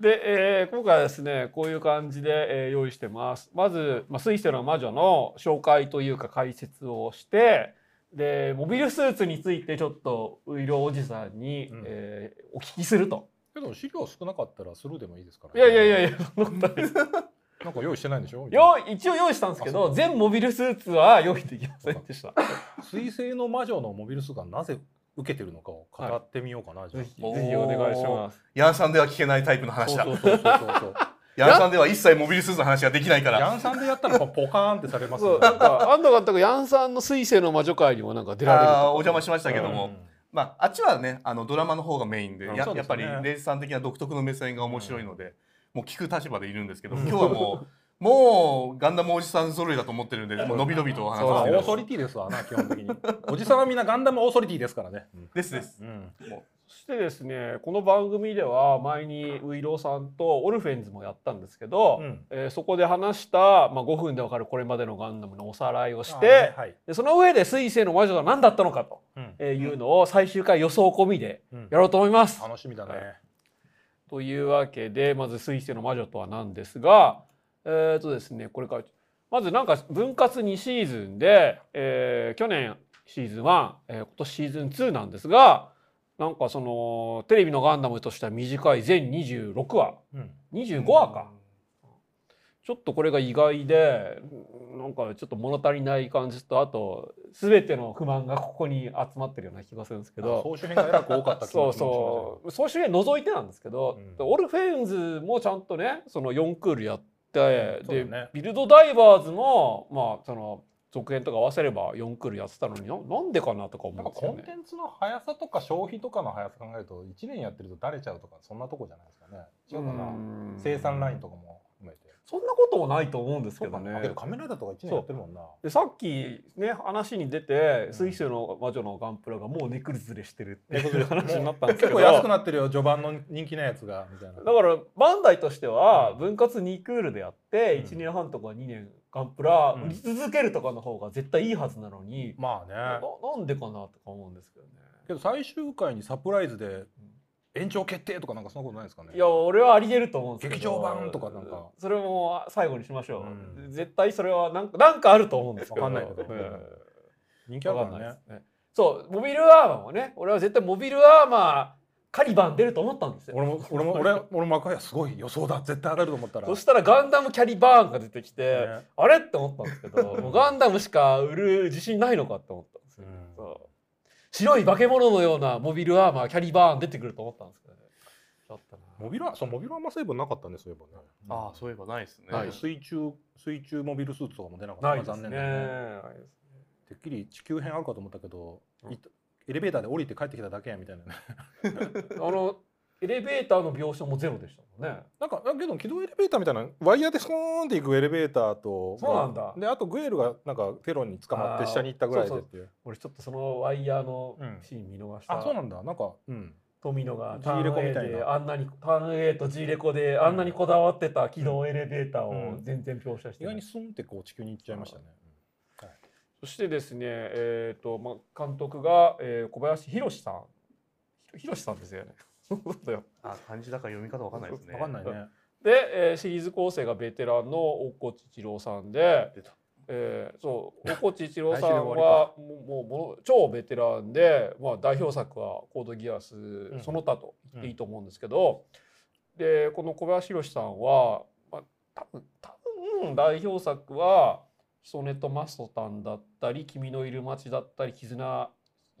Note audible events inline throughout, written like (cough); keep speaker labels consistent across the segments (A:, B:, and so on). A: で、えー今回はですねこういう感じで、えー用意してますまず、まあ、水星の魔女の紹介というか解説をしてでモビルスーツについてちょっとウイロおじさんに、
B: うん
A: えーお聞きすると
B: けど資料少なかったらスルーでもいいですから、
A: いやいやいやいやそんなことないです
B: なんか用意してないんでし
A: (laughs)
B: ょ
A: よ一応用意したんですけ
B: あ
A: ど
B: そう
A: 全モビルスーツは用意できませんでした
B: 水星の魔女のモビルスーツがなぜ受けてるのかを語ってみようかな、じゃ
A: ぜ
B: あ
A: ひぜひお願いします
C: ヤンさんでは聞けないタイプの話だ
B: そうそうそうそうそう
C: ヤンさんでは一切モビルスーツの話ができないから
B: ヤンさんでやったらポポカーンってされます
A: そうなんか安藤監督ヤンさんの水星の魔女会にもなんか出られると
C: あー
A: か
C: お邪魔しましたけども、
B: うん
C: まああっちはねあのドラマの方がメインで、
B: うん
C: や
B: そうで
C: やっ
B: す
C: ぱ
B: ね
C: りレイジさん的な独特の目線が面白いので、もう聞く立場でいるんですけど、
B: うん
C: 今日はもう (laughs) もうガンダムおじさん揃いだと思ってるんでもうのびのびとお話し
B: まあ
C: させてく
B: オ
C: だ
B: ーソ
C: さ
B: リ
C: い
B: ティですわな基本的におじさんはみんなガンダムオーソリティですからね、
C: ですです
B: うん
A: そしてですねこの番組では前にウイローさんとオルフェンズもやったんですけど、
B: うん
A: えーそこで話した、まあ、5分でわかるこれまでのガンダムのおさらいをし
B: あーね
A: て、
B: はい
A: でその上で水星の魔女が何だったのかと
B: うん
A: えーいうのを最終回予想込みで
B: うん
A: やろうと思います。
B: 楽しみだね、
A: というわけでまず水星の魔女とはなんですがえっ、とですねこれからまずなんか分割2シーズンで、えー去年シーズン1、えー今年シーズン2なんですがなんかそのテレビのガンダムとしては短い全26話
B: うん
A: 25話か、ちょっとこれが意外でなんかちょっと物足りない感じとあと全ての不満がここに集まってるような気がするんですけど。
B: 総集編がえらく多かった気
A: そ
B: が
A: う
B: しますね
A: そう総集編除いてなんですけど、
B: うん
A: オルフェンズもちゃんとねその4クールやって、
B: うんそう
A: で、
B: だね
A: ビルドダイバーズもまあその続編とか合わせれば4クールやってたのにななんでかなとか思
B: な
A: うんんで
B: か
A: すよ
B: コン
A: ね
B: テ。ンツの速さとか消費とかの速さ考えると1年やってるとだれちゃうとかそんなとこじゃないですかね違うかな
A: うん
B: 生産ラインとかも含めて
A: そんなこともないと思うんですけ
B: そう
A: ど
B: か
A: ね
B: ねあけど仮面ライダーとか1年やってるもんな
A: でさっきね話に出て
B: ん
A: 水星の魔女のガンプラがもう根崩れしてるって
B: 根
A: いう
B: 崩れ
A: 話になったんですけど
B: 結構安くなってるよ序盤の人気なやつがみたい
A: だ
B: な
A: からバンダイとしては
B: うん
A: 分割2クールでやって1年半とか2年ガンプラ売り続けるとかの方が絶対いいはずなのに
B: ま
A: な
B: あね
A: なんでかなとか思うんですけどね。
B: けど最終回にサプライズで延長決定とかなんかそんなことないですかね
A: いや俺はありえると思うんですけど
B: 劇場版とかなんか
A: それも最後にしましょう、
B: うん
A: 絶対それはなんかなんかあると思うんですけど
B: わかんないけど
A: え
B: 人
A: え
B: 気ある
A: わ
B: か
A: かんない
B: ら
A: で
B: ね
A: すねそうモビルアーマーもね俺は絶対モビルアーマーカリバン出ると思ったんですよ
B: 俺も俺も俺俺も赤いやすごい予想だ絶対当たると思ったら
A: そしたらガンダムキャリバーンが出てきて、
B: ね
A: あれって思ったんです
B: (laughs)
A: けどもうガンダムしか売る自信ないのかって思ったんですよ、
B: うん
A: そう白い化け物のようなモビルアーマーキャリバーン出てくると思ったんですけどねちょっとな
B: モビルアそうモビルアーマー成分なかったんですよやっぱね
C: ああそういえばないですね、
A: はい
B: 水中水中モビルスーツとかも出なかった
A: ないです
B: 残
A: ね
B: 念だね
A: ないです
B: てっきり地球編あるかと思ったけど、
A: うん
B: いたエレベーターで降りて帰ってきただけやみたいなね
A: ね
B: (laughs)
A: あのエレベーターの描写もゼロでしたもんね
B: なんかだけど軌道エレベーターみたいなワイヤーでスコーンっていくエレベーターと
A: そうなんだ
B: であとグエルがなんかフェロンに捕まって下に行ったぐらいでっていう
A: 俺ちょっとそのワイヤーの
B: うん
A: シーン見逃した、
B: あそうなんだなんかうん
A: 富野が
B: G
A: ターン
B: レコみた
A: A
B: いな
A: であんなにターン A と G レコであんなにこだわってた軌道エレベーターを全然描写して
B: 意
A: ない
B: 外にスンってこう地球に行っちゃいましたね、
A: そしてですね、えーとまあ、監督が、えー小林博さんひろしさんですよね。 (laughs) そうだよ
C: あ漢字だから読み方わかんないですね
B: 分かんないね
A: で、えーシリーズ構成がベテランの大河内一郎さんで
C: 出た、
A: えーそう大河内一郎さん
B: 来週で終わ
A: はもうもうもう超ベテランで、まあ、代表作は「コードギアス」
B: ん
A: その他と言っていいと思うんですけど、でこの小林博さんは、まあ、多分多分代表作は「ヒソネとマストタン」だったり「君のいる街」だったり「絆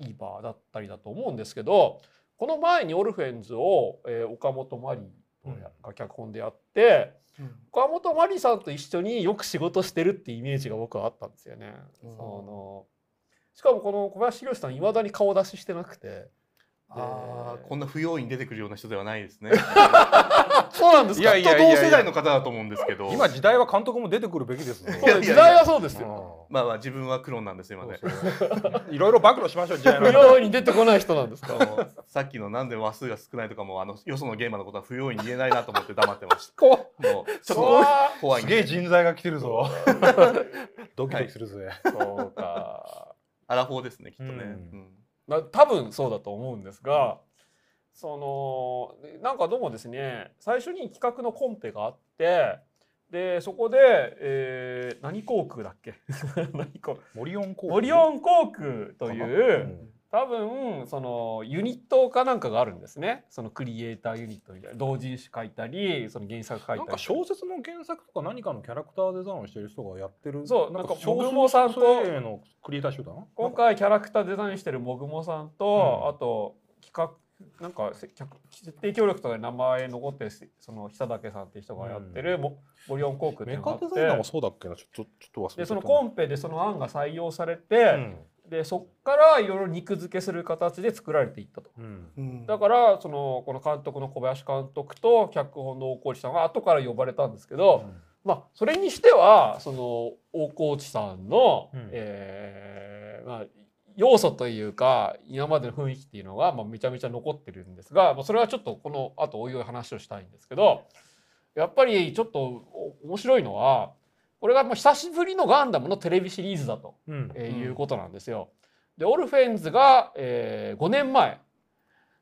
A: イーバー」だったりだと思うんですけどこの前に「オルフェンズを」えー岡本真理が脚本でやって、
C: うん
A: 岡本真理さんと一緒によく仕事してるってイメージが僕はあったんですよね。
C: うん
A: そのしかもこの小林宏さんいまだに顔出ししてなくて。
C: あ
A: で
C: ーこんな不用意に出てくるような人ではない (laughs) ですね。
A: そうなんです
C: きっ
A: か。
C: と同世代の方だと思うんですけど、
B: 今時代は監督も出てくるべきですね
C: いやいや
A: 時代はそうですよ。
C: まあまあ自分はクローンなんです今ね。
B: いろいろ暴露しましょう時代
A: 不
B: の
A: 要に出てこない人なんですか。
C: さっきのなんで話数が少ないとかもあのよそのゲーマーのことは不用意に言えないなと思って黙ってまし
A: こう。
C: た。もう (laughs) ちょっ
A: う
C: と
A: わ
C: 怖い
B: す
C: ん
B: げ
C: で
B: え人材が来てる (laughs) ぞドキドキするぜ、
A: ー (laughs) そうか。
C: アラフォーですねきっとね。
B: うん
C: うん
A: な多分そうだと思うんですが、そのでなんかどうもですね最初に企画のコンペがあってでそこで、えー何航空だっけ (laughs) 何航空
B: モリオンコー
A: オリオン航空とい
B: ン
A: う多分そのユニットかなんかがあるんですねそのクリエイターユニットみたいな同人誌書いたりその原作書いたり
B: なんか小説の原作とか何かのキャラクターデザインをしてる人がやってる
A: そうなんか
B: 小
A: 僕もさんと
B: 説のクリエイター集団
A: 今回キャラクターデザインしてるもぐもさんと、
B: うん
A: あと企画なんかせ客設定協力とかで名前残ってるしその久竹さんっていう人がやってる、
B: うん
A: もボリオン航空ってい
B: メ
A: うのがあ
B: カ
A: っ
B: デザイナー
A: て
B: もそうだっけなちょっとちょっと忘れて
A: でそのコンペでその案が採用されて、でそっからいろいろ肉付けする形で作られていったと。
B: うん、うん
A: だからそのこの監督の小林監督と脚本の大河内さんは後から呼ばれたんですけど、まあ、それにしてはその大河内さんの、
B: うん
A: えーまあ、要素というか今までの雰囲気っていうのが、まあ、めちゃめちゃ残ってるんですが、まあ、それはちょっとこの後おいおい話をしたいんですけどやっぱりちょっとお面白いのはこれがもう久しぶりの「ガンダム」のテレビシリーズだと、
B: うん
A: えー
C: うん
A: いうことなんですよ。でオルフェンズが、え5年前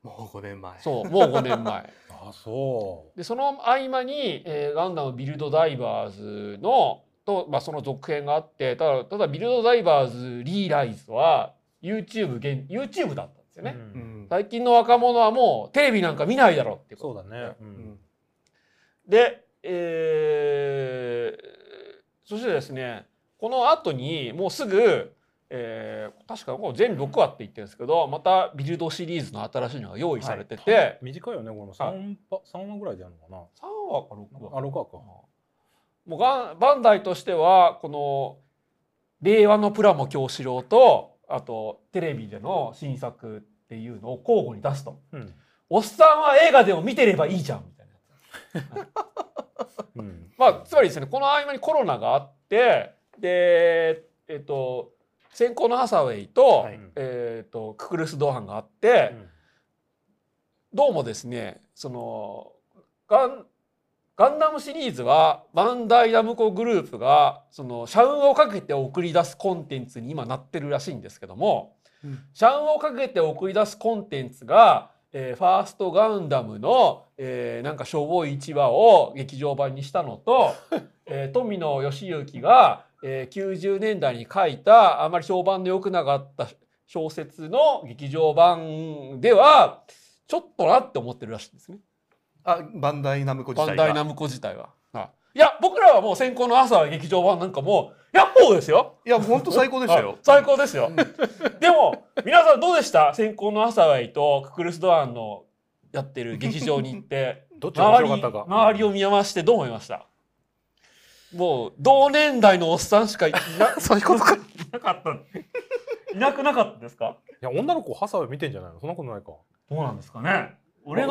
C: もう5年前
A: そうもう5年前
B: あそ
A: でその合間に、えーガンダムビルドダイバーズのと、まあ、その続編があってただただビルドダイバーズリーライズは YouTube, 現 YouTube だったんです
B: う
A: よね、
B: う
C: うんん
A: 最近の若者はもうテレビなんか見ないだろうっていう
B: そう
A: こと
B: だね、う
C: うんん
A: で、えーそしてですねこの後にもうすぐ、えー確かもう全6話って言ってるんですけどまたビルドシリーズの新しいのが用意されてて、
B: 短いよねこれも三話三話ぐらいでやるのかな
A: 3話か6話
B: あ六話か
A: もうガンバンダイとしてはこの令和のプラモ京志郎とあとテレビでの新作っていうのを交互に出すと
B: うん、
A: おっさんは映画でも見てればいいじゃんみたいなやつ
B: うん、
A: まあつまりですねこの合間にコロナがあってでえっと先行のハサウェイと,、
C: はい
A: えっとククルス・ドアンがあって、どうもですねそのガンガンダムシリーズはバンダイナムコグループがその社運をかけて送り出すコンテンツに今なってるらしいんですけども社運をかけて送り出すコンテンツが、えーファーストガンダムの、えーなんかしょぼい1話を劇場版にしたのと、えー富野義行が、えー90年代に書いたあまり評判の良くなかった小説の劇場版ではちょっとなって思ってるらしいんですね。
C: あバンダイナムコ自
A: バン
C: 体
A: ダイナ
C: が
A: ムコ自体は。いや僕らはもう先行の朝は劇場版なんかもうやっほーですよ
C: いや本当最高でした
A: はい
C: よ
A: 最高ですよ。 (laughs) でも皆さんどうでした？先行の朝はイとククルスドアンのやってる劇場に行って
B: どっちが (laughs) 面
A: 周
B: 白
A: り
B: かったか
A: 周りを見回してどう思いました？もう同年代のおっさんしかいな (laughs) そういうことかなかった。いなくなかったですか？
B: いや女の子ハサウェイ見てんじゃないのそんなことないか
A: どうなんですかね。
B: でデ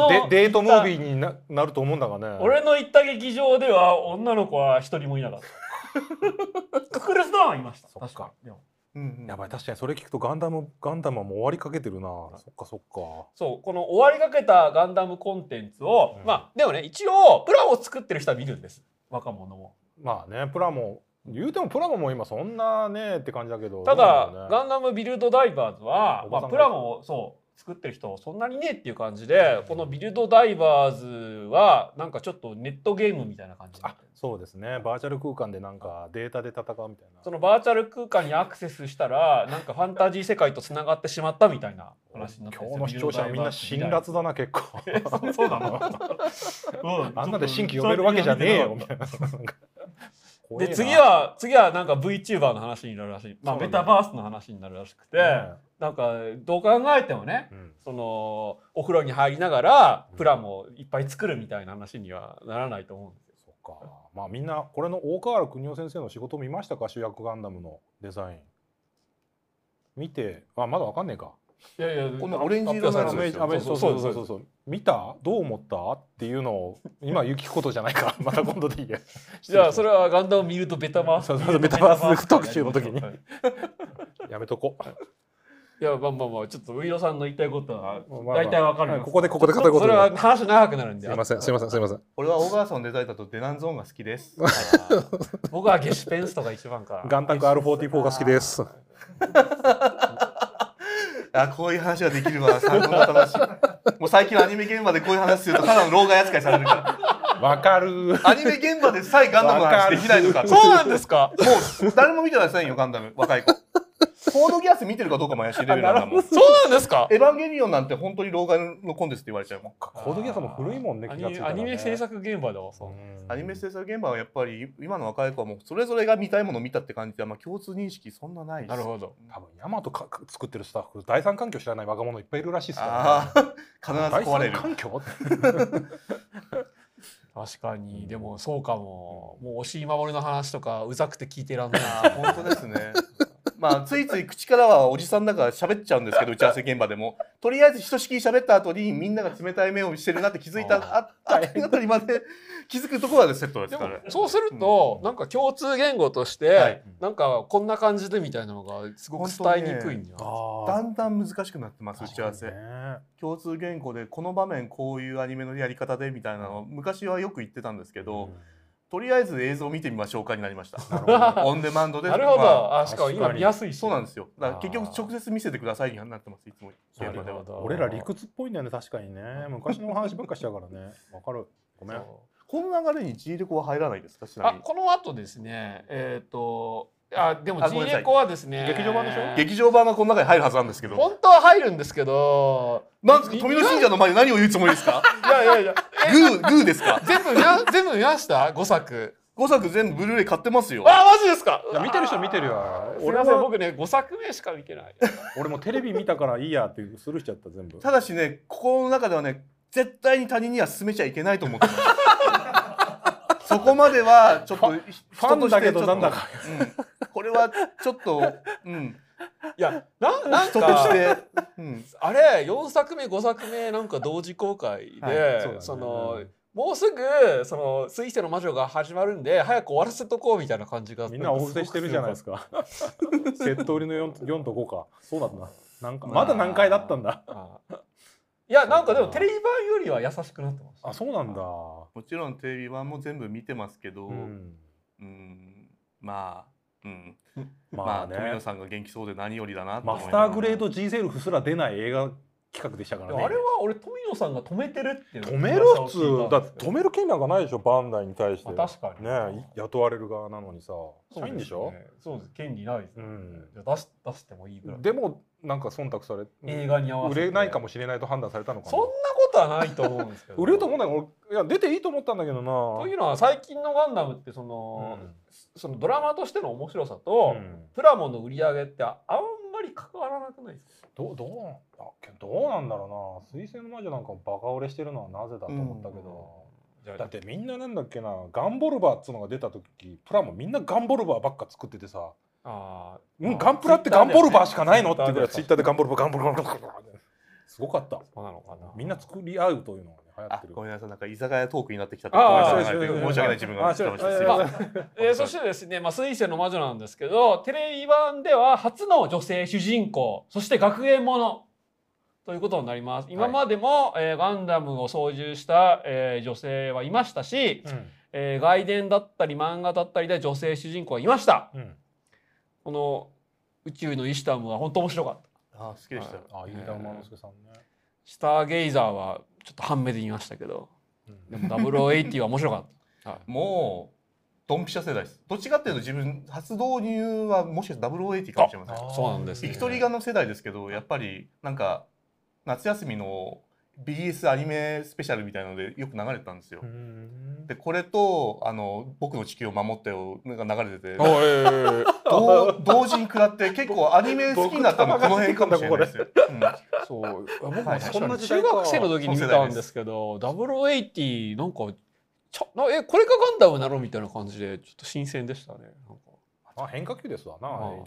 B: ートムービーにななると思うんだがね
A: 俺の行った劇場では女の子は一人もいなか
B: (laughs)
A: った。ククルスドアンはいました。
B: そっか
A: 確かに。
C: うんうん
B: やばい確かにそれ聞くとガンダムガンダムはもう終わりかけてるなそっかそっか
A: そうこの終わりかけたガンダムコンテンツを、
B: うん
A: まあでもね一応プラモを作ってる人は見るんです若者も
B: まあねプラモ言うてもプラモも今そんなねって感じだけど
A: ただ、ガン
B: ダ
A: ダムビルドダイバーズは
B: お、ば
A: ま
B: さんが
A: あ、プラモをそう作ってる人そんなにねっていう感じでこのビルドダイバーズはなんかちょっとネットゲームみたいな感じになってる
B: そうですねバーチャル空間でなんかデータで戦うみたいな
A: そのバーチャル空間にアクセスしたらなんかファンタジー世界とつながってしまったみたいな話になってる
B: 今日の視聴者はみんな辛辣だな
A: (laughs)
B: 結構 (laughs)
A: そうなの、うん
B: あんなで新規読めるわけじゃねえよみたいななんか怖え
A: で
B: な
A: 次は次はなんか VTuber の話になるらしい、まあ、
B: そうな
A: メ
B: んだ
A: タバースの話になるらしくて、なんかどう考えてもね
B: うん
A: そのお風呂に入りながらプラもいっぱい作るみたいな話にはならないと思うんですよ。
B: そっかまあみんなこれの大河原邦夫先生の仕事見ましたか主役ガンダムのデザイン見てあまだわかんねえか
A: いやいや
C: このオレンジ色
B: あ
C: の
B: の
C: や
B: ア
C: つ
B: メー
C: です
B: ジ
C: よ
B: アメージそうそうそ
A: そ
B: うそううそう見たどう思ったっていうのを今言う聞くことじゃないから (laughs) また今度でいいや
A: じゃあそれはガンダムを見るとベタバース
B: そうそうそうベタバース特集の時に
A: はい
B: やめとこ
A: いやまあまあまあちょっと上野さんの言いたいことは
B: まあまあ
A: 大体わかるん
B: はい
A: す
B: ここでここで片言
A: それは話長くなるん
B: う
A: です
B: いませんすいませんすいません
C: 俺は小川さんのデザインだとデナンゾーンが好きです
A: あ
B: (laughs)
A: ー僕はゲシュペンスとか一番か
B: ガンタク R44 が好きです
C: あこういう話ができるわ参考の楽しいもう最近アニメ現場でこういう話するとただの老害扱いされるか
B: わかる
C: らアニメ現場でさえガンダムの話できないのか
B: わ
A: そうなんですか
C: もう誰も見てませんよガンダム若い子コードギアス見てるかどうかも怪しいレベルなんだもん
A: (laughs) そうなんですか
C: エヴァンゲリオンなんて本当に老害のコンテンツって言われちゃうもん
B: (laughs) コードギアスも古いもんね
A: アニ
B: 気がつ
A: メ
B: いたら
A: ア
B: ね
A: ニメ制作現場ではそうう、
B: ん
C: アニメ制作現場はやっぱり今の若い子はもうそれぞれが見たいものを見たって感じであんま共通認識そんなないし
A: なるほど
B: 多分ヤマトか作ってるスタッフ第三環境知らない若者いっぱいいるらしいです
C: あ
B: か
C: あ必ず
B: ら、ね、
C: 壊れ
B: 第
C: る
B: 三環 (laughs) 境って
A: 確かにでもそうかももう押井守の話とかうざくて聞いてらんない
C: あー本当ですね。まあついつい口からはおじさんだから喋っちゃうんですけど打ち合わせ現場でもとりあえずひとしきり喋った後にみんなが冷たい目をしてるなって気づいたあああたりまで気づくところはセットです
A: で
C: か
A: も
C: ら。
A: そうすると、なんか共通言語として、
C: はい
A: なんかこんな感じでみたいなのがすごく伝えにくいんじゃない
C: だ
B: あ
C: んだん難しくなってます打ち合わせ、
B: ね、
C: 共通言語でこの場面こういうアニメのやり方でみたいなのを昔はよく言ってたんですけど、とりあえず映像を見てみましょうかになりま (laughs) した
B: なるほ
C: オンデマンドで
A: なるほど、
C: まあ
A: あ、しかも
B: 確
A: 今
B: かに
A: 見やすいし
C: そうなんですすよだから結
B: あ
C: 局
B: ー
C: 直接見せてくださいになってますいつも
B: なる
C: 現場では
B: 俺ら理屈っぽいんだよね確かにね昔のお話ばっかしちゃうからねわかるごめん
C: この流れに G レコは入らないですかちな
A: あ
C: みに
A: この後ですねえっ、とあでも
C: あ
A: G
C: ごめんなさい
A: レコはですね
B: 劇場版でしょ
C: 劇場版がこの中に入るはずなんですけど
A: 本当は入るんですけど
C: なんですか富野信者の前で何を言うつもりですか
A: いやいやいや
C: グーグーですか
A: 全部見ま全部見ました5作
C: 5作全部ブルーレイ買ってますよ
A: あマジですか
B: いや見てる人は見てるよ
A: 俺
B: 俺
A: は
B: は
A: 僕ね5作目しか見てない
B: 俺もテレビ見たからいいやってスルーしちゃった全部
C: ただしねここの中ではね絶対に他人には勧めちゃいけないと
B: (laughs)
C: 思ってますそこまではちょっと
B: ファンだけど
C: 人としてちょっと
B: なんだか
C: うん、これはちょっと、うん、
A: いやななん
C: 人と
A: か
C: して、うん、
A: あれ4作目5作目なんか同時公開で、
B: はいそうだ
A: そ
B: ね
A: の
B: うん
A: もうすぐその「水星の魔女」が始まるんで早く終わらせとこうみたいな感じが
B: みんなお布施してるじゃないですかセット売りの 4, 四と5かそうだったななんかまだ何回だったんだ
A: あーいやなんかでもテレビ版よりは優しくなってました
B: あそうなんだ、
C: もちろんテレビ版も全部見てますけど、
B: うん、
C: うんまあ、うん、
B: ま
C: まあ、
B: あね、
C: 富野さんが元気そうで何よりだなと思
B: マ
C: い
B: ス
C: なが
B: タ
C: ら
B: ーグレード G セルフすら出ない映画企画でしたか
A: で
B: ら
A: も
B: ね
A: あれは俺富野さんが止めてるっていう
B: 止める
A: 噂を
B: 普
A: 聞いた
B: 通だ
A: ん
B: っ
A: です
B: て
A: けど
B: 止める権なんかないでしょバンダイに対して
A: まあ確かに
B: ねえ雇われる側なのにさ
A: そう
B: 社
A: すね
B: 員でしょ
A: そうです権利ないです
B: う
A: ね、
B: ん
A: じゃあ出し出してもいいぐらい
B: でもなんか忖度され
A: 映画に合わせ
B: 売
A: て
B: れないかもしれないと判断されたのか
A: そ
B: なん
A: なことはないと思うんですけど
B: (laughs) 売れると思うんだけど俺いや出ていいと思ったんだけど
A: と
B: な
A: いうのは最近のガンダムってその、そのドラマとしての面白さと、プラモの売り上げってああんまり関わらなくないですか
B: どうどうなんあけどどうなんだろうな「水星の魔女」なんかもバカ売れしてるのはなぜだと思ったけど、
A: じゃあ
B: だってみんななんだっけなガンボルバーっつうのが出た時プラもみんなガンボルバーばっか作っててさ、
A: あー
B: うん、ガンプラってガンボルバーしかないのっていうぐらいツイッ
A: Twitter
B: ターでガンボルバーガンボルバーガンボルバーってすごかった
A: そうなのかな
B: みんな作り合うというのが、ね、流行っ
C: あ
B: てる
C: ごめんなさいなんか居酒屋トークになってきたと
A: あー
C: ごめんなさい
B: そうです
C: 申し訳ない自分が
B: あそうです
C: 失礼し
B: あ
C: ました
A: えーそしてですね、まあ、水星の魔女なんですけどテレビ版では初の女性主人公そして学園ものということになります今までも、えーガンダムを操縦した、えー女性はいましたし、えー外伝だったり漫画だったりで女性主人公はいました
B: うんうん
A: この宇宙のイシュタムは本当面白かった
C: あ好きでした
B: あ飯田馬之助さんね、
A: スターゲイザーはちょっと半目で見ましたけど
B: うん
A: でも0080は面白かっ
C: もうドンピシャ世代ですどっちかっていうと自分初導入はもしかしたら080かもしれません
A: たそうなんです
C: ビクトリガの世代ですけどやっぱりなんか夏休みの BS アニメスペシャルみたいなのでよく流れてたんですよ
B: う。ん
C: でこれとあの「僕の地球を守って」をなんか流れ
B: (laughs)
C: てて
B: おいおいおいおい
C: 同同時に食らって結構アニメ好きに
A: (laughs)
C: なったのこの辺かもしれないですよ。うん
B: そう僕
C: は
A: た
B: も
C: い確
B: そ
C: か
B: ん
C: に
B: な時
A: 中
B: 代か
A: 学生の時に見たんですけど0080なんかちょなえこれがガンダムなのみたいな感じでちょっと新鮮でしたねなんか
B: あ変化球ですわな、
A: あ
B: うん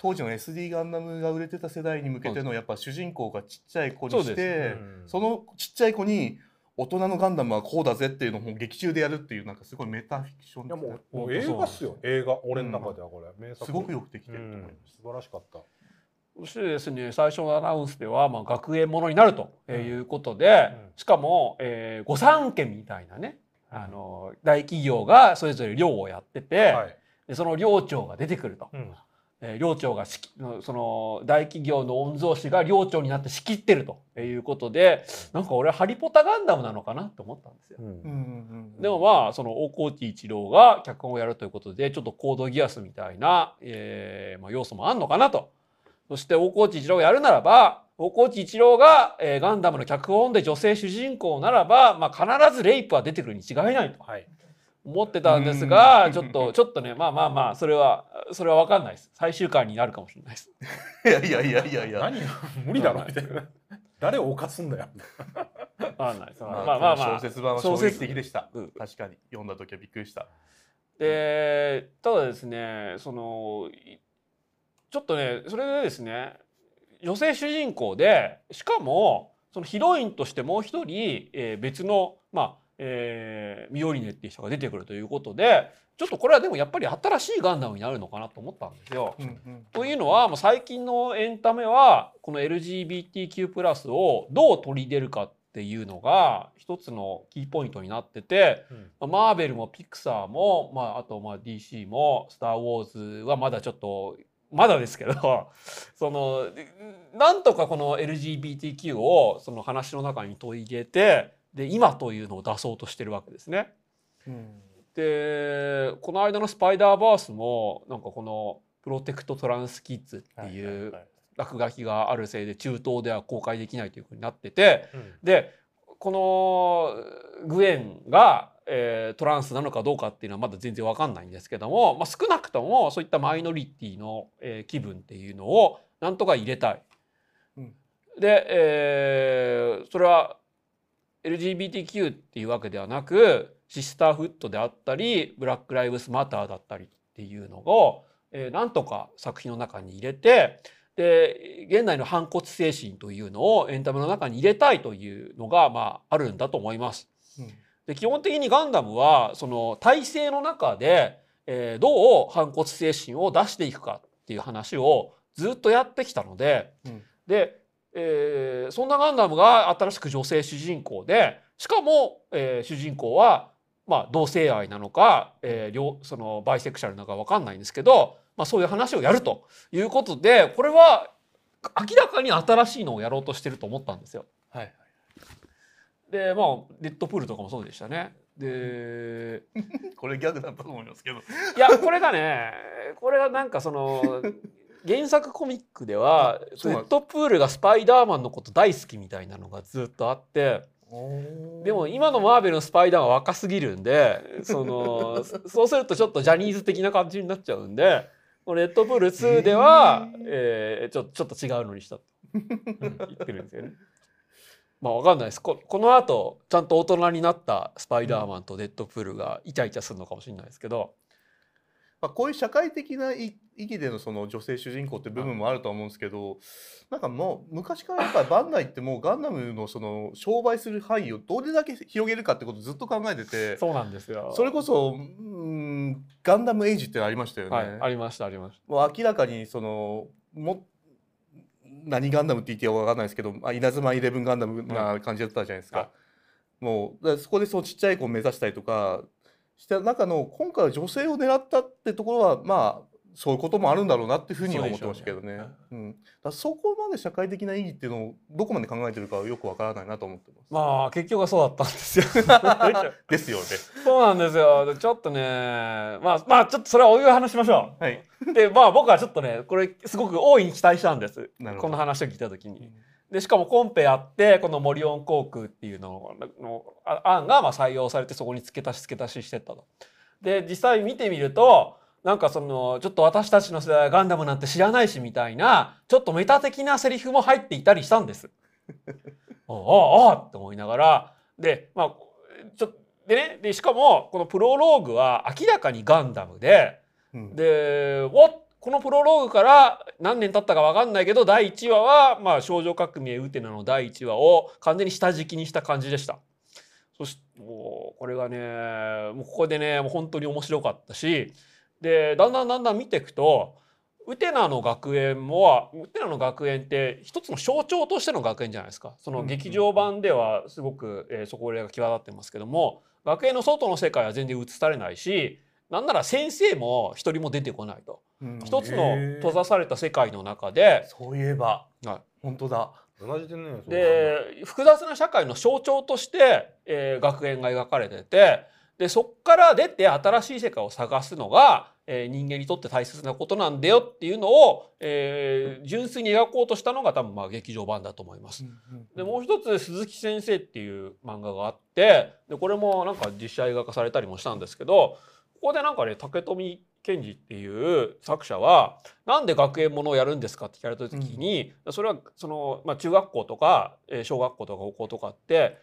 C: 当時の SD ガンダムが売れてた世代に向けてのやっぱ主人公がちっちゃい子に
A: そう
C: し
A: で
C: てそのちっちゃい子に大人のガンダムはこうだぜっていうのをもう劇中でやるっていうなんかすごいメタフィクション
B: いや
C: 的な
B: もうもう映画っすよ映画俺の中ではこれ、名作
C: すごくよくでき
B: う
C: てると思いま
B: ん
C: す。
B: 素晴らしかった、
A: そしてですね最初のアナウンスでは、まあ、学園ものになると
B: うん
A: いうことで、
B: うん
A: しかも、えー、御三家みたいなねあの大企業がそれぞれ寮をやってて、
B: はい、
A: でその寮長が出てくると
B: うん
A: えー、領長が仕切のその大企業の御曹司が領長になって仕切ってるということでなんか俺ハリポタガンダムなのかなって思ったんですよ。
B: うん
C: ん
A: でもまあその大河内一郎が脚本をやるということでちょっとコードギアスみたいな、えーまあ、要素もあんのかなとそして大河内一郎をやるならば大河内一郎が、えーガンダムの脚本で女性主人公ならば、まあ、必ずレイプは出てくるに違いないと
B: はい。
A: 思ってたんですが
C: うん
A: ちょっとちょっとねまあまあまあそれはそれは分かんないです最終回になるかもしれないです。
C: いやいやいやいやいや。
B: 何無理だろみたいな。誰を犯すんだよ。
A: 分かんないですま
C: ま
A: あ
C: あ
A: まあまあ、
C: 小説版は衝撃的でした。
A: うん
C: 確かに読んだ時はびっくりした。
A: でただですねそのいちょっとねそれでですね女性主人公でしかもそのヒロインとしてもう一人、えー別の、まあえーミオリネっていう人が出てくるということでちょっとこれはでもやっぱり新しいガンダムになるのかなと思ったんですよ。というのはもう最近のエンタメはこの LGBTQ+ をどう取り入れるかっていうのが一つのキーポイントになっててまあマーベルもピクサーも、まあ、あとまあ DC も「スター・ウォーズ」はまだちょっとまだですけど (laughs) そのでなんとかこの LGBTQ をその話の中に取り入れてで今というのを出そうとしてるわけですね。でこの間の「スパイダーバース」もなんかこの「プロテクト・トランス・キッズ」っていう落書きがあるせいで中東では公開できないというふうになってて。でこのグエンが、えートランスなのかどうかっていうのはまだ全然わかんないんですけども、まあ、少なくともそういったマイノリティの、えー気分っていうのをなんとか入れたい。
C: うん
A: で、えーそれは LGBTQ っていうわけではなくシスターフットであったりブラック・ライブスマターだったりっていうのを、えーなんとか作品の中に入れてで現代の反骨精神というのをエンタメの中に入れたいというのが、まあ、あるんだと思います。で基本的にガンダムはその体制の中で、えーどう反骨精神を出していくかっていう話をずっとやってきたので、
C: うん
A: で、えーそんなガンダムが新しく女性主人公でしかも、えー主人公は、まあ、同性愛なのか、えー両そのバイセクシャルなのか分かんないんですけど、まあ、そういう話をやるということでこれは明らかに新しいのをやろうとしてると思ったんですよ。
C: はい。
A: でまあデッドプールとかもそうでしたね。で
C: これギャグだと思いますけど。
A: いやこれがねこれがなんかその原作コミックでは
C: そう
A: デ
C: なん
A: ッ
C: です
A: ドプールがスパイダーマンのこと大好きみたいなのがずっとあってでも今のマーベルのスパイダーマンは若すぎるんでそのそそうするとちょっとジャニーズ的な感じになっちゃうんでこのデッドプール2では、えーちょちょっと違うのにしたと言ってるんですよね。まあわかんないですここの後ちゃんと大人になったスパイダーマンとデッドプールがイチャイチャするのかもしれないですけど。
C: まあ、こういう社会的な意意義でのその女性主人公って部分もあるとは思うんですけどなんかもう昔からやっぱりバンダイってもうガンダムのその商売する範囲をどれだけ広げるかってことをずっと考えててそ
A: そうなんですよ。
C: れこそうんガンダムエイジってのありましたよね。
A: はい、ありましたありまし
C: もう明らかにそのも何ガンダムって言っていいかわかんないですけど、まあ、稲妻イレブンガンダムな感じだったじゃないですか、
A: は
C: もうだからそこでそのちっちゃい子を目指したりとかした中の今回は女性を狙ったってところはまあそういうこともあるんだろうなっていうふうには思ってましたけど
A: そうでし
C: ねう
A: ょ
C: ん、だからそこまで社会的な意義っていうのをどこまで考えてるかはよくわからないなと思って
A: た。まあ結局はそうだったんですよ。
C: ますですよね
A: (laughs) そうなんですよ。ちょっとね、まあまあちょっとそれはお湯を話しましょ
C: はい、
A: う。 (laughs) で、まあ僕はちょっとね、これすごく大いに期待したんです
C: なる。ほど
A: この話を聞いた時に。でしかもコンペあってこのモリオン航空っていうののあ案がまあ採用されてそこに付け足し付け足ししてったと。で実際見てみるとなんかそのちょっと私たちの世代はガンダムなんて知らないしみたいなちょっとメタ的なセリフも入っていたりしたん
C: (laughs)
A: です。おおおおって思いながらでまあちょでねでしかもこのプロローグは明らかにガンダムで
C: うん
A: でおこのプロローグから何年経ったか分かんないけど第1話は「まあ、少女革命ウテナ」の第1話を完全に下敷きにした感じでした。そしてもうこれがねもうここでねもう本当に面白かったしでだんだんだんだん見ていくとウテナの学園もウテナの学園って一つの象徴としての学園じゃないですかその劇場版ではすごく、えーそこらが際立ってますけども学園の外の世界は全然映されないしなんなら先生も一人も出てこないと
C: うん
A: 一つ
B: へ
A: の
B: ー
A: 閉ざされた世界の中で、
C: そういえば
A: は
C: 本当だ
B: 同じでね
A: い、で複雑な社会の象徴として、えー学園が描かれててでそこから出て新しい世界を探すのが、えー人間にとって大切なことなんだよっていうのを、えー純粋に描こうとしたのが多分まあ劇場版だと思います。でもう一つ「鈴木先生」っていう漫画があってでこれもなんか実写映画化されたりもしたんですけどここでなんかね竹富健二っていう作者はなんで学園ものをやるんですかって聞かれた時に、それはその、まあ、中学校とかえー小学校とか高校とかって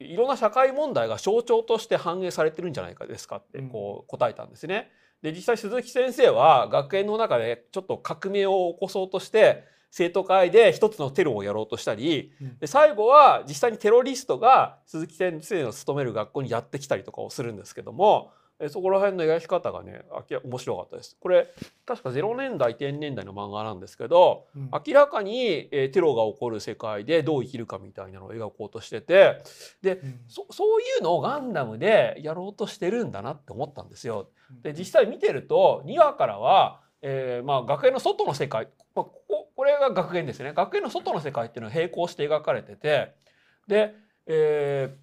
A: いろんな社会問題が象徴として反映されてるんじゃないかですかってこう答えたんですね。で実際鈴木先生は学園の中でちょっと革命を起こそうとして生徒会で一つのテロをやろうとしたり、
C: うん
A: で最後は実際にテロリストが鈴木先生の勤める学校にやってきたりとかをするんですけどもえそこら辺の描き方がねあき面白かったです。これ確か0年代10年代の漫画なんですけど
C: うん
A: 明らかに、えーテロが起こる世界でどう生きるかみたいなのを描こうとしてて
C: うん
A: そそういうのをガンダムでやろうとしてるんだなって思ったんですよ。で実際見てると2話からは、えーまあ、学園の外の世界、まあ、こここれが学園ですね学園の外の世界っていうのは並行して描かれててで、えー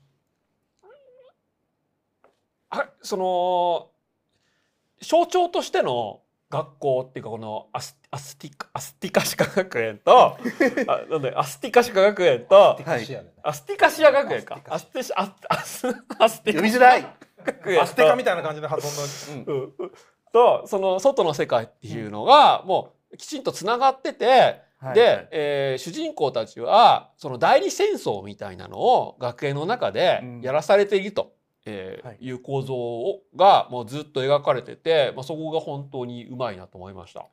A: あその象徴としての学校っていうかこのアスアスティカアスティカシカ学園とあなんだよアスティカシカ学園と
C: はい
A: アスティカシア学園かアスティシアスアスアスティ
C: 読み
A: カシ
C: づらい
A: 学園と
B: アステカみたいな感じで発音の
A: うんうんとその外の世界っていうのがもうきちんとつながってて、
C: はい
A: で、えー主人公たちはその代理戦争みたいなのを学園の中でやらされていると。えー
C: はい
A: い、う構造をがもうずっと描かれてて、まあ、そこが本当にうまいなと思いました。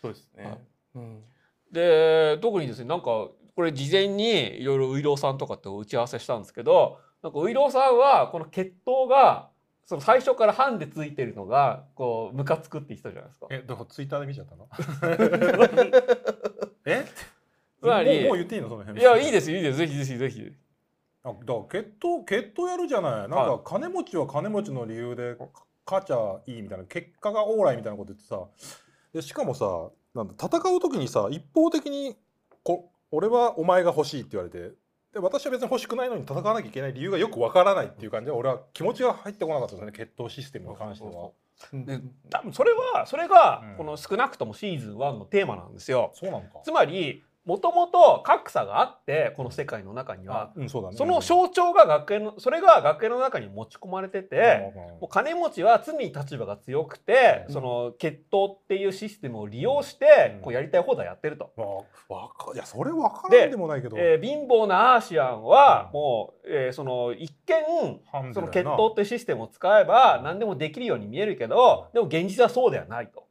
C: そうです
A: はい
C: ねうん
A: で特にですねなんかこれ事前にいろいろういろうさんとかと打ち合わせしたんですけどなんかういろうさんはこの血統がその最初からハンでついてるのがこうムカつくって言ってたじゃないですか。
B: え、どこツイッターで見ちゃったのえ
A: つまり
B: もうもう言っていいのその辺
A: いやいいですよいいですよぜひぜひぜひ。
B: あだから血統血統やるじゃないなん
A: は
B: か金持ちは金持ちの理由で勝ちゃいいみたいな結果がオーライみたいなこと言ってさでしかもさなんだ戦う時にさ一方的にこ「俺はお前が欲しい」って言われてで私は別に欲しくないのに戦わなきゃいけない理由がよくわからないっていう感じで俺は気持ちが入ってこなかったですね血統システムに関しては。
A: そ
C: うん
A: で多分それはそれが
B: うん
A: この少なくともシーズン1のテーマなんですよ。
B: そうなのか
A: つまりもともと格差があってこの世界の中には
B: うんそうだね
A: その象徴が学園のそれが学園の中に持ち込まれてて。もう金持ちは罪立場が強くて、
B: うん
A: その血統っていうシステムを利用して、
B: うん
A: こうやりたい放題やってると。
B: まあ、わかいやそれわからんでもないけど、
A: えー貧乏なアーシアンは
B: うん
A: もう、えーその一
B: ハン
A: 見そ
B: デ
A: の
B: だよな
A: 血統っていうシステムを使えば何でもできるように見えるけどでも現実はそうではないと。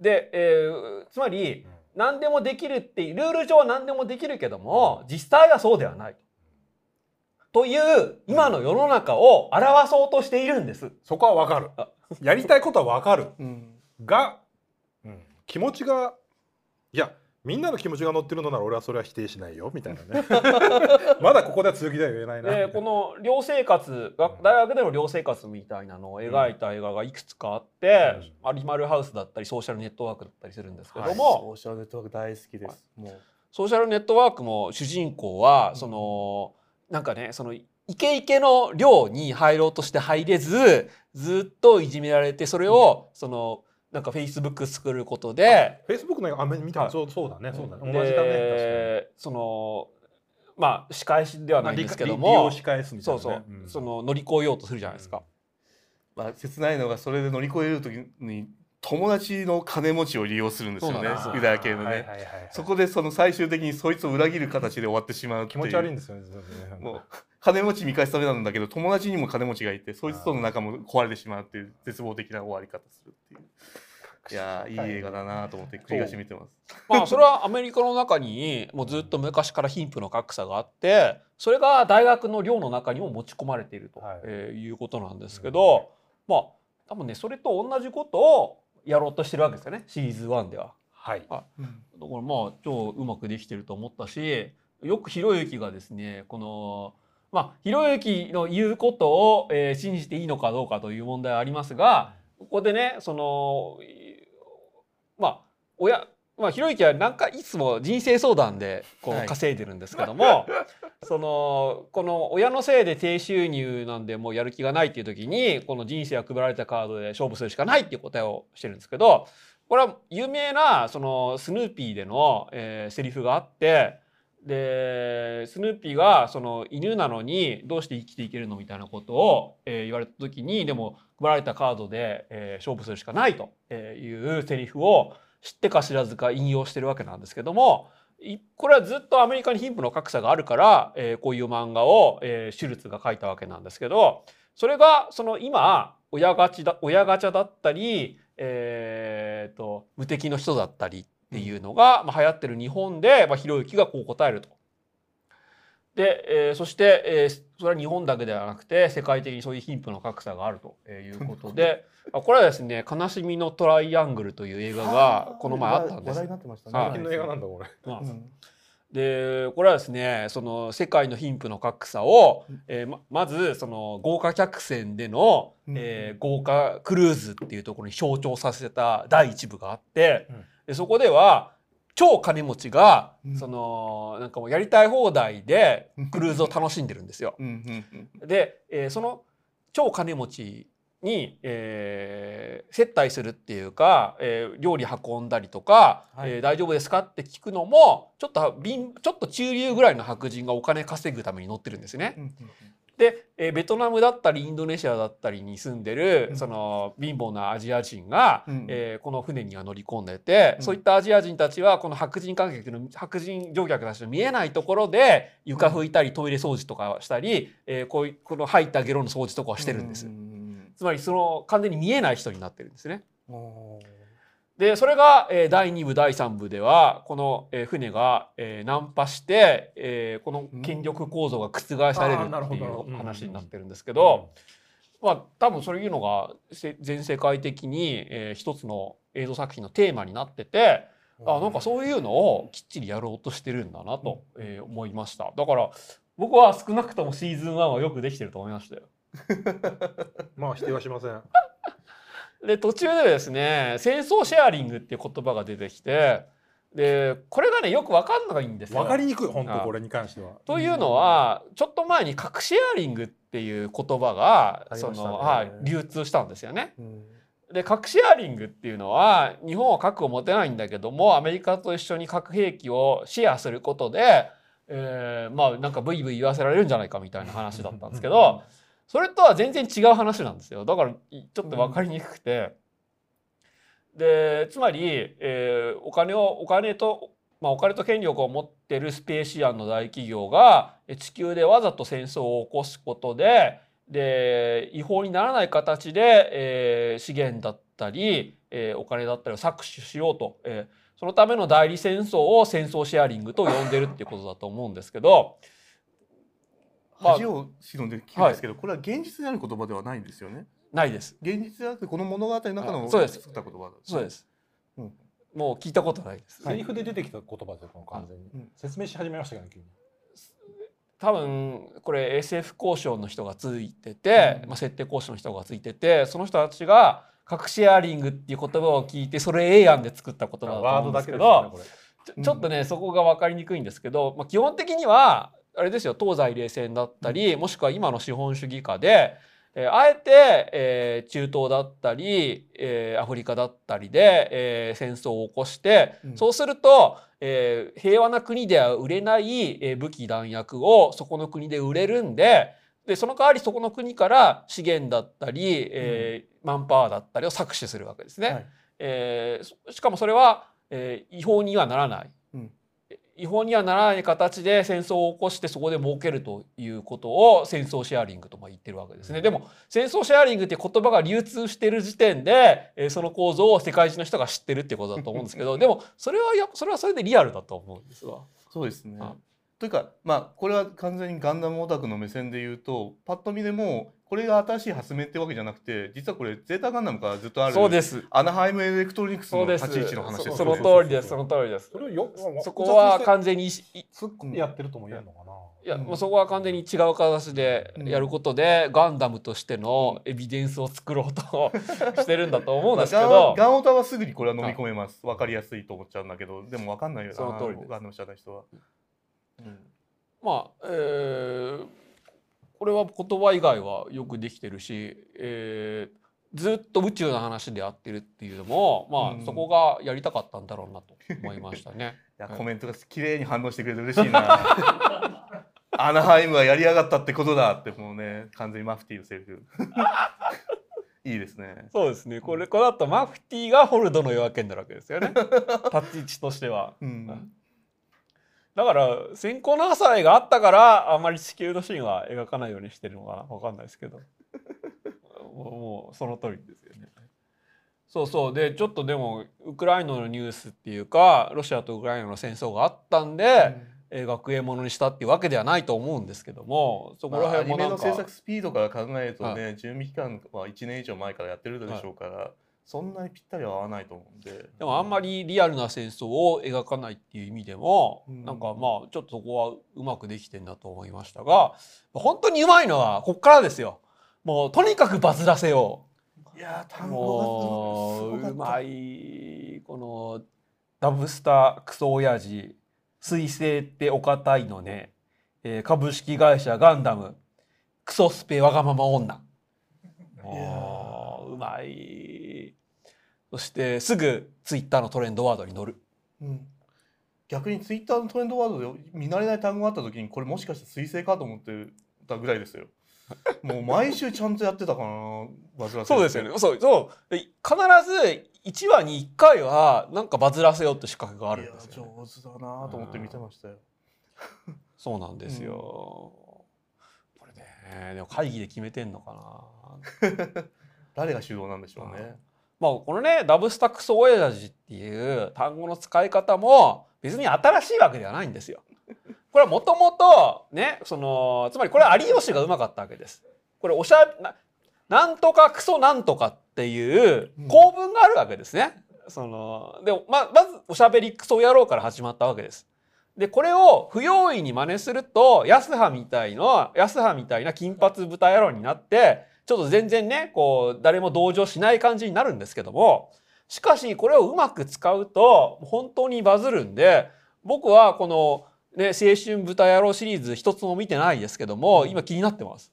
A: で、えーつまり
B: うん
A: 何でもできるっていうルール上は何でもできるけども実際はそうではないと。という今の世の中を表そうとしているんです。
B: そこはわかる
A: あ
B: やりたいことはわかる
C: うん
B: が、気持ちがいやみんなの気持ちが乗ってるのなら俺はそれは否定しないよみたいな
A: (laughs)
B: ねまだここでは続きでは言えないな、
A: でこの寮生活が大学での寮生活みたいなのを描いた映画がいくつかあって
B: う
A: 「
B: ん
A: アニマルハウス」だったり「ソーシャルネットワーク」だったりするんですけども、
C: はいソーシャルネットワーク大好きですもう
A: ソーシャルネットワークも主人公は
C: ん
A: そのなんかねそのイケイケの寮に入ろうとして入れずずっといじめられてそれをそのなんかフェイスブック作ることで
B: フェイスブックのあ見た、
A: はい
B: そうそうだねそうだね同じだね
A: でそのまあ仕返しでは
B: 確
A: な
B: か
A: い
B: に
A: んですけど
B: 利利用
A: も
B: し返すみたい
A: そ
B: な、
A: う
B: ね、
A: そう
B: うん
A: その乗り越えようとするじゃないですか。
C: まあ切ないのがそれで乗り越える時に友達の金持ちを利用するんですよ
A: そう
C: ね
A: なんですよ
C: ユダヤ系のね、
B: はいはいはいはい
C: そこでその最終的にそいつを裏切る形で終わってしまうって
B: 気
C: いう
B: 持ち悪いんですよね
C: もう金持ち見返すためなんだけど友達にも金持ちがいてそいつとの仲も壊れてしまうっていう絶望的な終わり方するっていういやーいい映画だなと思って繰り返し見てます
A: (laughs) まあそれはアメリカの中にもうずっと昔から貧富の格差があってそれが大学の寮の中にも持ち込まれていると、
B: はい
A: えーいうことなんですけど、まあ多分ねそれと同じことをやろうとしてるわけですよねシリーズ1では。
B: はい
A: だからまあ超うまくできてると思ったしよくひろゆきがですねこのまあひろゆきの言うことを、えー信じていいのかどうかという問題はありますがここでねそのいまあ親まあ、ひろゆきはなんかいつも人生相談でこ
C: は
A: う
C: い
A: 稼いでるんですけども、 (laughs) そのこの親のせいで低収入なんでもうやる気がないっていう時にこの人生が配られたカードで勝負するしかないっていう答えをしてるんですけどこれは有名なそのスヌーピーでの、えーセリフがあってでスヌーピーがその犬なのにどうして生きていけるのみたいなことを、えー言われた時にでも配られたカードで、えー勝負するしかないとえーいうセリフを知ってか知らずか引用してるわけなんですけどもいこれはずっとアメリカに貧富の格差があるから、えーこういう漫画を、えーシュルツが書いたわけなんですけどそれがその今親ガチだ親ガチャだったり、えーと無敵の人だったりっていうのが、まあ、流行ってる日本で、まあ、ひろゆきがこう答えると。で、えーそして、えーそれは日本だけではなくて世界的にそういう貧富の格差があるということ
C: (laughs)
A: であこれはですね「悲しみのトライアングル」という映画がこの前あったんで
C: 話
A: す
C: 題になってましたね。
A: はい
B: 最近の映画なんだこれ。
A: まあ
C: うん
A: でこれはですねその世界の貧富の格差を
C: うん、
A: えーままずその豪華客船での、
C: うん
A: えー豪華クルーズっていうところに象徴させた第一部があって、
B: うん
A: でそこでは超金持ちが、
C: うん
A: そのなんかもうやりたい放題でクルーズを楽しんでるんですよ。
C: うんうんうん
A: で、えーその超金持ちに、えー接待するっていうか、えー料理運んだりとか、
C: はい
A: えー大丈夫ですかって聞くのもちょっと貧ちょっと中流ぐらいの白人がお金稼ぐために乗ってるんですね。
C: うん
A: で、えーベトナムだったりインドネシアだったりに住んでる、
C: うん
A: その貧乏なアジア人が、
C: うん
A: えーこの船には乗り込んでて、
C: うん
A: そういったアジア人たちはこの白人観客の白人乗客たちの見えないところで床拭いたりトイレ掃除とかをしたり、えーこういうこの入ったゲロの掃除とかをしてるんです、
C: ううん
A: つまりその完全に見えない人になってるんですね。
C: うんおー
A: でそれが、えー第2部第3部ではこの、えー船が、えー難破して、えーこの権力構造が覆される
B: あーなる
A: っ
B: ほ
A: て
B: ど
A: い
B: なるほ
A: う
B: ど
A: 話になってるんですけど、まあ、多分そういうのがせ全世界的に、えー一つの映像作品のテーマになっててあなんかそういうのをきっちりやろうとしてるんだなと、えー思いましただから僕は少なくともシーズン1はよくできてると思いましたよ。
B: まあ否定はしません。
A: で途中でですね戦争シェアリングっていう言葉が出てきてでこれがねよく分かんないんですよ。
B: わかりにくい本当これに関しては。
A: というのはちょっと前に核シェアリングっていう言葉が、
C: あり
A: そ
C: ましたね
A: のはい流通したんですよね。
C: うん
A: で核シェアリングっていうのは日本は核を持てないんだけどもアメリカと一緒に核兵器をシェアすることで、えーまあなんかブイブイ言わせられるんじゃないかみたいな話だったんですけどそれとは全然違う話なんですよだからいちょっと分かりにくくて、でつまり、えーお金をお金と、まあ、お金と権力を持ってるスペーシアンの大企業がえ地球でわざと戦争を起こすことでで違法にならない形で、えー資源だったり、えーお金だったりを搾取しようと、えーそのための代理戦争を戦争シェアリングと呼んでるっていうことだと思うんですけど。まあ
C: 恥を忍んで聞くんですけど、これは現実にある言葉ではないんですよね。
A: ないです。
C: 現実じゃなくてこの物語の中
A: あ
C: の
A: そうです
C: 作った言葉だ。。
A: そうですす。
C: うん
A: もう聞いたことないです。
B: セリフで出てきた言葉ですよこの完全に
C: うん。
B: 説明し始めましたけどね急に。
A: 多分これ SF 交渉の人がついてて、
C: うん
A: まあ、設定交渉の人がついててその人たちが核シェアリングっていう言葉を聞いてそれ A 案で作った言葉だと
B: ワー
A: 思うん
B: ド
A: で
B: だ
A: す
B: け
A: け
B: で
A: ど
B: すよねこれ。
A: ちょちょっとねそこが分かりにくいんですけど、まあ、基本的にはあれですよ東西冷戦だったり、もしくは今の資本主義下で、えーあえて、えー中東だったり、えーアフリカだったりで、えー戦争を起こして、
C: うん
A: そうすると、えー平和な国では売れない、えー武器弾薬をそこの国で売れるんで。でその代わりそこの国から資源だったり、えーマンパワーだったりを搾取するわけですね。
C: はい
A: えーそしかもそれは、えー違法にはならない、
C: うん
A: 違法にはならない形で戦争を起こしてそこで儲けるということを戦争シェアリングとも言ってるわけですね、
B: うん
A: でも戦争シェアリングって言葉が流通してる時点で、えーその構造を世界中の人が知ってるってことだと思うんですけどでもそれはやそれはそれでリアルだと思うんですわ。
C: そうですね
A: あ。
C: というかまあこれは完全にガンダムオタクの目線で言うとパッと見でもこれが新しい発明ってわけじゃなくて実はこれゼータガンダムからずっとある
A: そうです。
C: アナハイムエレクトロニクス
A: そ
C: の
A: うです。
C: 立ち位置の話です
A: そ
C: よ
A: そ
C: ね
A: の通りです。その通りです
B: そ。れをよ
A: そこは
B: か
A: 完全にいい
B: ツッコミやってるとも言えるのかな。
A: いや、
C: うん
A: もうそこは完全に違う形でやることで、ガンダムとしてのエビデンスを作ろう (laughs) としてるんだと思うんですけ
C: まあ
A: ど
C: ガンガンオタはすぐにこれは飲み込めますわかりやすいと思っちゃうんだけどでもわかんないよな
A: その通りです
C: ガンダム知らない人は、うん
A: まあ、えーこれは言葉以外はよくできてるし、えーずっと宇宙の話でやってるっていうのも、まあ
C: うん
A: そこがやりたかったんだろうなと思いましたね。
C: いや
A: はい
C: コメントが綺麗に反応してくれて嬉しいな (laughs) アナハイムはやりやがったってことだってもうね完全にマフティーのセリフ (laughs) いいですね
A: (laughs) そうですねこれこの後マフティーがホルドの夜明けになるわけです (laughs) よね立ち位置としては。
C: うん
A: だから先行の朝があったからあんまり地球のシーンは描かないようにしてるのかなわかんないですけどもうもうその通りですよね。そうそうでちょっとでもウクライナのニュースっていうかロシアとウクライナの戦争があったんで、えー学園ものにしたっていうわけではないと思うんですけどもそこ
C: ま
A: ら
C: あア
A: 辺
C: ニ
A: も
C: メ
A: な
C: の
A: んか、
C: 制作スピードから考えるとね、準備期間は1年以上前からやってるでしょうから、そんなにぴったりは合わないと思うんで
A: でもあんまりリアルな戦争を描かないっていう意味でも、
C: うん
A: なんかまあちょっとそこはうまくできてんだと思いましたが本当にうまいのはこっからですよ。もうとにかくバズらせよ
C: いやー
A: う。
C: 単
A: もうう
C: 語がすごかった
A: まいこのダブスタークソ親父彗星ってお堅いのね、えー株式会社ガンダムクソスペわがまま女。もううまい。そしてすぐツイッターのトレンドワードに乗る。
C: うん逆にツイッターのトレンドワードで見慣れない単語があった時にこれもしかして彗星かと思ってたぐらいです
A: (laughs)
C: よもう毎週ちゃんとやってたかなバズらせ
A: そうですよね。そうそう。で必ず1話に1回はなんかバズらせようって資格があ
C: あ
A: るんですよね、
C: 上手だなと思って見てましたよ
A: そうなんですよ。
C: うん
A: これね、でも会議で決めてんのかな。
C: 誰が主導なんでしょうね
A: まあこのね、ダブスタクソオヤジっていう単語の使い方も別に新しいわけではないんですよ。これはもともとね、その、つまりこれは有吉がうまかったわけです。これおしゃな、なんとかクソなんとかっていう構文があるわけですね。その、で、ま、まずおしゃべりクソ野郎から始まったわけです。で、これを不用意に真似すると、安葉みたいな、安葉みたいな金髪豚野郎になって、ちょっと全然ね、こう、誰も同情しない感じになるんですけども、しかし、これをうまく使うと、本当にバズるんで、僕はこの、ね、青春豚野郎シリーズ一つも見てないですけども、今気になってます。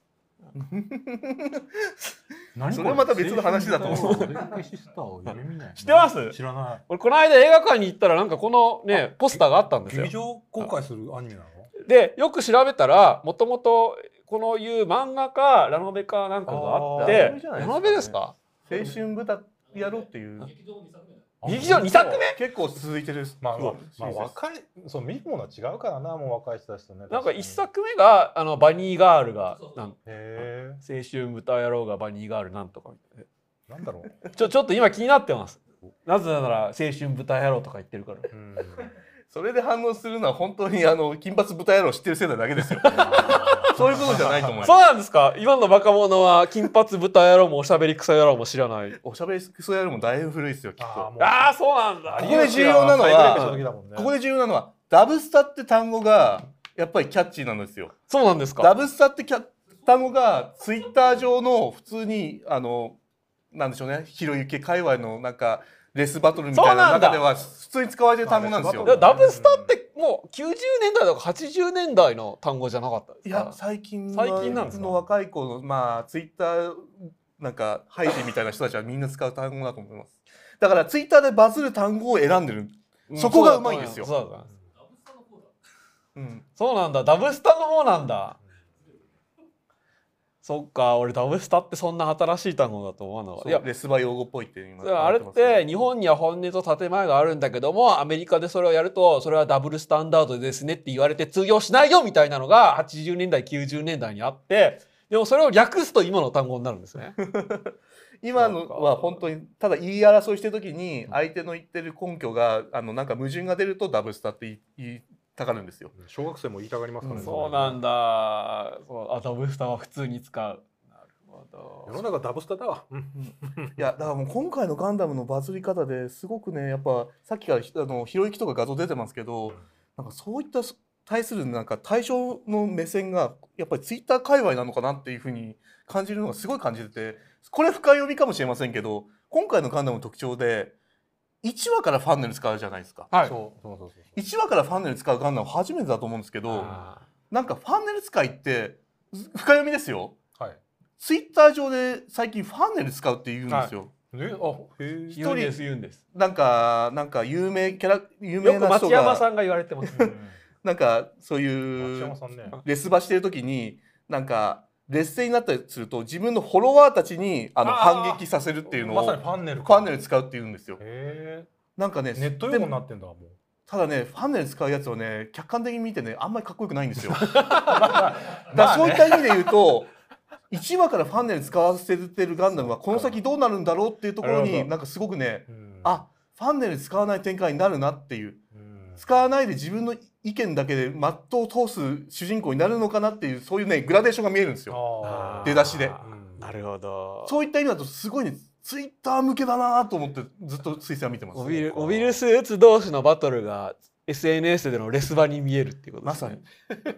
B: 何
C: それはまた別の話だと思う
B: 青春の大シスターを夢見ない
A: 知ってます
B: 知らない。
A: 俺、この間映画館に行ったら、なんかこのね、ポスターがあったんですよ
B: 劇。場公開するアニメなの？
A: で、よく調べたら、もともと、このいう漫画か、ラノベかなんかがあっ
C: あー
A: て
C: ラノベ、じゃないで
A: ラ
C: すかね
A: ノベですか
C: 青春豚やろうっていう
A: 劇場2作目
C: 結構続いてる
B: まあまあ
C: そう
B: まあ若い、そう見るものは違うからな、もう若い人たちとね。
A: なんか
B: 確に
A: 1。作目が、あの、バニーガールが、なん
B: へ
A: 青春豚野郎がバニーガールなんとかみたい
B: え、なんだろう。
A: なちょちょっと今気になってますなぜなら青春豚野郎とか言ってるから
B: うん。
C: それで反応するのは本当にあの金髪豚野郎知ってる世代だけ
A: (laughs)
C: ですよ (laughs) そういうことじゃないと思います
A: そうなんですか今の若者は金髪豚野郎もおしゃべり草野郎も知らない
C: おしゃべりクソ野郎もだいぶ古いですよきっと
B: ああもう。
A: ああそうなんだ
C: ここで重要なの
B: サイブ
C: は
B: レイクした時だもんね
C: ここで重要なのはダブスタって単語がやっぱりキャッチーなんですよ。
A: そうなんです
C: ダ
A: か
C: ブスタってキャ単語がツイッター上の普通にあのなんでしょうねひろゆき界隈のなんかレスバトルみたいな
A: そうなんだ
C: 中では普通に使われてる単語なんです
B: あ
C: よ
B: レスバ
A: ダブスターってもう90年代とか80年代の単語じゃなかったです
C: い
A: か
C: や最近
A: 最近なんですか
C: の若い子のまあツイッターなんかハイジみたいな人たちはみんな使う単語だと思います。だからツイッターでバズる単語を選んでる。
A: うん
C: そこがうまいんですよ
A: そうだそうだ
C: うん、
A: そうなんだダブスタの方なんだそっか俺ダブスタってそんな新しい単語だと思わなかっ
C: そ
A: た
C: う
A: いや
C: レスバ用語っぽいって今
A: そうあれって日本には本音と建前があるんだけどもアメリカでそれをやるとそれはダブルスタンダードですねって言われて通用しないよみたいなのが80年代90年代にあってでもそれを略すと今の単語になるんですね。
C: 今のは本当にただ言い争いしてる時に相手の言ってる根拠があのなんか矛盾が出るとダブスタって言い言いたかるんですよ。
B: 小学生も言いたがりますからね。
A: そうなんだ。そうあダブスターは普通に使う。なるほ
B: 世
A: ど。
B: の中ダブスタだわ。
C: いやだからもう今回のガンダムのバズり方ですごくねやっぱさっきからひあのひろゆきとか画像出てますけどなんかそういったそ対するなんか対象の目線がやっぱりツイッター界隈なのかなっていうふうに感じるのがすごい感じててこれ深読みかもしれませんけど今回のガンダムの特徴で1話からファンネル使うじゃないですか。
A: はい。
B: そうそうそうそう。
C: 1話からファンネル使うガンダム初めてだと思うんですけど
A: あ
C: なんかファンネル使いってず深読みですよ
B: はい。
C: ツイッター上で最近ファンネル使うって言うんですよ、
B: ね、あ、へ
A: ー
B: え。
A: 言うんです言うんです。
C: なんかなんか有名キャラ有
A: よ
C: 名
A: く
C: な
A: 松
C: 人
A: 山
C: が
A: さんが言われてます。
C: なんかそう
B: 松
C: い
B: 山
C: う
B: さんね。
C: レスバしてる時になんか劣勢になったりすると自分のフォロワーたちにあの
A: あー
C: 反撃させるっていうのを
B: ま
C: フ
B: さにファンネルか。
C: ァンネル使うって言うんですよ
B: へ
C: なんかね
B: え。ネット用語になってんだもう。
C: ただねファンネル使うやつをね客観的に見てねあんまりかっこよくないんですよだ
B: ま
C: から
B: あ
C: そうい
B: ね
C: った意味で言うと1話からファンネル使わせてるガンダムはこの先どうなるんだろうっていうとこ
B: な
C: ろ
B: るほ
C: に
B: ど
C: なんかすごくね
B: うん
C: あ、ファンネル使わない展開になるなっていう
B: うん
C: 使わないで自分の意見だけで真っ当を通す主人公になるのかなっていうそういうねグラデーションが見えるんですよ
B: あー
C: 出だしで
B: う
A: (laughs)
B: ん
A: なるほど。
C: そういった意味だとすごいねツイッター向けだなと思ってずっと推薦は見てます
A: モビル
B: そうか
A: モビルスーツ同士のバトルが SNS でのレス場に見えるっていうこと
C: ま
A: です
C: さ
A: ね。
C: (laughs) に。い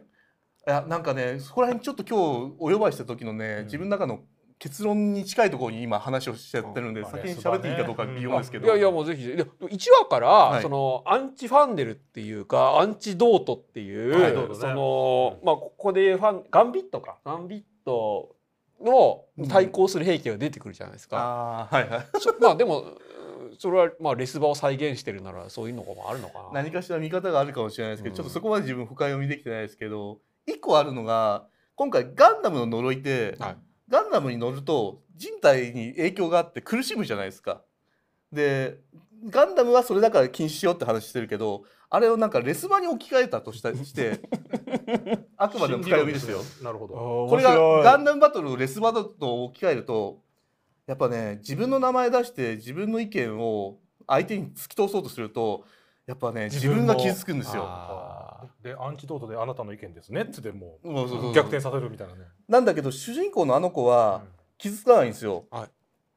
C: やなんかねそこら辺ちょっと今日お呼ばれした時のね、
B: ん
C: 自分の中の結論に近いところに今話をしちゃってるんで、
B: うん
C: 先に喋っていいかどうか微妙ですけど、
A: いやいやもうぜひぜひでも1話から、
C: い
A: そのアンチファンデルっていうかアンチドートっていう、
B: はいドートね
A: そのまあここでファンガンビットかガンビットの対抗する兵器が出てくるじゃないですか。
C: あーはいはい
A: そ (laughs) まあでもうんそれはまあレス場を再現してるならそういうのもあるのかな。
C: 何かしら見方があるかもしれないですけど、
A: うん
C: ちょっとそこまで自分深読みできてないですけど一個あるのが今回ガンダムの呪いって、
A: はい
C: ガンダムに乗ると人体に影響があって苦しむじゃないですか。でガンダムはそれだから禁止しようって話してるけどあれをなんかレス場に置き換えたとしたして (laughs) あくまでも深読みですよ。。
B: なるほど。
A: こ
C: これがガンダムバトルをレスバトルと置き換えるとやっぱね自分の名前出して自分の意見を相手に突き通そうとするとやっぱね自分が傷つくんですよ。
A: あ
B: で、アンチドートであなたの意見ですねっつっても
C: もうそうそう
B: う逆転させるみたいなね。
C: なんだけど主人公のあの子は傷つかないんですよ。
A: はい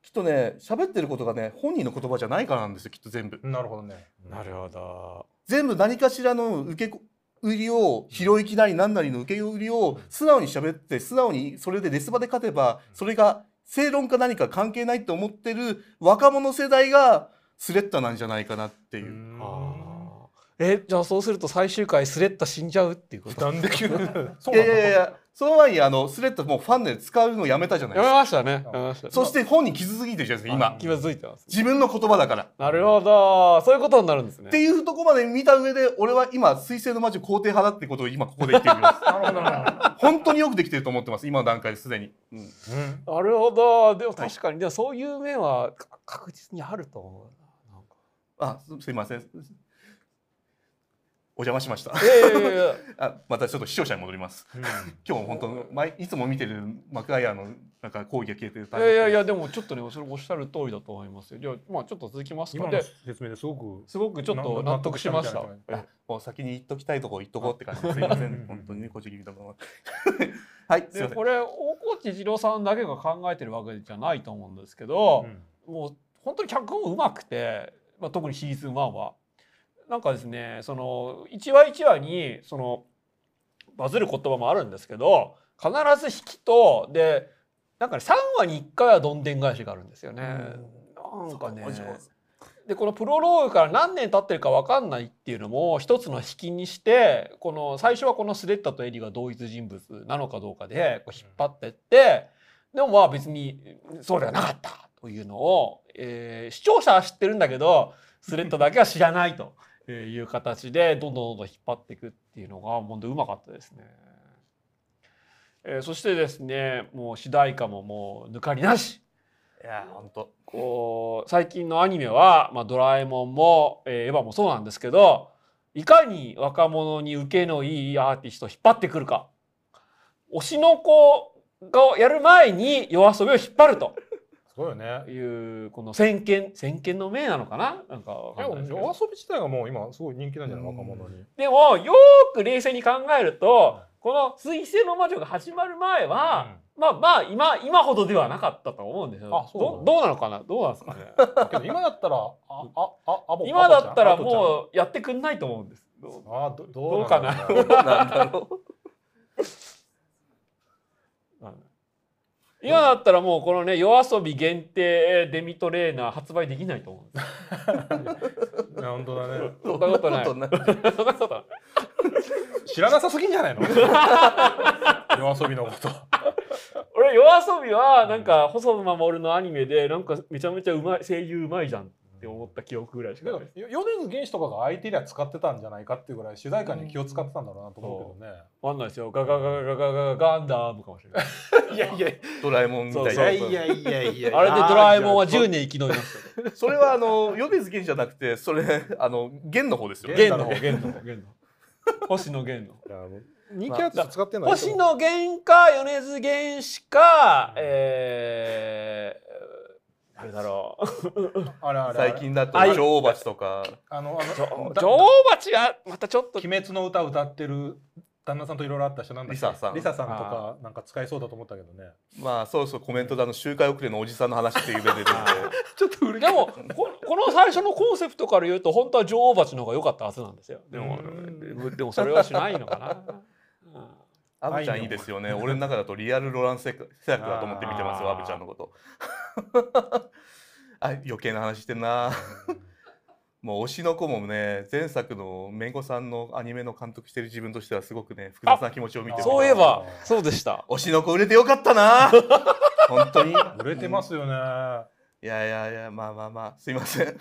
C: きっとね喋ってることがね本人の言葉じゃないからなんですよきっと全部。
B: うんなるほどね。
A: ーなるほど。
C: 全部何かしらの受け売りをひろゆきなり何なりの受け売りを素直に喋って素直にそれでレス場で勝てばそれが正論か何か関係ないと思ってる若者世代がスレッタなんじゃないかなっていうう。
B: ん
A: あーえじゃあそうすると最終回スレッタ死んじゃうっていうこと。
B: なんで
C: (laughs)
B: 急に。そ
C: いやいや
B: や。
C: いやその前にあのスレッタもうファンで使うのやめたじゃない
A: や
C: で
A: め
C: すか。
A: ましたね。やめましたね
C: そして本人傷ついてるじゃないですか今
A: 気が付いてます。
C: 自分の言葉だから。
A: なるほど、そういうことになるんですね。
C: っていうとこまで見た上で俺は今水星の魔女肯定派だってことを今ここで言ってみます。
B: なるほどなるほ
C: 本当によくできてると思ってます今の段階ですでに。
B: ど。うん
A: なるほど、でも確かに、でもそういう面はか確実にあると思うな。なんか
C: あ、すすいません。お邪魔しました。
A: いやいやい (laughs) やいや
C: あ、またちょっと視聴者に戻ります。今日も本当、毎いつも見てるマクガイアのなんか講義が消えてる。
A: いやいやいや、でもちょっとね、それおっしゃる通りだと思いますよ。じゃあ、まあちょっと続きますか
B: (laughs) 今
A: で
B: の、説明ですごく。
A: すごくちょっと納得しました。
C: あもう先に言っときたいとこ言っとこうって感じですいません。本当にね、こじぎみと思ってはい、すい
A: で
C: ません
A: こ。れ大河内二郎さんだけが考えてるわけじゃないと思うんですけど、もう本当に脚本うまくて、まあ、特にシーズン1は。なんかですねその一話一話にそのバズる言葉もあるんですけど必ず引きとでなんか、ね、3話に1回はどんでん返しがあるんですよね。なんかね
C: お上手
A: でこのプロローグから何年経ってるか分かんないっていうのも一つの引きにしてこの最初はこのスレッタとエリが同一人物なのかどうかでこう引っ張ってってでもまあ別にそうではなかったというのを、えー視聴者は知ってるんだけどスレッタだけは知らないという形でどんどんどんどん引っ張っていくっていうのが本当うまかったですね。えーそしてですねもう主題歌ももう抜かりなし
C: いや、本当。
A: こう最近のアニメは「まあ、ドラえもんも」えーエヴァ」もそうなんですけどいかに若者に受けのいいアーティストを引っ張ってくるか推しの子がやる前に夜遊びを引っ張ると
B: すそうよね
A: いうこの先見先見の明なのかななんかわ
B: で
A: かん
B: も
A: ないで
B: 夜
A: すけど
B: 遊び自体がもう今すごい人気なんじゃない
C: うん
B: 若者に
A: でもよーく冷静に考えるとこの「水星の魔女」が始まる前は、まあまあ今今ほどではなかったと思うんですよ。
B: あそうな
A: ど
B: の
A: どうなのかなどうなんですかね。
B: けど今だったらああああぼ
A: 今だったら
B: う
A: もうやってくんないと思うんです。どう
B: あどど
A: どうかな
B: どうなんだろう
C: なんだろう。
A: 今だったらもうこのね夜遊び限定デミトレーナー発売できないと思うんです。
B: いや本当だね
A: そんなことない。
C: そんなこと
A: そんなことない
B: 知らなさすぎんじ
A: (laughs)
B: ゃないの夜遊びのこと
A: 俺夜遊びはなんか細野守のアニメでなんかめちゃめちゃうまい声優うまいじゃんって思った記憶ぐらいし (laughs)
B: け
A: かな
B: ど
A: いです。
B: よ米津玄師とかが相手には使ってたんじゃないかっていうぐらい主題歌に気を使ってたんだろうなと思うけどね、
A: わかんないですよ。ガガガガガガガガンダムかもしれない。
B: いやいやい
C: ドラえもんみたいな。
A: そうそう
B: やいやいや
A: あれでドラえもんは
C: じゃあ
A: 10年生き延びましたよ。
C: それはあの米津玄師じゃなくてそれあの弦の方ですよね。
B: 弦
A: 源の方源の方源の方星野源の方
B: 人気アーティスト使ってんの
A: 星野源か米津玄師か、
B: うん
A: えー、誰だろう
B: あれあれあれ
C: 最近だと
A: あい
C: 女王蜂とか。
B: あのあのだ
A: 女王蜂はまたちょっと
B: 鬼滅の歌歌ってる旦那さんといろいろあった人なんだっけ
C: リサさん
B: リサさんとかなんか使えそうだと思ったけどね
C: まあそろそろコメントであの周回遅れのおじさんの話っていう目で
A: (laughs)
C: 出てるんで
B: ちょっと古
A: でもここの最初のコンセプトから言うと本当は女王蜂の方が良かったはずなんですよでも
B: うん
A: でもそれはしないのかな、うん
C: アブちゃんいいですよね俺の中だとリアルロランス世代だと思って見てますよ
A: あ
C: ア
A: ー
C: ブちゃんのこと (laughs) あ余計な話してんなもう推しの子もね前作のめんこさんのアニメの監督してる自分としてはすごくね複雑な気持ちを見てる
A: そういえばそうでした
C: 推しの子売れてよかったな (laughs) 本当にい
B: 売れてますよね、
C: やいやいやまあまあまあすいませ
A: い
C: ん
A: やい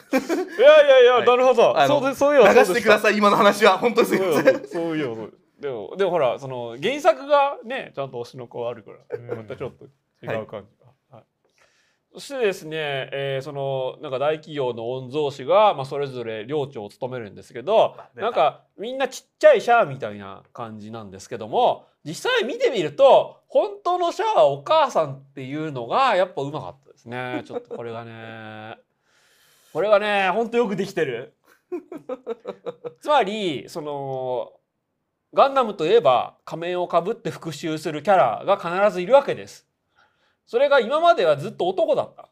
A: やいや、
C: はい
A: なるほど
C: あの
A: そうでそういえ
C: 流
A: ば
C: してくだ
A: い
C: さい今の話は本当にすいません (laughs)
A: そういえばそうでもでもほらその原作がねちゃんと推しの子あるから
B: うん
A: また
B: (laughs)
A: ちょっと違う感じが。はいそしてですね、えーそのなんか大企業の御曹司が、まあ、それぞれ領長を務めるんですけど
C: 出た
A: なんかみんなちっちゃいシャアみたいな感じなんですけども実際見てみると本当のシャアはお母さんっていうのがやっぱうまかったですねちょっとこれがねこれがね本当よくできて
C: (laughs)
A: るつまりそのガンダムといえば仮面をかぶって復讐するキャラが必ずいるわけです。それが今まではずっと男だった。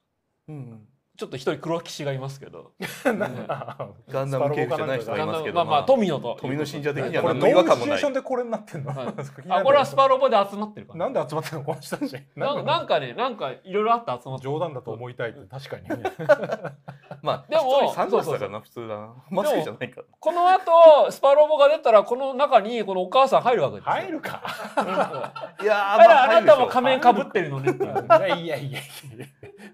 C: うん
A: ちょっと一人黒騎士がいますけど。
C: ガンダム系じゃない人がいますけど
A: まあまあ富野と。
C: 富の信者的には
B: これ
C: 何
B: ど
C: の
B: うい
C: 違
B: う
C: 和
B: シ
C: 感
B: チュエ
C: もな
B: ー
C: い
B: ションでこれになってんの、
A: はい
B: な
A: あこれはスパロボで集まってるから。
B: なんで集まってんのこの人たち
A: な
B: なん
A: な
B: なん
A: かねなんかいろいろあって集まってる。
B: 冗談だ (laughs) と思いたいって確かに
C: まあ
A: でも
C: 一人サングラスだからな普通だなマスクじゃないから
A: この後スパロボが出たらこの中にこのお母さん入るわけですよ。
B: 入るか
A: あ
C: いや
A: ら
C: ーま
A: あなたも
C: 入る
A: 仮面かぶってるのねっ
B: (laughs)
A: ていう。
B: いやいやいや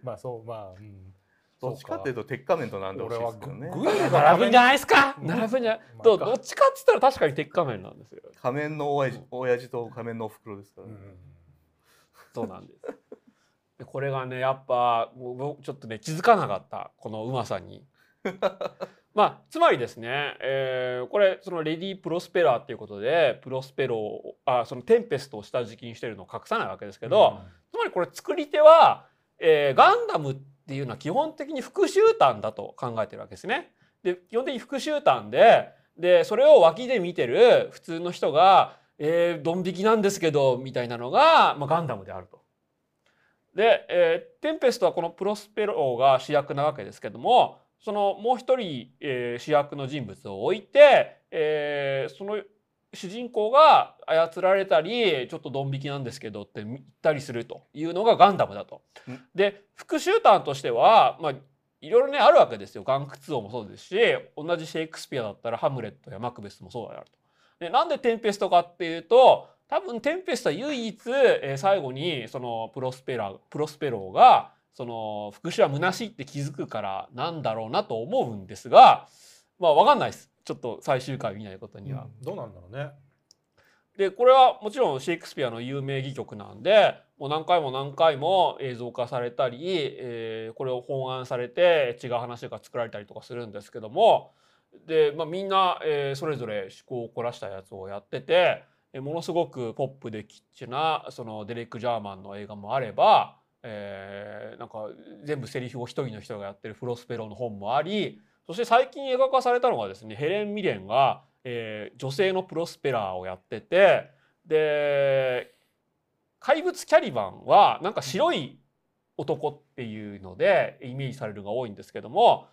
B: まあそうまあ、うん、
C: でしょどっちかっていうと鉄仮面となんでほしいですけどね
B: 俺はググエルが
A: 並ぶんじゃないですか。並ぶんじゃない。
B: (laughs) まあ
A: ど
B: か
A: どっちかって言ったら確かに鉄仮面なんですよ。
C: 仮面の親父親父と仮面のお袋ですから、
B: う
C: ね
B: ん
A: そうなんです。でこれがねやっぱもう僕ちょっとね気づかなかったこのうまさに。 (laughs) まあつまりですね、えーこれそのレディープロスペラーっていうことでプロスペロをあそのテンペストを下敷きにしてるのを隠さないわけですけど、つまりこれ作り手は、えーガンダムっていうのは基本的に復讐譚だと考えてるわけですね。で基本的に復讐譚ででそれを脇で見てる普通の人が「えー、ドン引きなんですけど」みたいなのが、まあ、ガンダムであると。で、えーテンペストはこのプロスペロが主役なわけですけどもそのもう一人、えー主役の人物を置いて、えーその主人公が操られたりちょっとドン引きなんですけどって言ったりするというのがガンダムだと
C: うん。
A: で復讐譚としては、まあ、いろいろねあるわけですよ「岩窟王」もそうですし同じシェイクスピアだったら「ハムレット」や「マクベス」もそうだよと。でなんで「テンペスト」かっていうと多分「テンペスト」は唯一、えー最後にそのプロスペラプロスペローがその復讐は虚しいって気づくからなんだろうなと思うんですがまあ分かんないですちょっと最終回見ないことには。
B: どうなんだろうね
A: でこれはもちろんシェイクスピアの有名戯曲なんでもう何回も何回も映像化されたり、えーこれを本案されて違う話が作られたりとかするんですけどもで、まあ、みんな、えーそれぞれ趣向を凝らしたやつをやっててえーものすごくポップでキッチなそのデレック・ジャーマンの映画もあれば、えーなんか全部セリフを一人の人がやってるフロスペロの本もありそして最近映画化されたのがですねヘレン・ミレンが、えー女性のプロスペラーをやっててで怪物キャリバンはなんか白い男っていうのでイメージされるのが多いんですけども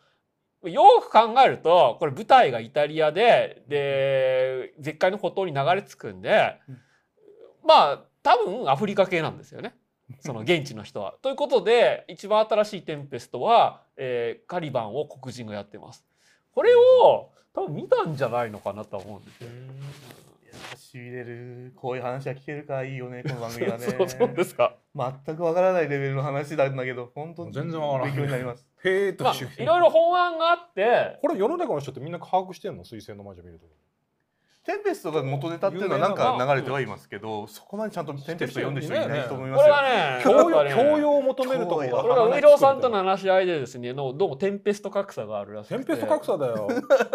A: よく考えるとこれ舞台がイタリアでで絶海の孤島に流れ着くんで
C: うん
A: まあ多分アフリカ系なんですよねその現地の人は。ということで一番新しい「テンペストは」えーカリバンを黒人がやってます。これを多分見たんじゃないのかなとは思うんですよ。
C: いやしびれるこういう話は聞けるからいいよねこの番組は (laughs) ね
A: (laughs) そうそうですか。
C: 全くわからないレベルの話なんだけど本当に
B: 全然わからん
C: 勉強になります
B: へえと
A: まあ
B: し
A: いろいろ本案があって
B: これ世の中の人ってみんな把握してんの彗星の魔女見ると
C: テンペストが元ネタっていうのはなんか流れてはいますけどそこまでちゃんとテンペスト読んでる人いないと思いま
A: これ
C: すよ
A: はね
B: 教養
A: ね
B: 教養を求めるとこ
C: 教養
A: これが
B: が
A: ウイローさんとの話し合いでですねのどうもテンペスト格差があるらしくて
B: テンペスト格差だよ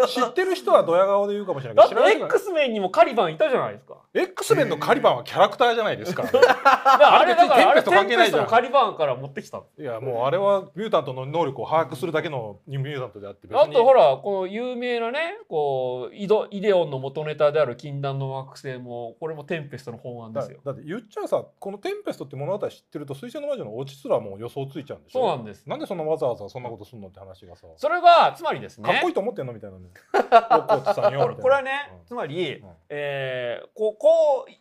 B: 知ってる人はドヤ顔で言うかもしれ
A: だ
B: ない
A: っ
B: けど知らない
A: て
B: 人が
A: X メンにもカリバンいたじゃないですか
B: X メンのカリバンはキャラクターじゃないですからね
A: だからあれ
B: あれ別
A: だ
B: に
A: からあれ
B: テ
A: テン
B: ンペスト関係
A: ペ
B: ない
A: ス
B: じ
A: ト
B: ゃん
A: のカリバンから持ってきた
B: いやもうあれはミュータントの能力を把握するだけのミュータントであって別に
A: あとほらこの有名なねこうイドイデオンの元ネタである禁断の惑星もこれもテンペストの本案で
B: だ
A: すよ
B: だって言っちゃうさこの「テンペスト」って物語知ってると「水星の魔女」のオチすらもう予想ついちゃうんでしょ
A: そうなんです
B: なんでそんなわざわざそんなことすんのって話がさか
A: それはつまりですね
B: っこいいと思ってんのみたいなねロッコートさんよみたいな
A: これはね
B: うん
A: つまり
B: うん
A: えーこうこう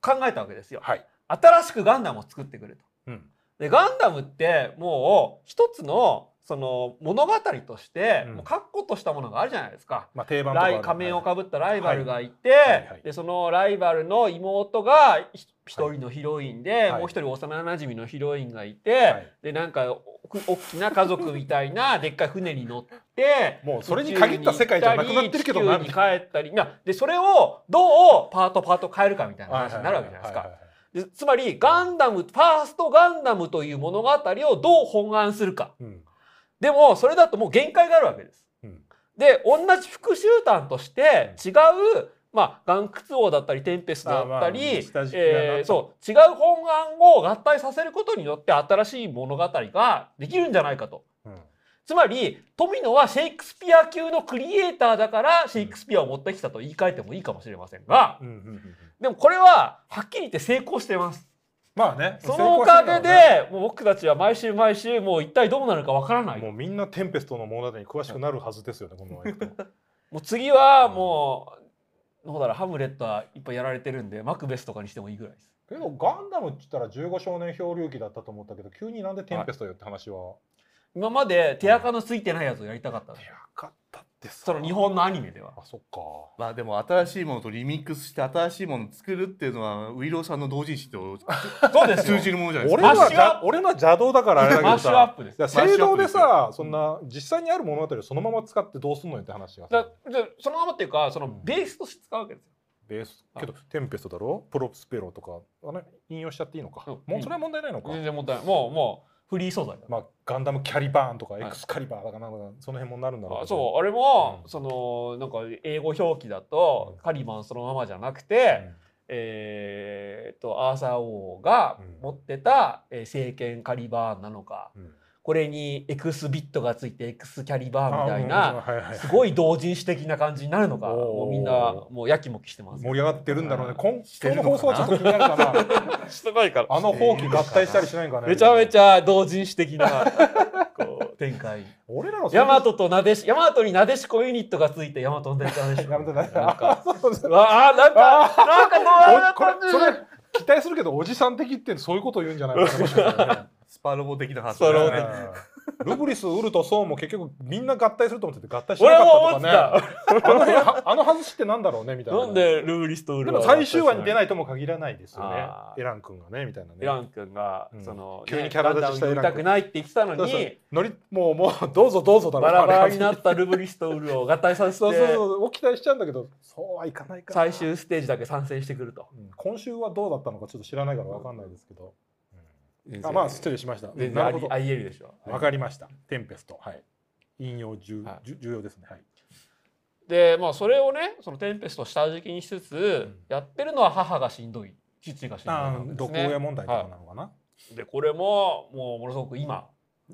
A: 考えたわけですよ
B: はい
A: 新しくガンダムを作ってくれと
B: うん
A: でガンダムってもう一つのその物語として、
B: うん
A: もう確固としたものがあるじゃないですか。
B: まあ定番とかあ
A: ラ
B: る
A: イ仮面を
B: はい
A: かぶったライバルがいて、
B: はいはい
A: でそのライバルの妹がひ一人のヒロインで、
B: はい
A: もう一人幼なじみのヒロインがいて、
B: はい
A: でなんかおく大きな家族みたいな
B: (laughs)
A: でっかい船に乗って
B: もうそれに限った世界じゃなくなってるけど
A: な
B: な
A: に
B: み
A: 帰
B: た
A: ったりなでそれをどうパートパート変えるかみたいな話になるわけじゃないですか
B: は。はは
A: でつまりガンダムファーストガンダムという物語をどう本案するか
B: いはいうん
A: でもそれだともう限界があるわけです。
B: うん
A: で同じ復讐団として違う、まあ、岩窟王だったりテンペストだったり、
B: あまあ下敷きがな
A: えーそう違う本案を合体させることによって新しい物語ができるんじゃないかと。
B: うん
A: つまり富野はシェイクスピア級のクリエイターだからシェイクスピアを持ってきたと言い換えてもいいかもしれませんが
B: うんうんうんうん
A: でもこれははっきり言って成功してます。
B: まあね
A: そのおかげで、もう僕たちは毎週毎週、もう一体どうなるかわからない。も
B: もうみんなテンペストの物語に詳しくなるはずですよねこのままいくと
A: う次はもう、どうだろう、ハムレットはいっぱいやられてるんで、マクベスとかにしてもいいぐらいです。
B: けどガンダムって言ったら15少年漂流記だったと思ったけど急になんでテンペストよって話は
A: 今まで手垢のついてないやつをやりたかったんです。
B: かったってさ
A: その日本のアニメでは。
B: あそっか
C: まあでも新しいものとリミックスして新しいものを作るっていうのはウイローさんの同人誌と
A: そうですよ (laughs)
C: 通。じるものじゃないです
B: 俺
C: か
B: の
A: マ
B: は
A: ッシュアッ
B: 邪俺のは邪道だからあれだけ
A: マ
B: ど
A: ッシュアッ
B: さ
A: プです。
B: いや
C: マッシュアッ
B: 正
C: プ
B: 道で
C: マ
B: さそんな実際にある物語をそのまま使ってどうすんのよって話が
A: だ
B: さ
A: でそのままっていうか、そのベースとして使うわけですよ。
B: ベースけどテンペストだろプロスペロとかあの引用しちゃっていいのか
A: うん
B: もうそれは問題ないのか
A: 全然問題ない。もう、もう、フリー素材だ。
B: まあガンダムキャリバーンとか
A: い
B: エクスカリバーとかなんかその辺もなるんだろ
A: あ
B: うけど
A: そうあれも、
B: うん
A: そのなんか英語表記だと、カリバンそのままじゃなくて、えー、とアーサー王が持ってた、えー聖剣カリバーンなのか
B: うんうん
A: これに X ビットがついて X キャリバーン
B: あ
A: みたい
B: うん
A: な
B: はいはいはい
A: すごい同人誌的な感じになるのか
B: おー
A: もうみんなもうやきもきしてます。
B: 盛り上がってるんだろうね。
A: あ
B: 今
C: して
B: 今
C: る
B: 日の
C: のか
B: 放
C: な
B: 送はちょっと気になるかな。
A: すごいから
B: あの放棄合体したりしないんかね。
A: めちゃめち
B: ゃ。
A: ゃ同人誌的
B: (laughs)
A: なこう展開。
B: 俺らの
A: ヤマトとなでしヤマトになでしこユニットがついてヤマトのなでしこ
B: やめて
A: な
B: なんい。あ
A: か
B: そうそう
A: わあなんかなんかどう
B: おこれ
A: な
B: それ期待するけどおじさん的ってそういうこと言うんじゃないのかなもしかしたらね。
C: (laughs) スパロボ的な発
A: スパロボ
C: で
A: 的
C: すね
B: うん (laughs) ルブリスウルとソーも結局みんな合体すると思ってて合体しな
A: 俺
B: か
A: も思
B: っ
A: った
B: と
A: て
B: か
A: た
B: ね。。あの辺はあの外しってなんだろうねみたいな。
A: なんでルーリストウ
B: で
A: ル
B: も
A: は
B: 最終話に出ないとも限らないですよね
A: あ。ー
B: エラン君がねみたいなね。
A: イラン君が、
B: うん
A: その
B: 急にキャラ立ちした
A: ね
B: イ
A: ガンダムに乗
B: ラン君
A: りたくないって言ってたのに
B: そうそう乗りもうもうどうぞどうぞだろう
A: バラバラにな
B: って
A: ったルブリスとウルを合体させて
B: (laughs) そうそうそうを期待しちゃうんだけどそうはいかないから
A: 最終ステージだけ参戦してくると。
B: うん今週はどうだったのかちょっと知らないからわかんないですけど、あまあ失礼しました
A: 全然
B: な
A: あり
B: るほ
A: あ
B: ど
A: りえるでしょ。
B: わかりましたテンペストはい引用重,、
A: はい
B: 重重要ですねはい
A: でまあそれをねそのテンペストを下敷きにしつつ、
B: ん
A: やってるのは母がしんどい父がしんどいなんです
B: 毒
A: ね。
B: 親問題とかなのかな、
A: でこれももうものすごく今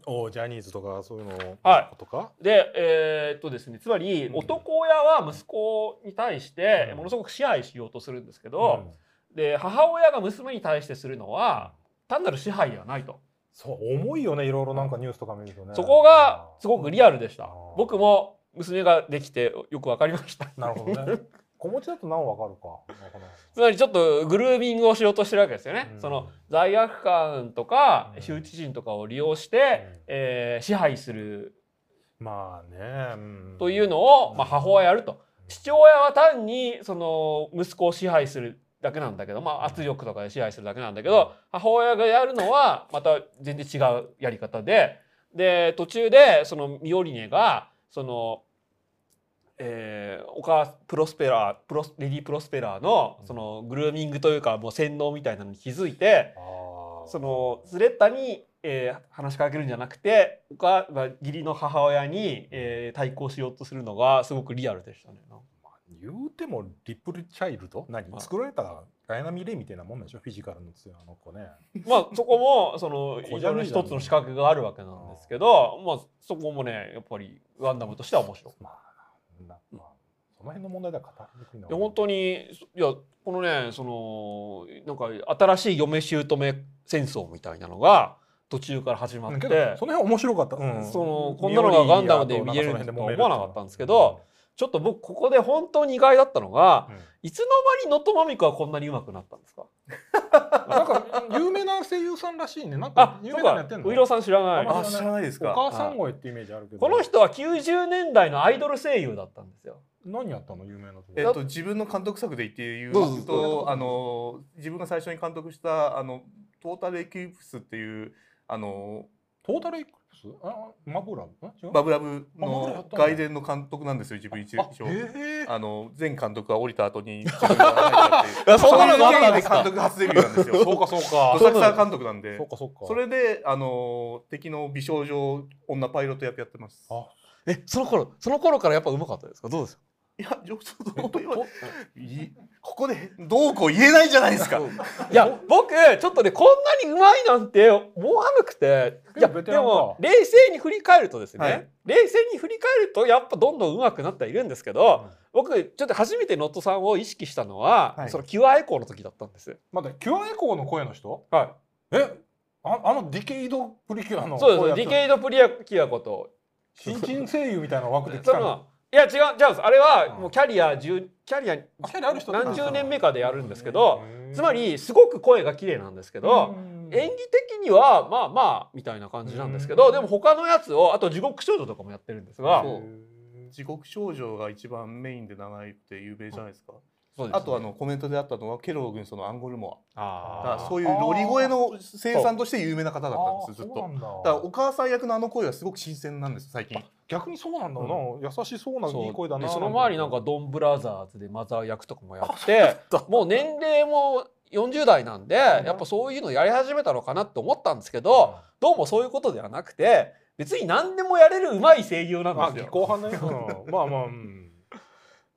B: おジャニーズとかそういうの
A: はい
B: ことか、
A: でえーっとですねつまり
B: うん
A: 男親は息子に対して
B: うん
A: ものすごく支配しようとするんですけ
B: う
A: ど、
B: ん
A: で母親が娘に対してするのは単なる支配ではないと、
B: そう重いよねいろいろなんかニュースとか見るとね
A: そこがすごくリアルでした
B: あー
A: 僕も娘ができてよく分かりました
B: なるほどね子持ちだと何わかるかわからない
A: (laughs) つまりちょっとグルーミングをしようとしてるわけですよね、
B: うん
A: その罪悪感とか
B: うん
A: 羞恥心とかを利用して、
B: うん
A: えー支配する
B: まあね、うん
A: というのを、
B: うん
A: まあ、母親はやると父親は単にその息子を支配するだけなんだけど、まあ、圧力とかで支配するだけなんだけど母親がやるのはまた全然違うやり方でで途中でそのミオリネがその、えーお母プロスペラプロスレディ・プロスペラのそのグルーミングというかもう洗脳みたいなのに気づいて。
B: あー
A: そのスレッタに、えー話しかけるんじゃなくてお母、まあ、義理の母親に、えー対抗しようとするのがすごくリアルでしたね。なんか
B: 言うてもリップルチャイルド何
A: まあ
B: 作られたダイナミレイみたいなもんなんでしょフィジカルの強いあの子ね。
A: まあそこもその
B: 小
A: 非
B: じゃ
A: 常
B: れ
A: に
B: じゃん
A: 一つの仕掛けがあるわけなんですけど、まあそこもねやっぱりガンダムとしては面白い。
B: まあなまあその辺の問題では語りにくいな。
A: いや本当にいやこのねそのなんか新しい嫁姑戦争みたいなのが途中から始まっ
B: うん
A: て
B: けどその辺面白かった。うん
A: そのこんなのがガンダムで見えるとは思わなかったんですけど。ちょっと僕ここで本当に意外だったのが、
B: うん
A: いつの間にノットマミコはこんなに上手くなったんですか。
B: なんか有名な声優さんらしいね。なん
A: あ、
B: か有
A: そ
B: 名
A: う
B: なのや
A: か
B: ってん、の。
A: ウイロさん知らな
B: あ
A: い。
B: ま
C: あ知らないです
B: お
C: か
B: 母さん声ってイメージあるけど。
A: この人は90年代のアイドル声優だったんですよ。
B: 何やったの有名なとこ。
C: えっと、自分の監督作で言って言う
A: どうぞどう
C: とあの自分が最初に監督したあの「トータルエクイプス」っていうあの
B: トータルエクス？あ、マブラブ？あ違う。
C: バブラブ
B: あバブラブやったん
C: の
B: だ
C: 外伝の監督なんですよ自分一
B: あ
C: 応。
B: へえ。
C: あの前監督が降りた後に自分が入ったっていう
A: いやそ
C: そ
A: ん
C: ん
A: な
C: な
A: の
C: の
A: があ
C: が
A: ったんでか
C: あっですすか監督初デビューなんですよ。
B: そうかそう
C: ど
B: か。
C: さくさ監督なんで
B: そう。かそうか。
C: それであの敵の美少女女パイロット役やってます。
B: あ
A: え、その頃、その頃からやっぱ上手かったですか。どうですか。
C: いやちょっとどう言わいここでどうこう言えないじゃないですか。
A: いや、僕、ちょっとね、こんなに上手いなんて思わなくて。いや、
B: ベテ
A: で
B: ランか
A: も、冷静に振り返るとですね。
C: はい
A: 冷静に振り返ると、やっぱどんどん上手くなってはいるんですけど。僕、ちょっと初めてノットさんを意識したのは、
C: はい
A: そのキュアエコーの時だったんです。
B: 待って、キュアエコーの声の人？
A: はい。
B: え、ああのディケイドプリキュアの
A: そう
B: 声
A: で
B: や
A: すデ
B: ってる
A: ィケイド・プリアキアこと
B: 新人声優みたいな枠で来
A: そ
B: たの。
A: のいや違う違うんですあれは
B: うん
A: もうキャリア10キャリア
B: あキャリアある人
A: 何十年目かでやるんですけど
B: へー
A: つまりすごく声が綺麗なんですけど
B: うん
A: 演技的にはまあまあみたいな感じなんですけ
B: う
A: ど
B: ん
A: でも他のやつをあと地獄少女とかもやってるんですが
B: へ
C: そう
B: ー
C: 地獄少女が一番メインで長いって有名じゃないですか。
A: そうです
C: あとあのコメントであったのはケロロ軍曹のアンゴルモア。だ
A: あ
C: か
A: ー
C: らそういうロリ声の声優さんとして有名な方だったんですずっ
B: あーそう
C: と。
B: なんだ
C: だからお母さん役のあの声はすごく新鮮なんです最近。
B: 逆にそうなんだな、優しそうな
A: そう
B: いい声だな
A: でその周りなんかドンブラザーズでマザー役とかもやって
B: た
A: もう年齢も40代なんでやっぱそういうのやり始めたのかなって思ったんですけどどうもそういうことではなくて別に何でもやれる上手い声優なん
B: あ
A: ですよ。
B: 後半ね、うんまあまあ、うん、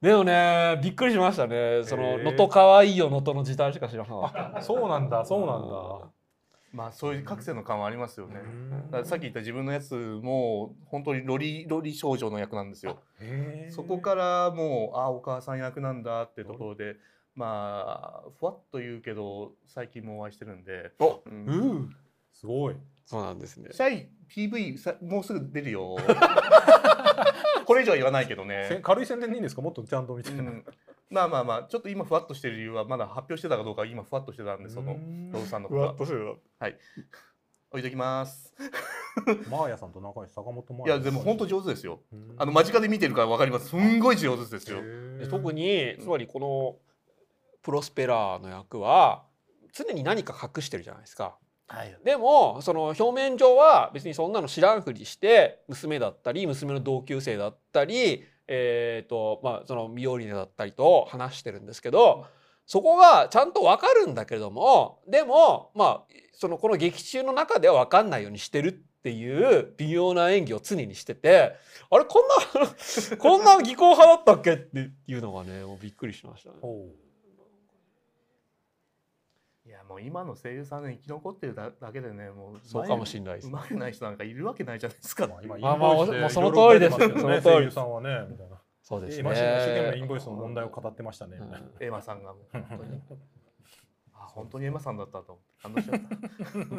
A: でもねびっくりしましたねその
B: へえ
A: 「能登可愛いよ能登」の時代しか知らなかった。
B: そうなんだそうな
C: まあそういう覚醒の感はありますよね。
B: ん
C: だか
B: だ
C: らさっき言った自分のやつも本当にロリロリ少女の役なんですよ。
B: へー
C: そこからもうあお母さん役なんだってところでまあふわっと言うけど最近もお会いしてるんで、
A: お
C: う
B: うんんすごい
A: そうなんですね
C: シャイ PV さもうすぐ出る (laughs) よこれ以上は言わないけど
B: せ
C: ね、
B: 軽い宣伝でいいんですかもっとちゃんと見て、
C: う、
B: うん
C: まあまあまあちょっと今ふわっとしてる理由はまだ発表してたかどうかは今ふわっとしてたんでその
B: ん
C: ロブさんのことは
A: とする
C: 置いときます
B: マーヤさんと仲良い坂本マ
C: い
B: ーヤ
C: やでも本当上手ですよ
B: うん
C: あの間近で見てるから分かりますすんごい上手ですよ
B: へー
A: 特につまりこのプロスペラーの役は常に何か隠してるじゃないですか。
C: はい
A: でもその表面上は別にそんなの知らんふりして娘だったり娘の同級生だったりえーとまあそのミオリネだったりと話してるんですけどそこがちゃんとわかるんだけれどもでもまあそのこの劇中の中ではわかんないようにしてるっていう微妙な演技を常にしててあれこんな (laughs) こんな技巧派だったっけっていうのがねもうびっくりしましたね。
B: ほう
C: いやもう今の声優さんね生き残ってるだだけでねもう
A: そうかもしれないです
C: う。まくない人なんかいるわけないじゃないですか。
B: まあ、今イン
A: まあまあ
B: ボイスで
A: まあその通りです
B: いろいろ書いてますけ
A: そ
B: どね
A: の通り
B: 声優さんはねみたいな。
A: そうですね。
B: 今一生懸命インボイスの問題を語ってましたね。
A: うん
C: エマさんがもう本当にあ本当にエマさんだったと思って感動しちゃった。
B: (laughs)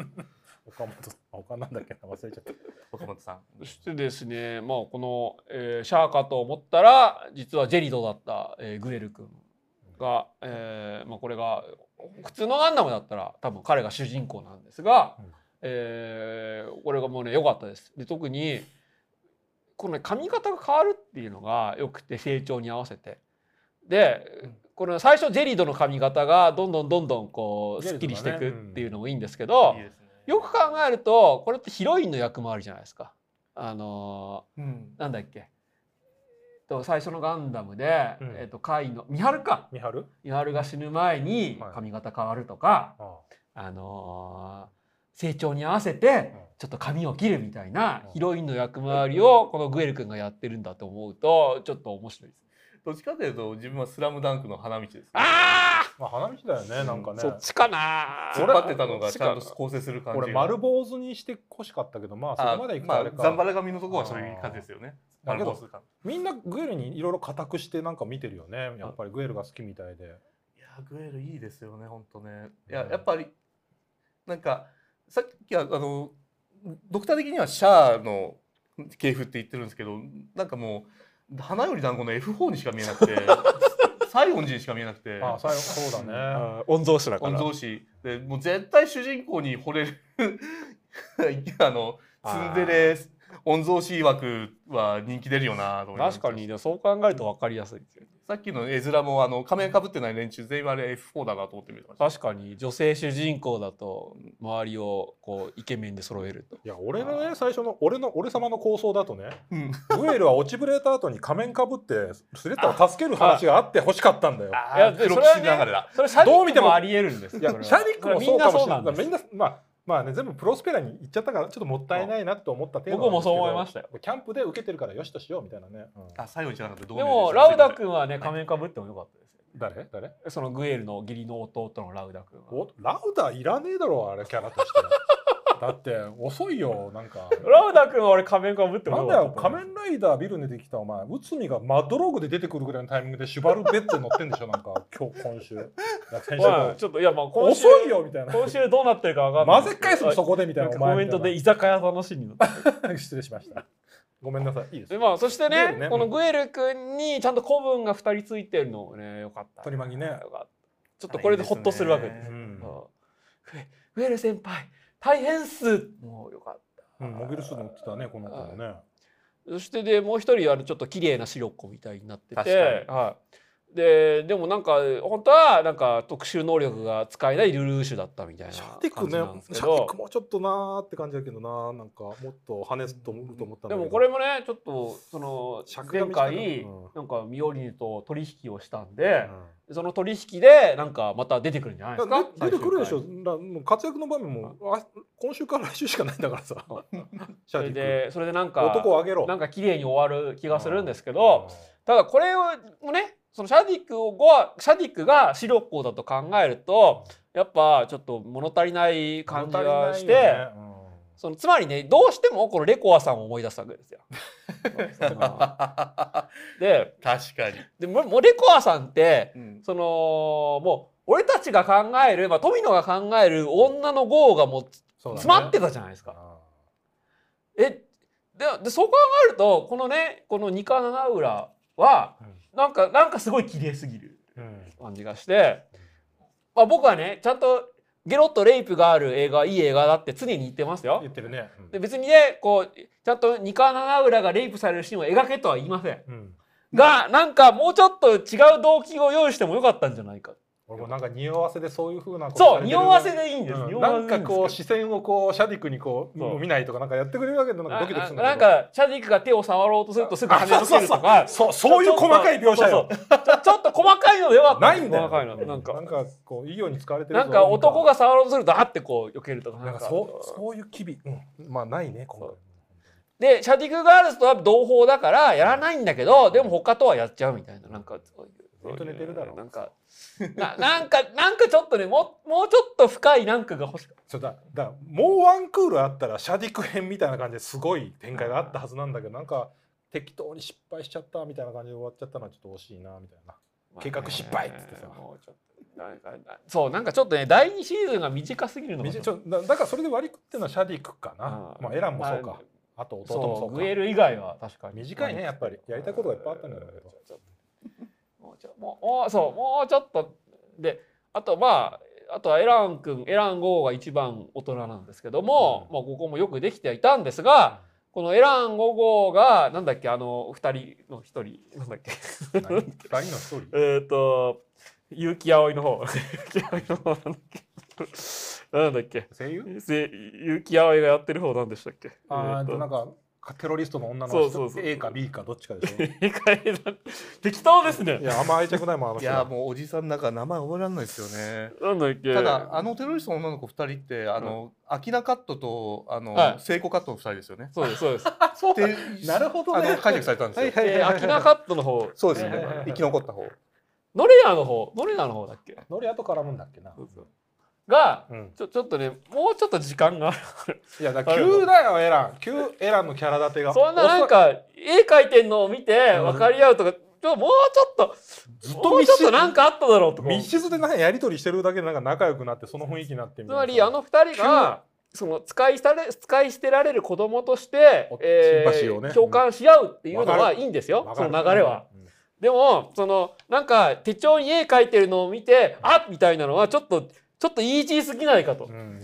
B: 岡本岡なんだっけな忘れちゃった。
C: 岡本さん。
A: そしてですね、まあこの、えーシャーかと思ったら実はジェリドだった、えーグエル君が、えーまあ、これが普通のガンダムだったら多分彼が主人公なんですが、
B: うん
A: えーこれがもうね良かったです。で特にこの、ね、髪型が変わるっていうのが良くて成長に合わせて。で
C: うん
A: この最初ジェリドの髪型がどんどんどんどんこう
B: ジェ
A: すっ
B: リ
A: き
B: ドがね
A: りしていくっていうのもいいんですけど、
C: いいですね
A: よく考えるとこれってヒロインの役もあるじゃないですか。あの
C: うん
A: ー、なんだっけ、えっと、最初のガンダムで、
B: うん
A: えっと、カイのミハルか
B: 三春？
A: ミハルが死ぬ前に
B: はい
A: 髪型変わるとか、
B: あ
A: あのー成長に合わせてちょっと髪を切るみたいな
B: うん
A: ヒロインの役回りをこのグエル君がやってるんだと思うとちょっと面白いです。
C: どっちかというと自分はスラムダンクの花道です、ね。
A: あ
B: あ。まあ花道だよねなんか
A: ー、
B: ね。
A: そっちかな
C: 突っ
B: 俺
C: 張ってたのがちゃんと構成する感じが。
B: 俺丸坊主にして欲しかったけどまあそ
C: あ
B: こまでいくと
C: ま
B: あ
C: あ
B: れか、
C: ザンバラ髪のとこはそういう感じですよね。
B: だけ
C: 丸
B: ど
C: 坊主感。
B: みんなグエルにいろいろ固くしてなんか見てるよねやっぱりグエルが好きみたいで
C: いやグエルいいですよね本当ね。いややっぱりなんかさっきはあのドクター的にはシャアの系譜って言ってるんですけどなんかもう花より団子の F4 にしか見えな
A: (laughs)
C: くて西園寺にしか見えなくて。
B: ああ最後そうだね
A: 御曹司だ
C: 御曹司でもう絶対主人公に惚れる (laughs) あのツンデレ御曹司枠は人気出るよなと思いまし
A: 確
C: た
A: かにねそう考えると分かりやすいですよね。
C: さっきの絵面もあの仮面かぶってない連中全員あれ F4 だなと思って見てました
A: 確かに女性主人公だと周りをこうイケメンで揃えると。
B: いや俺のね最初の俺の俺様の構想だとね
C: うん
B: グエルは落ちぶれた後に仮面かぶってスレッタを助ける話があって欲しかったんだよ。
C: あ
A: いや
C: ー
A: で
C: 黒
A: そ
C: 騎
A: れは
C: 士
A: ね
C: 流れだ
A: それシャディック
B: どう見ても
A: ありえるんです
B: いやシャディックもそうかもしれないみ
A: み
B: ん
A: ん
B: なまあまあね全部プロスペラに行っちゃったからちょっともったいないなと思った程度なんですけど
A: 僕もそう思いましたよ
B: キャンプで受けてるからよしとしようみたいなね、うん
C: あ最後にじゃなくてどう
A: でもラウダ君はね仮面かぶってもよかったですよ。
B: 誰誰
A: そのグエルの義理の弟のラウダ君は。
B: おラウダーいらねえだろあれキャラとしてだって遅いよなんか
A: ラウダ君は俺仮面かぶっても
B: なん
A: よ
B: だ
A: かっ
B: よ
A: たと
B: 仮
A: 思う。
B: 面ライダービルに出てきたお前内海がマドローグで出てくるぐらいのタイミングでシュバルベッツに乗ってんでしょなんか今日今週いや先週
A: はいちょっといやまあ今週
B: 遅いよみたいな
A: 今週どうなってるか分かんない
B: 混
A: です
B: ぜ
A: けど。
B: 返すのそこでみたい
A: なん
B: な
A: かコ
B: お前
A: メントで居酒屋楽しみの。
B: みたいな失礼しましたごめんなさいいいです
A: でまあそして
B: グエル
A: ね
B: ね
A: このグエル君にちゃんと古文が二人ついてるのもねよかった。
B: 取り巻きね
A: よかったちょっとこれでホッとするわけです。
B: うん
A: そうウェル先輩大変っすもうよかっ
B: うん、モビルスーツ乗ってたねこの子もね
A: たそしてでもう一人あのちょっと綺麗な白っ子みたいになってて
C: 確か
A: はい、ででもなんか本当はなんか特殊能力が使えないルルーシュだったみたいな
B: シャティ
A: 感
B: ク
A: じ
B: ね
A: なんですけ
B: シャティ
A: ど
B: クもちょっとなーって感じだけどなーなんかもっと跳ねすと思うと思っ
A: で
B: たんだけど
A: もこれもねちょっとその
B: 尺が
A: 前
B: 短い
A: 回
B: うん
A: なんかミオリネと取引をしたんで
B: うん
A: その取引でなんかまた出てくるんじゃないですか
B: だ出てくるでしょ
A: 最終回
B: だもう活躍の場面もあ今週から来週しかないんだからさ (laughs)
A: そ
B: シ
A: そ
B: ャ
A: れ
B: ディッ
A: でそれでなん
B: ク
A: か
B: 男をあげろ
A: なんか綺麗に終わる気がするんですけど、
B: うん
A: ただこれをねそのシャディックをはシャディックが白っ子だと考えるとやっぱちょっと物足りない感じがして、
B: 物足りないよね
A: そのつまりねどうしてもこのレコアさんを思い出すわけ
B: (laughs)
A: ですよ。で
C: (laughs) 確かに、
A: でももうレコアさんって
C: うん
A: そのもう俺たちが考える、まあ、富野が考える女の号がもう
B: そうだね
A: 詰まってたじゃないですか。えででそう考えるとこのねこのニカ・ナナウラはなんかなんかすごい綺麗すぎる
B: うんうん
A: 感じがして、まあ、僕はねちゃんとゲロッとレイプがある映画いい映画だって常に言ってますよ
B: 言。ってるねうん
A: で別にねこうちゃんとニカ・ナナウラがレイプされるシーンを描けとは言いません。
B: うん
A: がなんかもうちょっと違う動機を用意してもよかったんじゃないか。
B: 俺もなんか匂わせでそういう風なことさ
A: そう
B: れてる
A: 匂わせでいいんです。
B: うん
A: 匂わ
B: な
A: せ
B: んかこう視線をこうシャディックにこ
A: そう
B: う見ないとかなんかやってくれるわけでなんかドキドキす
A: な
B: るん
A: な
B: だ
A: ん
B: けど
A: かチャディックが手を触ろうとするとすぐ跳ねのけるとか
B: そうそういう細かい描写よ
A: そうそうちょ (laughs) ちょっと細かいのでは
B: ないんだよ
A: 細かいのなん
B: な
A: か
B: んかこういいように使われてる
A: なんか男が触ろうとするとあってこう避けるとか
B: なんかそうそういう機微、うん、まあないね今回
A: そでシャディクガールズとは同胞だからやらないんだけどでも他とはやっちゃうみたいななんかそういう
B: ずっと寝てるだろう
A: なんかななんか (laughs) なんかちょっとねもうもうちょっと深いなんかが欲しかった
B: そうだだからもうワンクールあったらシャディク編みたいな感じですごい展開があったはずなんだけどなんか適当に失敗しちゃったみたいな感じで終わっちゃったのはちょっと惜しいなみたいな計画失敗っつってさ
A: まあねもうちょっとなんかなそうなんかちょっとね第二シーズンが短すぎるのが
B: みじちょだだからそれで割り食ってるのはシャディクかな
A: うん
B: まあエランもそうか、あ、と弟も
A: そ
B: そううか
A: グエル以外は確かに
B: 短いねやっぱりやりたいことがいっぱいあったんだろう
A: (laughs)
B: けど
A: ちょっともうちょもうもうそうもうちょっとであとまああとはエラン君エラン号が一番大人なんですけども、
B: うん
A: もうここもよくできていたんですがこのエラン5号がなんだっけあの二人の一人なんだっけ (laughs)
B: 何二人の一人
A: えっと結城葵の方 (laughs) 結城葵の方なんだっけ (laughs) なんだっけ
B: 声優
A: せ結城葵がやってる方なんでしたっけえー
B: あー
A: と
B: なんかテロリストの女の人
A: そうそうそう
B: A か B かどっちかでし
A: 適当です
B: ょい
A: ね
B: やあんま愛着ないもんあの
C: い
B: 人
C: やもうおじさんなんか名前覚えられないですよね。
A: なんだっけ
C: ただあのテロリストの女の子2人ってあの、アキナカットとあの、
A: はい
C: セイコカットの2人ですよね。
A: そうです
B: (laughs)
A: そうです
B: あそう
C: って
B: なるほど
C: あ
B: ね
C: の解釈されたんです
B: はい
C: よ。
B: はい
A: えー、アキナカットの方、
C: そうですよ
B: はい
C: ね
B: はいはい。
C: 生き残った方。
A: ノレアの方、ノレアの方だっけ
B: ノリアと絡むんだっけな
A: が、
B: うん
A: ちょちょっとね、もうちょっと時間がある。
B: いやだから急だよエラン急エランのキャラ立てが
A: そんななんか、絵描いてんのを見て分かり合うとか、ちょもうちょっと、
B: ずっ
A: も
B: と
A: う
B: 密
A: ちょっと
B: 室
A: なんかあっただろうとか。
B: 密室でなんかやり取りしてるだけでなんか仲良くなってその雰囲気になってみ
A: つ
B: たいな
A: まり、あの二人が、その使いされ使い捨てられる子供として
B: お、シン
A: え
B: パシーをね
A: ー、共感し合うっていうの
B: わか
A: は
B: る
A: いいんですよ
B: わ、か
A: そ
B: る
A: の流れは。
B: うん
A: でもそのなんか手帳に絵描いてるのを見てあっみたいなのはちょっとちょっとイージーすぎないかと
B: うん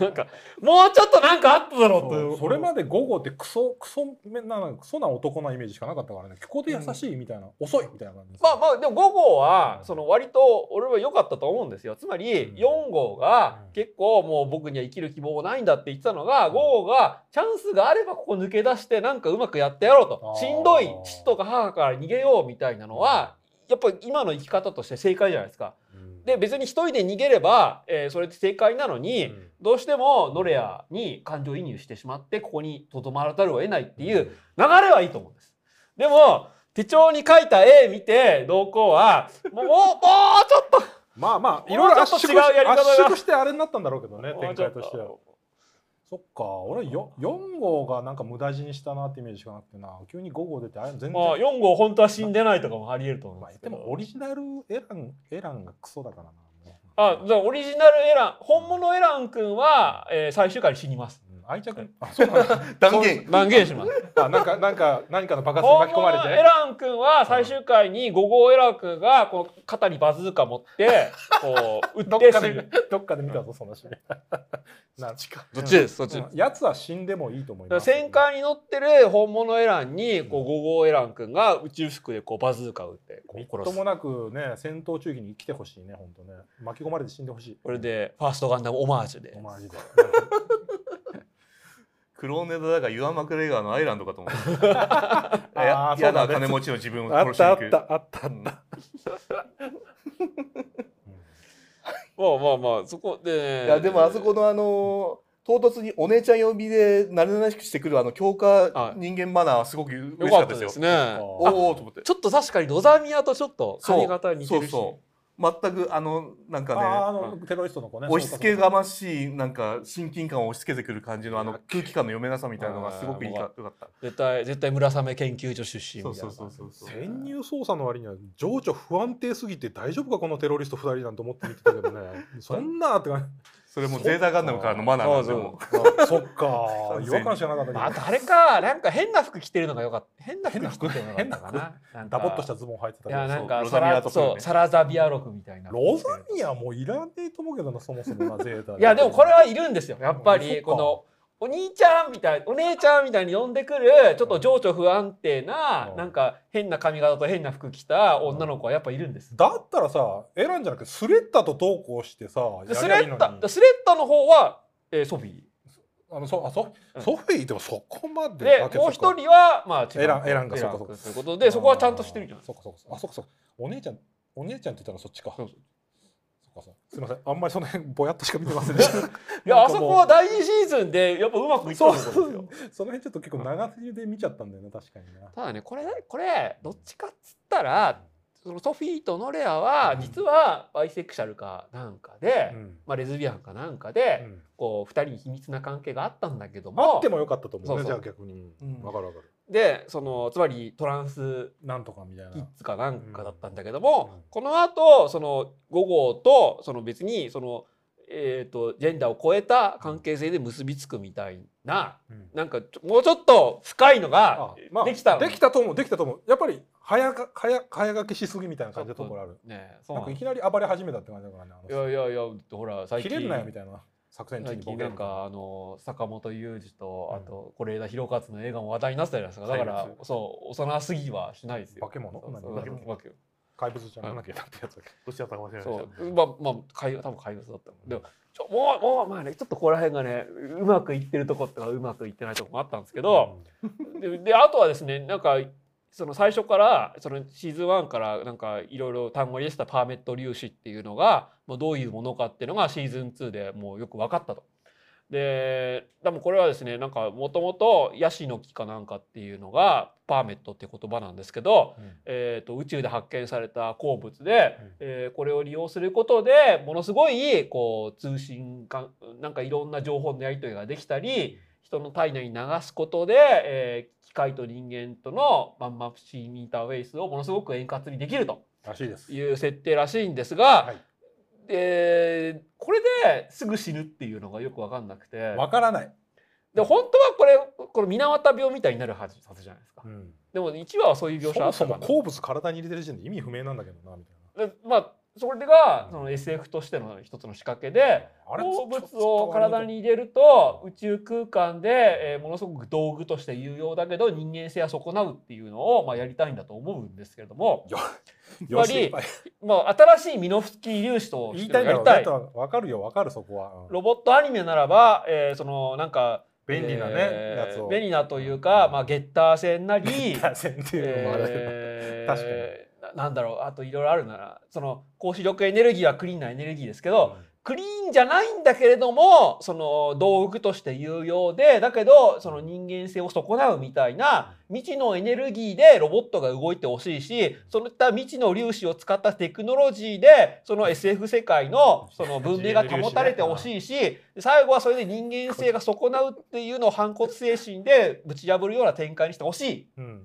A: なんかもうちょっとなんかあっただろうと
B: そうそれまで午後ってクソクソめなんかクソな男なイメージしかなかったからね気候で優しいみたいな、遅いみたいな感じです
A: まあまあでも5号は
B: うん
A: その割と俺は良かったと思うんですよつまり
B: うん
A: 4号が
B: うん
A: 結構もう僕には生きる希望もないんだって言ってたのが5号がチャンスがあればここ抜け出してなんかうまくやってやろうと
B: あー
A: しんどい父とか母から逃げようみたいなのはやっぱり今の生き方として正解じゃないですか。
B: うん
A: で別に一人で逃げれば、えーそれって正解なのに、
B: うん
A: どうしてもノレアに感情移入してしまってここにとどまらざるを得ないっていう流れはいいと思うんです。でも手帳に書いた絵見て同行はもうもうもうちょっと
B: まあまあい
A: も
B: ろ
A: う
B: い
A: ちょっと
B: ろ圧縮
A: 違うやり方が
B: 圧縮してあれになったんだろうけどね
A: も
B: (laughs) 展
A: うちょ
B: 開
A: っと
B: としてはそっか俺よ4号がなんか無駄死にしたなってイメージしかなくてな急に5号出てあれ全然、
A: まあ4号本当は死んでないとかもありえると思い
B: ま
A: ま
B: あ言
A: す
B: ってもオリジナルエランエランがクソだからなもう
A: あじゃあオリジナルエラン本物エラン君は、えー最終回に死にます
B: うん愛着あそうなんだ
C: 断言。
A: 断言します
B: あなんか (laughs) なんか何かの爆発に
A: 本
B: 巻き込まれ
A: 物
B: て
A: エラン君は最終回に5号エラン君がこの肩にバズーカ持
B: (laughs)
A: ってこう撃
B: ど
A: っ
B: ってか
A: 死
B: で
A: ぬ
B: どっかで見たぞその
A: (laughs)
B: シーンな
A: どっちですそっちです
B: やつは死んでもいいと思い
A: だから
B: ます。
A: 戦艦に乗ってる本物エランにこう5号エラン君が宇宙服でこうバズーカ撃ってこ
B: みっ
A: う
B: と
A: 殺す
B: もなくね戦闘中期に生きてほしいね本当ね巻き込まれて死んでほしい。
A: これでファーストガンダムオマージュで
B: お前で。
C: クローネダだがユアン・マクレガーのアイランドかと思う。
B: あー
C: や
B: そ
C: や
B: うだ
C: だ
B: ね
C: 金持ちの自分を
B: あ
C: 殺
B: っ
C: した
B: あ
C: に
B: っ
C: 行
B: た
C: く。
B: あったあ
C: う
B: っ
C: ん
B: た。
A: まあまあまあそこで
C: いやでもあそこのあの唐突にお姉ちゃん呼びで慣れなしくしてくるあの強化人間マナーはすごく嬉
A: よか
C: しかっ
A: ったた
C: です
A: で
C: よ。
A: すね
C: おーおーと思って。
A: ちょっと確かにロザミアとちょっと
C: そう
A: 髪型似てるし
C: そうそう。全くあのなん
B: ああ
C: か
B: あのテロリストの子ね
C: ね。押し付けがましいなんか親近感を押し付けてくる感じのあの空気感の読めなさみたいなのがすごくいいかよかった。
A: 絶対絶対村雨研究所出身みたいな
C: そうそ
B: 潜入捜査の割には情緒不安定すぎて大丈夫かこのテロリスト2人なんて思って見てたけ
A: (laughs)
B: どねそんなって感
C: それもゼータガンダムからのマナーなんで
A: そう
C: も
B: じあそっか
C: 全に
B: 違和感しかなかったけど
A: まあ、あとあれかなんか変な服着てるのがよかった変な服着てるのがよ
B: 変
A: か
B: な
A: ったか
B: 服
A: ななんか
B: ダボっとしたズボン履いてた
A: い
B: けど
A: やなんか
C: そう
A: サ
C: ロザミア
A: ラ
C: と
A: そうサラザビア録
C: かね
A: みたいな
B: ロザミアもういらねえと思うけどなそもそもなゼータ
A: いやでもこれ
B: は
A: はいるんですよやっぱ
B: うんそっ
A: り
B: か
A: このお兄ちゃんみたいお姉ちゃんみたいに呼んでくるちょっと情緒不安定な
B: うん
A: なんか変な髪型と変な服着た女の子はやっぱいるんです。
B: だったらさエランじゃなくてスレッタと同行してさ
A: でスレ
B: やりゃいいの
A: ッ
B: に
A: タスレッタの方は、えーソフィ
B: あのそあそ
A: うん
B: ソフィーでもそこま
A: ー
B: で
A: で
B: だけど
A: もう一人はまあ違う
B: エランエランが
A: エラン
B: そうか
A: ということでそこはちゃんとしてるじゃない
B: そっかそっかあそっかそっかお姉ちゃんお姉ちゃんって言ったらそっちか
A: そう
B: そ
A: そ
B: っかそっかすみませんあんまりその辺ぼやっとしか見てませんでし
A: (laughs)
B: た
A: いや
B: な
A: あ
B: ん
A: そ
B: かもう
A: こは第二シーズンでやっぱうまくいったと
B: そう
A: こ
B: そ
A: ですよ
B: う。その辺ちょっと結構長すぎで見ちゃったんだよね確かにな
A: ただねこれこれどっちかっつったらそのソフィーとノレアは
B: うん
A: 実はバイセクシャルかなんかで、
B: うん
A: まあ、レズビアンかなんかで、
B: うん
A: こう2人に秘密な関係があったんだけど
B: あ
A: も
B: ってもよかったと思うね
A: そうそう
B: じゃあ逆に、
C: う
B: うんん、分かる分かる
A: でそのつまりトランス
B: なんとかみたいな
A: キッズかなんかだったんだけども、
B: うん
A: この後その5号とその別にその、えー、とジェンダーを超えた関係性で結びつくみたいな
B: うん
A: なんかちょもうちょっと深いのが
B: あまあ、
A: できたの
B: できたと思うできたと思うやっぱり早が早早書きしすぎみたいな感じのところある
A: ねそう
B: な
A: なんん
B: か
A: だ
B: いきなり暴れ始めたって感じだからね
A: いやいやいやほら
B: あの
A: 最
B: 切
A: 近
B: れるなよみたいな作戦中
A: 最
B: にボ
A: 近
B: ケ
A: な
B: る
A: ん
B: みたい
A: かあの坂本雄二と
B: うん
A: あと是枝裕和の映画も話題になってたじゃないですかだから
C: 怪物
A: そう幼すぎはしないですよ
B: 化け物
A: そうそう
B: 何
A: 化け物化け物
B: 怪物じゃなくてなってやつだっけ
C: どっちだったか忘れました
A: そうまあまあ会多分会話だったもんでもちょもうもうまあねちょっとここら辺がねうまくいってるとことかうまくいってないとこもあったんですけど、でであとはですねなんかその最初からそのシーズン1からなんかいろいろ単語に出てたパーメット粒子っていうのがもうどういうものかっていうのがシーズン2でもうよく分かったと。ででもこれはですねなんかもともとヤシの木かなんかっていうのがパーメットっていう言葉なんですけど、
B: うんうん
A: えー、と宇宙で発見された鉱物で、
B: うん
A: えーこれを利用することでものすごいこう通信かなんかいろんな情報のやり取りができたり人の体内に流すことで、えー機械と人間とのマンマシーンインターフェイスをものすごく円滑にできると
B: らしいです
A: いう設定らしいんですが、
B: はい
A: でこれですぐ死ぬっていうのがよく分かんなくて
B: わからない、
A: で本当はこれこの水俣病みたいになるはずはずじゃないですか。
B: うん
A: でも1話はそういう
B: そ
A: 描写あ
B: も
A: っ
B: そ
A: たか
B: も
A: な
B: 鉱物体に入れてる時点で意味不明なんだけどなみたい
A: でまあそれが
B: うん
A: その SF としての一つの仕掛けで
B: なあれ
A: 鉱
B: ちょっ
A: 物
B: と
A: を体に入れると宇宙空間で、えーものすごく道具として有用だけど人間性は損なうっていうのを、まあ、やりたいんだと思うんですけれども、
B: よ
A: やっぱり
B: しいっぱい
A: まあ、新しいミノフスキー粒子と
B: 言
A: し
B: い
A: て
B: たい
A: や
B: だ
A: り
B: ろ
A: た
B: うね
A: い。
B: わかるよわかるそこは、うん
A: ロボットアニメならば、えーそのなんか
B: 便利なね、
A: えー
B: やつを
A: 便利なというか、まあ、ゲッター線なり
B: 打線っていうのもあるけど、
A: え
B: 確かに
A: ーななんだろうあといろいろあるならその高視力エネルギーはクリーンなエネルギーですけど、クリーンじゃないんだけれどもその道具として有用でだけどその人間性を損なうみたいな未知のエネルギーでロボットが動いてほしいしそういった未知の粒子を使ったテクノロジーでその SF 世界のその文明が保たれてほしいし最後はそれで人間性が損なうっていうのを反骨精神でぶち破るような展開にしてほしい。
B: うん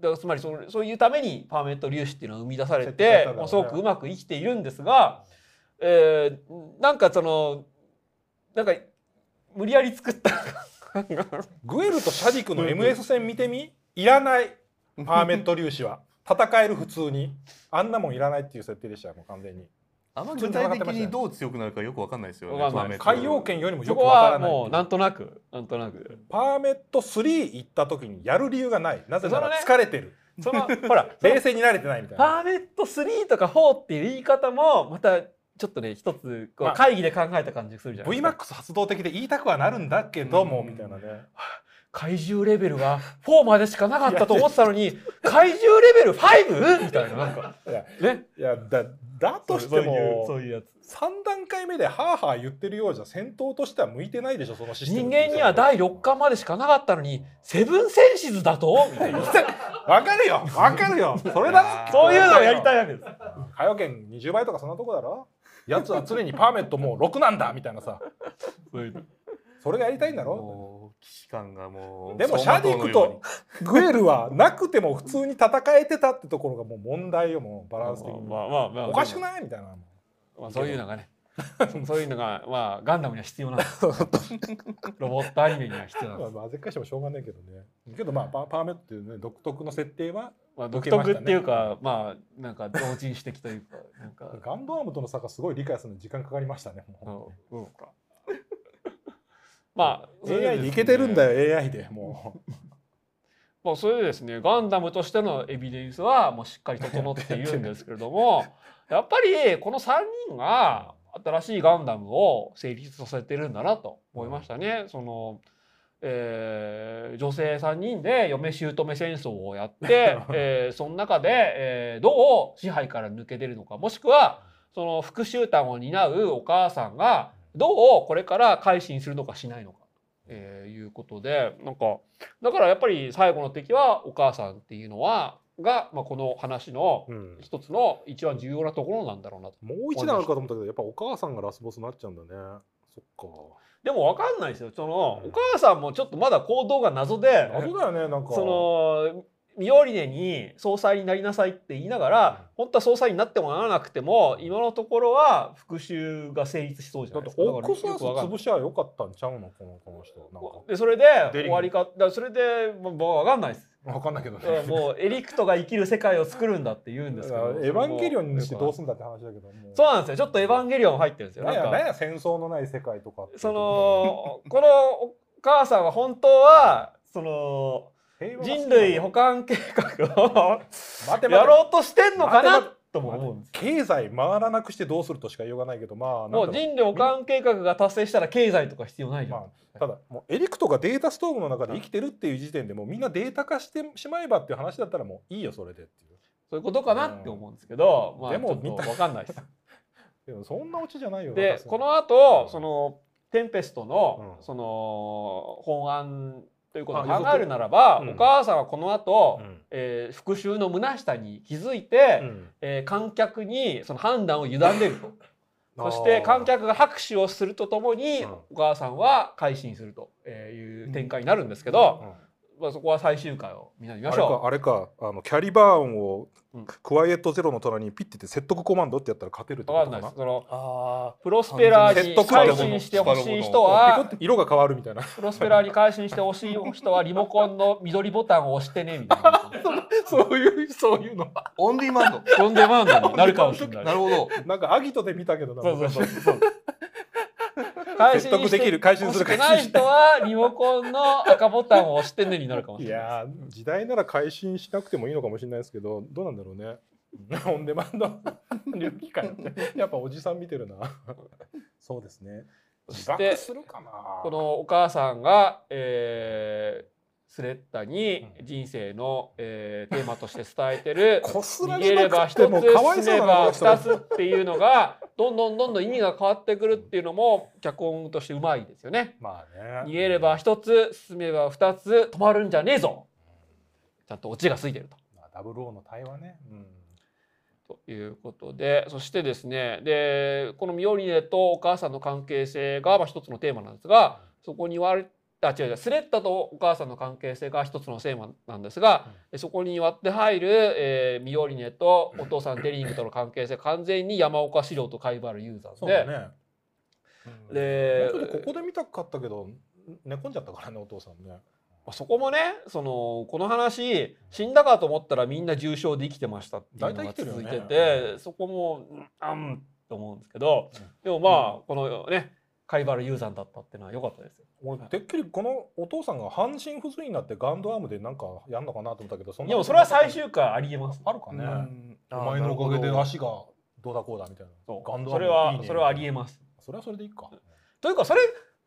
A: だからつまりそのそういうためにパーメット粒子っていうのは生み出され
B: 設定され
A: て
B: たんだろうね
A: もうすごくうまく生きているんですが、えーなんかそのなんか無理やり作った
B: グエルとシャディクの MS 戦見てみいらない
C: (laughs)
B: パーメット粒子は戦える普通にあんなもんいらないっていう設定でしたよもう完全に
C: あんま具体的にどう強くなるかよくわかんないですよね。
A: わかんない
B: 海洋圏よりも
A: そ
B: よく
A: こ
B: わから
A: は
B: ない
A: もうなんとなくなんとなく
B: パーメット3行った時にやる理由がないなぜなら
A: そ
B: 疲れてる、
A: そ
B: (laughs)
A: のほらその
B: 冷静になれてないみたい
A: パ
B: な
A: ーメット3とか4っていう言い方もまたちょっとね一つこ
B: ま
A: う
B: あ
A: 会議で考えた感じするじゃないですか。
B: VMAX 発動的で言いたくはなるんだけども、
C: うん
B: みたいなね
A: 怪獣レベルが4までしかなかったと思ってたのに怪獣レベル 5? みたいななん
B: (laughs)
A: か
B: いや
A: ね
B: いやだだとしても
A: そういうそういうやつ
B: 3段階目でハーハー言ってるようじゃ戦闘としては向いてないでしょそのシステム
A: 人間には第6巻までしかなかったのにセブンセンシズだとみたいな
B: わかるよわかるよそれだ
A: そういうのをやりた
B: い
A: いわけです
B: 火予券20倍とかそんなとこだろやつは常にパーメットもう6なんだみたいなさそれがやりたいんだろ
C: もう、騎士感がもう、
B: でもシャディクとグエルはなくても普通に戦えてたってところがもう問題よもうバランス的に、
A: まあまあまあ
B: おかしくないみたいな
A: まあそういうの
B: (laughs)
A: がねそういうのがまあガンダムには必要なんですロボットアニメには必要なん
B: ま
A: で
B: あ
A: す、
B: まあぜっかいしてもしょうがないけどねけどまあパパーメットっていうね独特の設定は
A: まあ、独特っていうかまあなんか同人誌的というかなんか
B: ガンドアームとの差がすごい理解するのに時間かかりましたねもう
A: うんか
B: (laughs)
A: まあそれでです
B: AI で
A: ね
B: いけてるんだよ AI でも
A: まあ、それでですねガンダムとしてのエビデンスはもうしっかり整っているんですけれどもやっぱりこの3人が新しいガンダムを成立させてるんだなと思いましたね。そのえー女性3人で嫁姑戦争をやって、えーその中で、えーどう支配から抜け出るのかもしくはその副集団を担うお母さんがどうこれから改心するのかしないのか、えーいうことでなんかだからやっぱり最後の敵はお母さんっていうのはが、まあ、この話の
B: うん、
A: 一つの一番重要なところなんだろうなと。
B: もう一段あるかと思ったけどやっぱお母さんがラスボスになっちゃうんだねそ
A: でもわかんないですよ。その、
B: うん
A: お母さんもちょっとまだ行動が謎で
B: っ、か謎だよねなんか
A: そのミオリネに総裁になりなさいって言いながら、本当は総裁になってもならなくても、今のところは復讐が成立しそうじゃ
B: だ
A: な
B: っ
A: い
B: て
A: ですか。
B: オッ
A: だから
B: クスハウ
A: よ
B: ス
A: くわかんない
B: 潰しゃよかったんちゃうのこのこの人なん
A: でそれで
C: デ
A: 終
C: リング
A: わりか、だからそれでまあまあわかんない
B: (laughs)
A: です。
B: か分かんないけどね
A: うんもうエリクトが生きる世界を作るんだって言うんですけど。
B: エヴァンゲリオンにしてどうす
A: る
B: んだって話だけども
A: そうなんですよ。ちょっとエヴァンゲリオン入ってるんですよ。
B: なんや
A: なん
B: なん
A: か
B: や戦争のない世界とかっていう
A: そのこのお母さんは本当はその
B: 平和が好きな
A: 人
B: の
A: 類補完計画を
B: 待て待て
A: やろうとしてんのか
B: 待て
A: な
B: 待
A: とも思うんです。
B: 経済回らなくしてどうするとしか言いようがないけどまあ
A: も
B: なん
A: う
B: だろ
A: 人類補完計画が達成したら経済とか必要ないうじゃん。
B: まあただもうエリクトがデータストームの中で生きてるっていう時点でもうみんなデータ化してしまえばっていう話だったらもういいよそれでっていう
A: そういうことかなって思うんですけど、まあ
B: で
A: で
B: も
A: もちょっとわかんないです。
B: でもそんなオチじゃないよ
A: でこの
B: う
A: 後
B: ん
A: そのテンペストの
B: うん
A: その本案ということを
B: あ予
A: 考
B: 告
A: えるならば、
B: うん
A: お母さんはこの後、
B: うん
A: えー復讐の虚しさに気づいて、
B: うん
A: えー観客にその判断を委ねる
B: (laughs)
A: と。そして観客が拍手をするとともに、
B: うん
A: お母さんは改心するという展開になるんですけ
B: あ
A: ど、
B: ーうん
A: まあ、そこは最終回をみんなで見
B: あ
A: ま
B: れ
A: し
B: か
A: ょ
B: あれかあのキャリバーンを
A: うん
B: クワイエットゼロの隣にピッてって説得コマンドってやったら勝てるっ
A: う。
B: てこ
A: わか
B: と
A: んな
B: か
A: いで
B: な
A: す。その
C: あ
A: プロスペラー
B: 説
A: に
B: 得
A: 改心してほしい人は、
B: ピコって色が変わるみたいな
A: プロスペラーに改心してほしい人はリモコンの緑ボタンを押してねみたいな。 (laughs)
B: そういうそういうの
C: あ、オンディマン
B: (laughs)
C: ド。
A: オンデマンドになるかもしれない。
C: なるほど。
B: なんかアギトで見たけどな
A: そうそうそううそう。改
B: 説得できる改心する
A: 欲し
B: 改
A: くな
B: 心
A: い
B: し
A: 人はリモコンの赤ボタンを押してねになるかもし
B: い
A: れない。
B: やー時代なら改心しなくてもいいのかもしれないですけどどうなんだろうね (laughs) オンデマンド流機会ってやっぱおじさん見てるなそうですね
A: そ
B: 自
A: して
B: 爆するかな
A: このお母さんが、えースレッタに人生の、えーテーマとして伝えてる
B: こす
A: 逃
B: られ
A: げれば
B: な
A: 一
B: くてもかわい
A: つ死
B: そう
A: ね
B: だなこ
A: ば
B: の人
A: 二つっていうのがどんどんどんどん意味が変わってくるっていうのも脚本としてうまいですよね。
B: まあね
A: 逃げれば一つ進めば二つ止まるんじゃねえぞちゃんとオチがついてると。
B: まあダブルオーの対話ね、うん、
A: ということでそしてですねでこのミオリネとお母さんの関係性がまあ一つのテーマなんですがそこに割あ違う違うスレッタとお母さんの関係性が一つのテーマなんですが、でそこに割って入る、えーミオリネとお父さんデリングとの関係性完全に山岡資料と貝原ユーザー
B: そう
A: で
B: だねうん
A: で
B: もうちょっとここで見たかったけど寝込んじゃったからねお父さんね
A: まあそこもねそのこの話死んだかと思ったらみんな重傷で生きてましたっていうのが
B: 大体生きてるよ
A: 続い
B: ね
A: ててそこもうんあんと思うんですけどでもまあ、このね貝原ユーザーだったっていうのは良かったですよ。
B: 俺てっきりこのお父さんが半身不随になってガンドアームでなんかやんのかなと思ったけどそん
A: い
B: な
A: やもうそれは最終回ありえます。
B: あるか
C: う
B: ね、
C: ん
B: お前のおかげで足がどうだこうだみたいな
A: そう
B: ガンドア
A: そ
B: ーム
A: れはい
B: いね
A: それはありえます。
B: それはそれでいい
A: (laughs)
B: か
A: というかそれ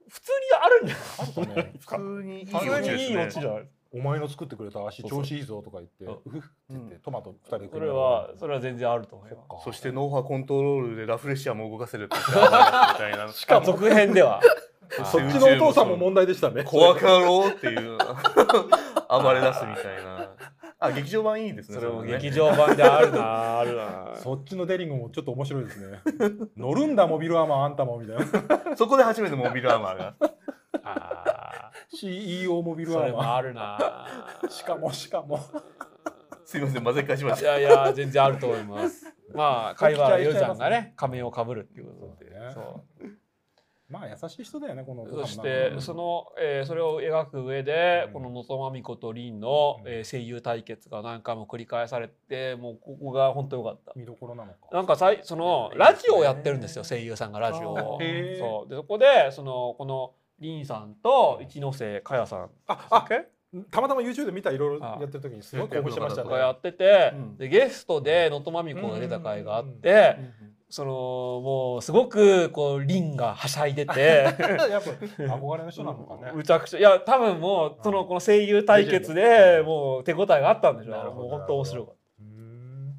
A: 普通にあるんです
B: あるかね
C: 普通にいい
B: 普通に
A: いいオチじゃ
C: ん。
A: ないですか
B: お前の作ってくれた足
A: そうそう
B: 調子いいぞとか言って
A: そう
B: うふっって言ってトマト2人で
A: そ
B: 食い
A: れ
B: なが
A: は
B: ら
A: それは全然あると思い
B: そ
A: ま
B: っか
C: そして脳波コントロールでラフレシアも動かせるって言ってたみたいな。しか
A: す。続編では
B: そっちのお父さんも問題でしたね
C: 怖かろうっていう (laughs) 暴れ出すみたいな。あ、劇場版いいですね。
A: それも
C: れね
A: 劇場版であるなあるな。
B: そっちのデリングもちょっと面白いです
A: (laughs)
B: ね乗るんだモビルアーマーあんたもみたいな
C: そこで初めてモビルアーマーが。
A: あ
B: CEO モビ
A: ー
B: ル
A: そ
B: ア
A: れ
B: ー
A: も
B: マ
A: あるな。
B: ーしかもしかも
C: すいません、混ぜ返しまし
A: いや
C: た。
A: いや全然あると思い
B: (laughs)
A: ます。まあ会話ユーザーがね仮面をかぶるっていうことで
B: そうだね。
A: そう
B: まあ優しい人だよねこのお父さんも
A: そし
B: う
A: て
B: ん
A: その、えーそれを描く上で、
B: うん
A: この能登ま美子と凛の、
B: うん
A: えー声優対決が何回も繰り返されてもうここが本当良かった。
B: 見どころなのか
A: なんかさいその
C: いいです
A: ラ
C: ね
A: ジオをやってるんですよ声優さんがラジオを
B: あ。ーへー
A: そうでそこでそのこの凛さんと一ノ瀬かやさん
B: ああたまたま YouTube で見たいろいろやってる時にすごい興奮してました
A: と
B: ね
A: かやってて、
C: うん
A: でゲストで能登ま美子が出た回があって、そのもうすごくこう凛がはしゃいでて。
B: (laughs) やっぱ憧れの人なのかね
A: むちゃくちゃいや多分もうそのこの声優対決
B: レジェ
A: で
B: ンド
A: もう手応えがあったんでしょう
B: なるほど
A: もう本当面白かっ
B: うーん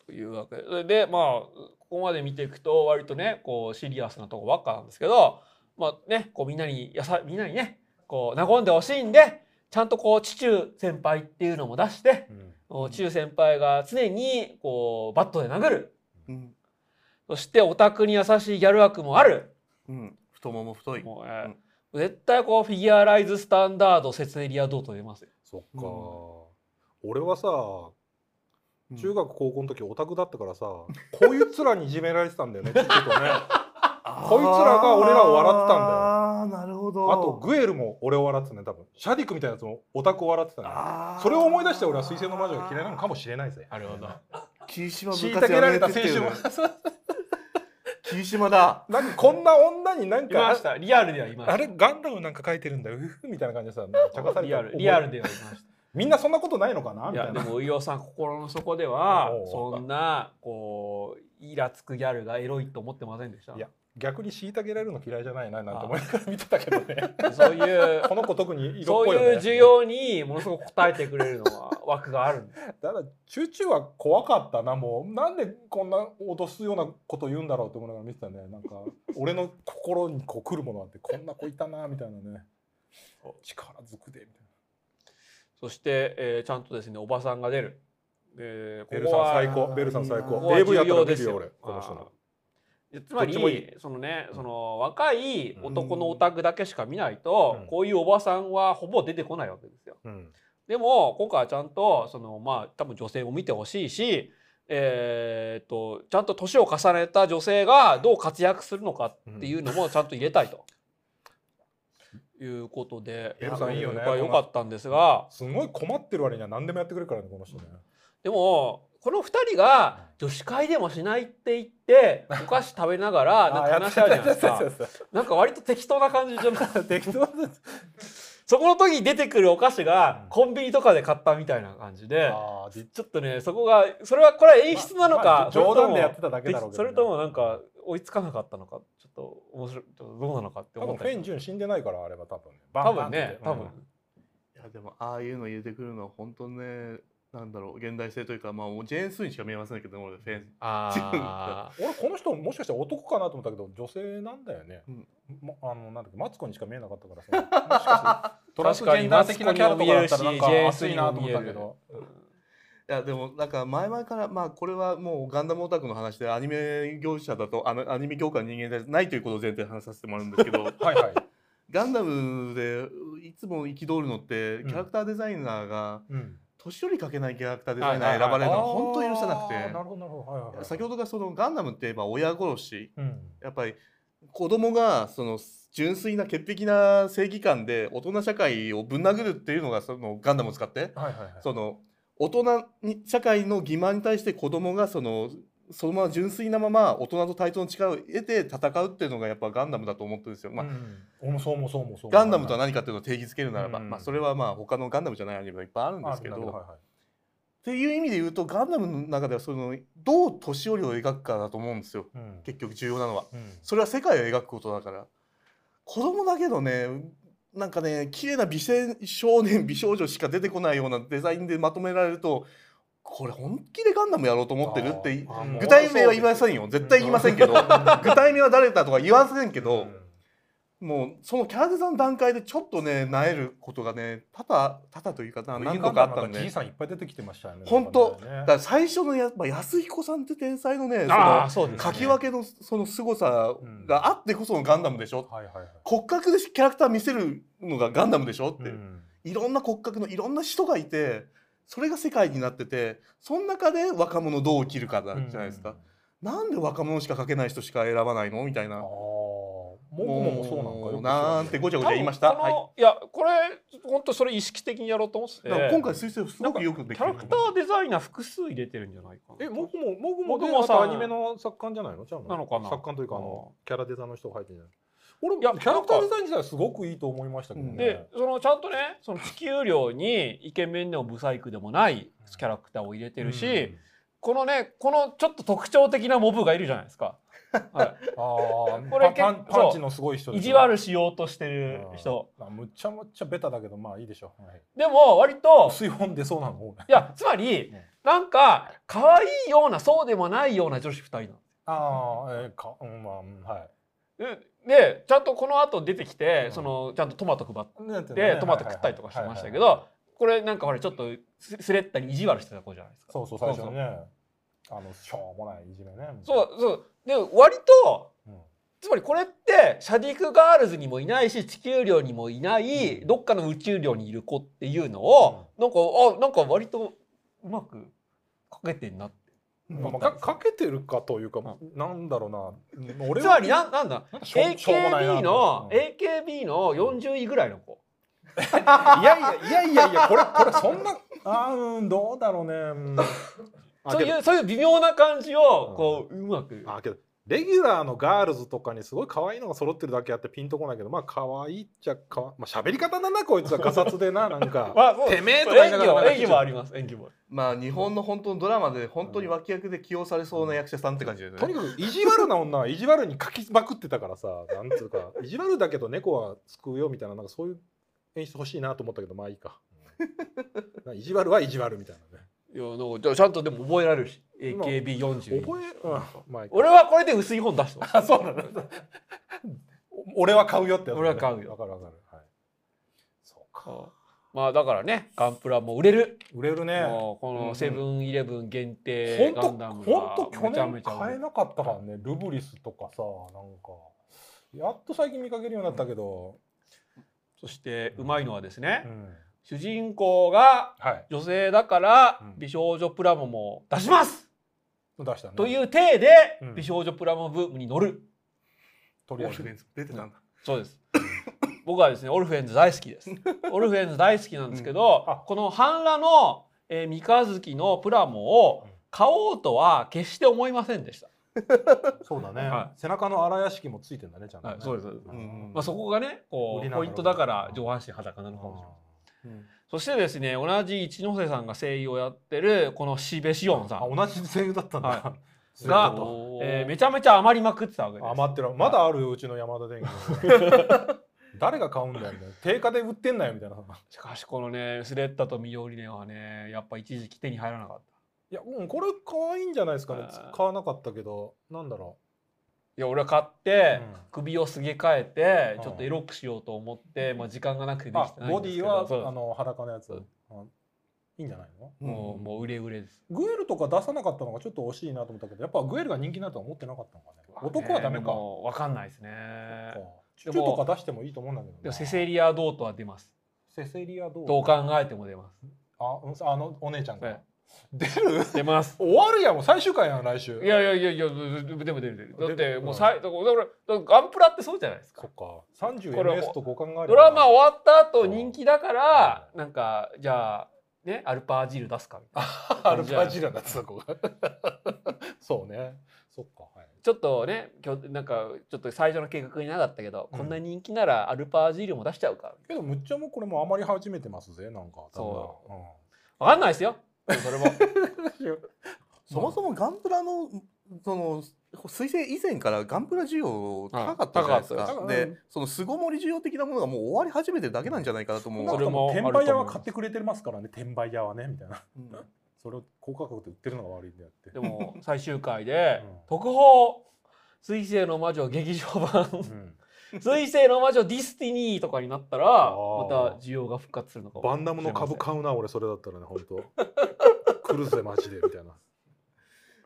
A: たというわけででまあここまで見ていくと割とねこうシリアスなとこばっかなんですけどまあねこうみんなにやさみんなにねこう和んでほしいんでちゃんとこう、チチュ先輩っていうのも出して、
B: うん
A: おチュ先輩が常にこう、バットで殴る。
C: うん
A: そしてオタクに優しいギャル枠もある。
C: うん太もも太い
A: もうえー
C: うん
A: 絶対こうフィギュアライズスタンダード説明リアどうと言えますよ。
B: そっか、俺はさ中学高校の時オタクだったからさ、こいつらにいじめられてたんだよねちょっとねあこいつらが俺らを笑ってたんだよ
C: ああなるほど
B: とグエルも俺を笑ってたね多分シャディックみたいなやつもオタクを笑ってたね
C: あー
B: それを思い出して俺は水星の魔女が嫌いなのかもしれないぜ
A: なるほど。
C: 霧島部
B: 虐
C: 活
B: げ
C: や
B: ら
C: め
B: れた
C: てっ
B: 青
C: てい
B: 春
C: う
B: は
C: (laughs) 霧島だ
B: 何こんな女にな
A: い
B: ん
A: まし
B: か
A: た。リアルではいました。
B: あれガンダムなんか書いてるんだようふみたいな感じでさ茶化され
A: リ
B: た
A: アルリアルではいまし
B: みんなそんなことないのかな
A: た。い
B: みた
A: や
B: い
A: で
B: な
A: も飯尾さん心の底では
B: おう
A: そんなこうイラつくギャルがエロいと思ってませんでした
B: い。や逆に虐げられるの嫌いじゃないななんて思いながら見てたけどね
A: そういう
B: この子特に色
A: そ
B: っ
A: う
B: ぽいよね
A: いう需要にものすごく応えてくれるのは枠があるんです。
B: ただチューチューは怖かったなもうなんでこんな脅すようなこと言うんだろうと思いながら見てたねなんか俺の心にこう来るものあってこんな子いたなみたいなね力ずくでみたい
A: そして、えーちゃんとですねおばさんが出る。えー
B: なベ
A: こ
B: ル
A: こは
B: さん最
C: あ
B: 高
C: ー
B: ベルさん最
C: いいなこ
A: こ
B: 高
A: こは
B: AV や
A: 重
B: ったら
A: 要
B: 見
A: で
B: る
A: す
B: よ
A: よ。
B: 俺この人
A: あ
B: の
A: ーいやつま
B: どっちもい
A: り
B: い
A: そのね
B: うん
A: その若い
B: うん
A: 男のオタクだけしか見ないと、
B: うん
A: こういうおばさんはほぼ出てこないわけですよ。
B: うん
A: でも今回はちゃんとそのまあ多分女性も見てほしいし、えーっとちゃんと年を重ねた女性がどう活躍するのかっていうのもちゃんと入れたいと。いうことで、
B: エルさんいいよね
A: 僕は良かったんですが、
B: すごい困ってる割には何でもやってくれるからねこの人ね
A: でもこの2人が女子会でもしないって言
B: (laughs)
A: ってお菓子食べながらなんか話し合うじゃないですかなんか割と適当な感じじゃない
B: (laughs) 適当だ
A: そこの時に出てくるお菓子が
B: うん
A: コンビニとかで買ったみたいな感じで
B: あーじ
A: ちょっとねそこがそれはこれは演出なのか、
B: まあ
A: そ
B: 冗
A: れと
B: 談
A: も
B: でやってただけだろうけど
A: そ
B: ね
A: れともなんか追いつかなかったのかちょっと面白いちょっとどうなのかって
B: 多
A: 思
B: 分
A: っ
B: フ
A: た
B: ェ
A: り
B: ン・ジュン死んでないからあれは多分ね
A: 多分ね多分、
C: いやでもああいうの入れてくるのは本当ねなんだろう現代性というかまあもうジェーン・スーにしか見えませんけど俺フェン
A: あ
B: 俺この人もしかしたら男かなと思ったけど女性なんだよね、
C: うん
B: まあのなんだっけマツコにしか見えなかっ
A: (laughs)
B: たからさもしかして (laughs) トランスジ
A: 確か
B: ェ
A: に
B: ンダー的なキャラとかだったらなん
A: マツコにも見え
B: か
A: るし
B: 熱いなと思ったけど
A: ー、うん
C: いやでもなんか前々からまあこれはもうガンダムオタクの話でアニメ業者だとあのアニメ業界の人間じゃないということを前提で話させてもらうんです
B: (laughs)
C: けど
B: はいはい、
C: ガンダムでいつも憤るのって
B: ん
C: キャラクターデザイナーが
B: うん、
C: 年寄りかけないキャラクターデザイナーに選ばれるのは本当に許せなく
B: あーなる
C: て
B: ほどなるほどはいはい、はい、
C: 先ほどがそのガンダムって言えば親殺し
B: うん
C: やっぱり子供がその純粋な潔癖な正義感で大人社会をぶん殴るっていうのがそのガンダムを使って
B: はいはいはい
C: その大人に社会の欺瞞に対して子供がそのそのまま純粋なまま大人と対等の力を得て戦うっていうのがやっぱガンダムだと思ってるんですよ。まあ
B: うん俺もそうもそうもそうも
C: ガンダムとは何かっていうのを定義づけるならば、
B: うん
C: まあ、それはまあ他のガンダムじゃないアニメがいっぱいあるん
B: あ
C: ですけど
B: なるほ
C: っ
B: はいはい
C: ていう意味で言うとガンダムの中ではそのどう年寄りを描くかだと思うんですよ
B: うん
C: 結局重要なのは。
B: うん
C: それは世界を描くことだから子供だけどねなんかね綺麗な美青少年美少女しか出てこないようなデザインでまとめられるとこれ本気でガンダムやろうと思ってるって
B: あー
C: 具体名は言いませんよ絶対言いませんけど
B: (laughs)
C: 具体名は誰だとか言わせんけど、もうそのキャラデザの段階でちょっとねなえることがね多々多々というかな何度かあったん
B: じい
C: で。
B: さんいっぱい出てきてましたよね
C: 本当
B: なん
C: だ
B: か
C: か
B: ね
C: ら最初のやっぱ安彦さんって天才のねそ
A: あ
C: の
A: ーそうです、ね、
C: 書き分けのその凄さがあってこそのガンダムでしょ
B: はいはいはい
C: 骨格でキャラクター見せるのがガンダムでしょって、
B: うん
C: いろんな骨格のいろんな人がいてそれが世界になっててその中で若者どう生きるかなんじゃないですか、なんで若者しか描けない人しか選ばないのみたいな
B: ああ
C: も
B: も
C: う
B: ごももそうなんかよく知らい
C: なんてごちゃごちゃ言いまし
A: 多
C: た、
A: 分
C: はい
A: このいやこれ本当それ意識的にやろうと思ってて
C: だから今回水星すごくよく
A: キ
C: できて
A: ャ
C: る
A: ラクターデザイナー複数入れてるんじゃないかな
B: え、もぐも、もぐも
A: もぐ
B: で
A: もさん
B: あとアニメの作家じゃないのじゃあ
A: なのかな
B: 作家というか、あの、キャラデザの人が入ってんじゃない俺
A: いや
B: キャラクターデザイン自体はすごくいいと思いましたけどね。
A: でそのちゃんとねその地球量にイケメンでもブサイクでもないキャラクターを入れてるし、このねこのちょっと特徴的なモブがいるじゃないです
B: (laughs)
A: か、は
B: うん、ああ、
A: こ
B: こ
A: れ
B: れ
A: 結構
B: パンパンチのすごい人
A: い、意
B: でしょ
A: 地悪しようとしてる人。
B: あーむちゃむちゃベタだけど、まあいいでしょう。はい、
A: でも割と
B: 薄い本出そうなの。
A: いやつまり
B: ね
A: なんか可愛いようなそうでもないような女子2人なの
B: ああ、えー、か、うん、まあ、うんはい。
A: えでちゃんとこの後出てきて、
B: うん
A: そのちゃんとトマト配っ
B: なんていうのね
A: てトマト食ったりとかしてましたけ。
B: はいはいはいはいはいはい
A: どこれなんかほらちょっとススレッタに意地悪してた子じゃないですか。
B: そうそう最初にねあのしょうもないいじめね。
A: そうそうで割と
B: うん。
A: つまりこれってシャディクガールズにもいないし地球寮にもいない、
B: うん
A: どっかの宇宙寮にいる子っていうのを、なんかあなんか割とうまくかけてんなって
B: まあまあかかけてるかというか、なんだろうな。俺
A: つま
B: は
A: りなんなんだ
B: なんかしょうしょうもないな
A: AKB の、
B: うん
A: AKB の40位ぐ (laughs) らいの子、
B: いやいやいやいやいやこれこれそんなあーうんどうだろうね。うんあ
A: そう
B: けど
A: いうそういう微妙な感じをこう、うまく
B: あけどレギュラーのガールズとかにすごい可愛いのが揃ってるだけあってピンとこないけどまあ可愛いっちゃかわまあ喋り方だなこいつはガサツでななんか。
A: まあそう
B: てめえとか言い
A: 演
B: な
A: 技も
B: がらなんか
A: 演技もあります演技も
C: まあ日本の本当のドラマで本当に脇役で起用されそうな役者さんって感じだよ
B: とに
C: ね。
B: かく意地悪な女
A: (laughs)
B: は意地悪に書きまくってたからさなんつうか意地悪だけど猫は救うよみたいななんかそういう演出欲しいなと思ったけどまあいい
A: (laughs)
B: か、うん意地悪は意地悪みたいなね
A: いやなんかじゃあちゃんとでも覚えられるし AKB40
B: 覚え、うん、まあいいか
A: 俺はこれで薄い本出してます
B: あそうなんだお俺は買うよってやつだね
A: 俺は買うよ
B: わかるわかるはいそうか
A: まあだからねガンプラも売れる、
B: 売れるね
A: もうこ
C: うんう
A: の
C: ん
A: セブンイレブン限定
B: 本
A: ガ
B: 当
A: ンダムが
B: 本当去
A: めちゃめ
B: 年
A: ちゃ売
B: 買
A: れ
B: え
A: る
B: なかったからねルブリスとかさなんかやっと最近見かけるようになったけど、
A: そしてうまいのはですね、
B: うん
A: 主人公が
B: はい
A: 女性だから
B: うん
A: 美少女プラモも出します、
B: 出したね
A: というう体で
B: うん
A: 美少女プラモブームに乗る
B: とり
C: オ
B: あ
C: ル
B: え
C: フ
B: ず
C: ェンズ出てたんだ。
A: そうです僕はですねオルフェンズ大好きです
B: (laughs)
A: オルフェンズ大好きなんですけど、
B: うんあ
A: この半裸の、えー三日月のプラモを買おうとは決して思いませんでした、
B: そうだね、
A: は
B: 背中の荒屋敷もついてんだねちゃんとね、
A: はいそうですそうです
B: ん
A: まあ、そこがねこ
B: 売
A: う
B: りなんだろう
A: ポイントだから上半身裸なのかもしれないそしてですね同じ一ノ瀬さんが声優をやってるこのしべしおんさん
B: あ同じ声優だったんだ、
A: は
B: ずっ
A: が
B: と、
A: えーめちゃめちゃ余りまくってたわけです
B: 余ってるまだあるようちの山田電機 (laughs) 誰が買うんだよみたいな定価で売ってんなよみたいな
A: しかしこのねスレッタとミオリネはねやっぱ一時期手に入らなかった
B: いや、うん、これ可愛いんじゃないですかね
A: あー
B: 使わなかったけどなんだろ
A: いや俺は買っ
B: う、
A: て、
B: うん
A: 首をすげ替え
B: うん
A: てちょっとエロくしようと思って、まあ、時間がなくてでき
B: あ
A: てない
B: ボ
A: ん
B: デ
A: です
B: ィ
A: けど
B: は
A: そう
B: あの裸のやつ
A: そ
B: あ
A: う
B: いいんじゃないの
A: もうもう売れ売れです
B: グエルとか出さなかったのがちょっと惜しいなと思ったけどやっぱグエルが人気になるとは思ってなかったのかね男はダメ
A: ね
B: か
A: もう分かんないですね
B: そっかチュチュとか出してもいいと思うんだけどな
A: でもセセリア・ドートは出ます
B: セセリアどう
A: どう考えても出ま
B: あうんあのお姉ちゃん
A: は
B: が
A: い
B: 出る
A: す出ます
B: 終わるやんもう最終回やん来週
A: いやいやいやいやでもでも出る出るだってもう
B: 出
A: さいだからだからだからガンプラってそうじゃないですか
B: そっか 30ms
A: これ
B: と互換がある
A: ドラマ
B: を
A: 終わった後人気だからなんかじゃあねアルパージル出すかみたいな
B: アルパジラだってそこが (laughs) そうねそっかはい
A: ちょっとねきょなんかちょっと最初の計画になかったけど、
B: うん
A: こんな人気ならアルパージルも出しちゃうか
B: けどむっちゃんもこれもあまり始めてますぜなんか、
A: そう
B: うん
A: わかんないですよでもそれ
B: (laughs)
A: も
C: そもそもガンプラのその彗星以前からガンプラ需要高かったじゃないです
A: はい
B: 高か
C: か。
B: ったです
C: で、その巣ごもり需要的なものがもう終わり始めてるだけなんじゃないかなと思う。
A: それ
B: なんか
A: も
B: も
A: あ
B: う
A: ると思
B: 転
A: います
B: 売屋は買ってくれてますからね転売屋はねみたいな
C: うん
B: それを高価格で売ってるのが悪いんだよって
A: でも最終回で、
B: うん
A: 特報「水星の魔女劇場版
B: う
A: 「
B: ん」
A: 水星の魔女ディスティニー」とかになったら
B: あ
A: ま
B: ー
A: た需要が復活するのかも
B: バンダムの株買うな俺それだったらね本 (laughs) 当来るぜマジでみたいな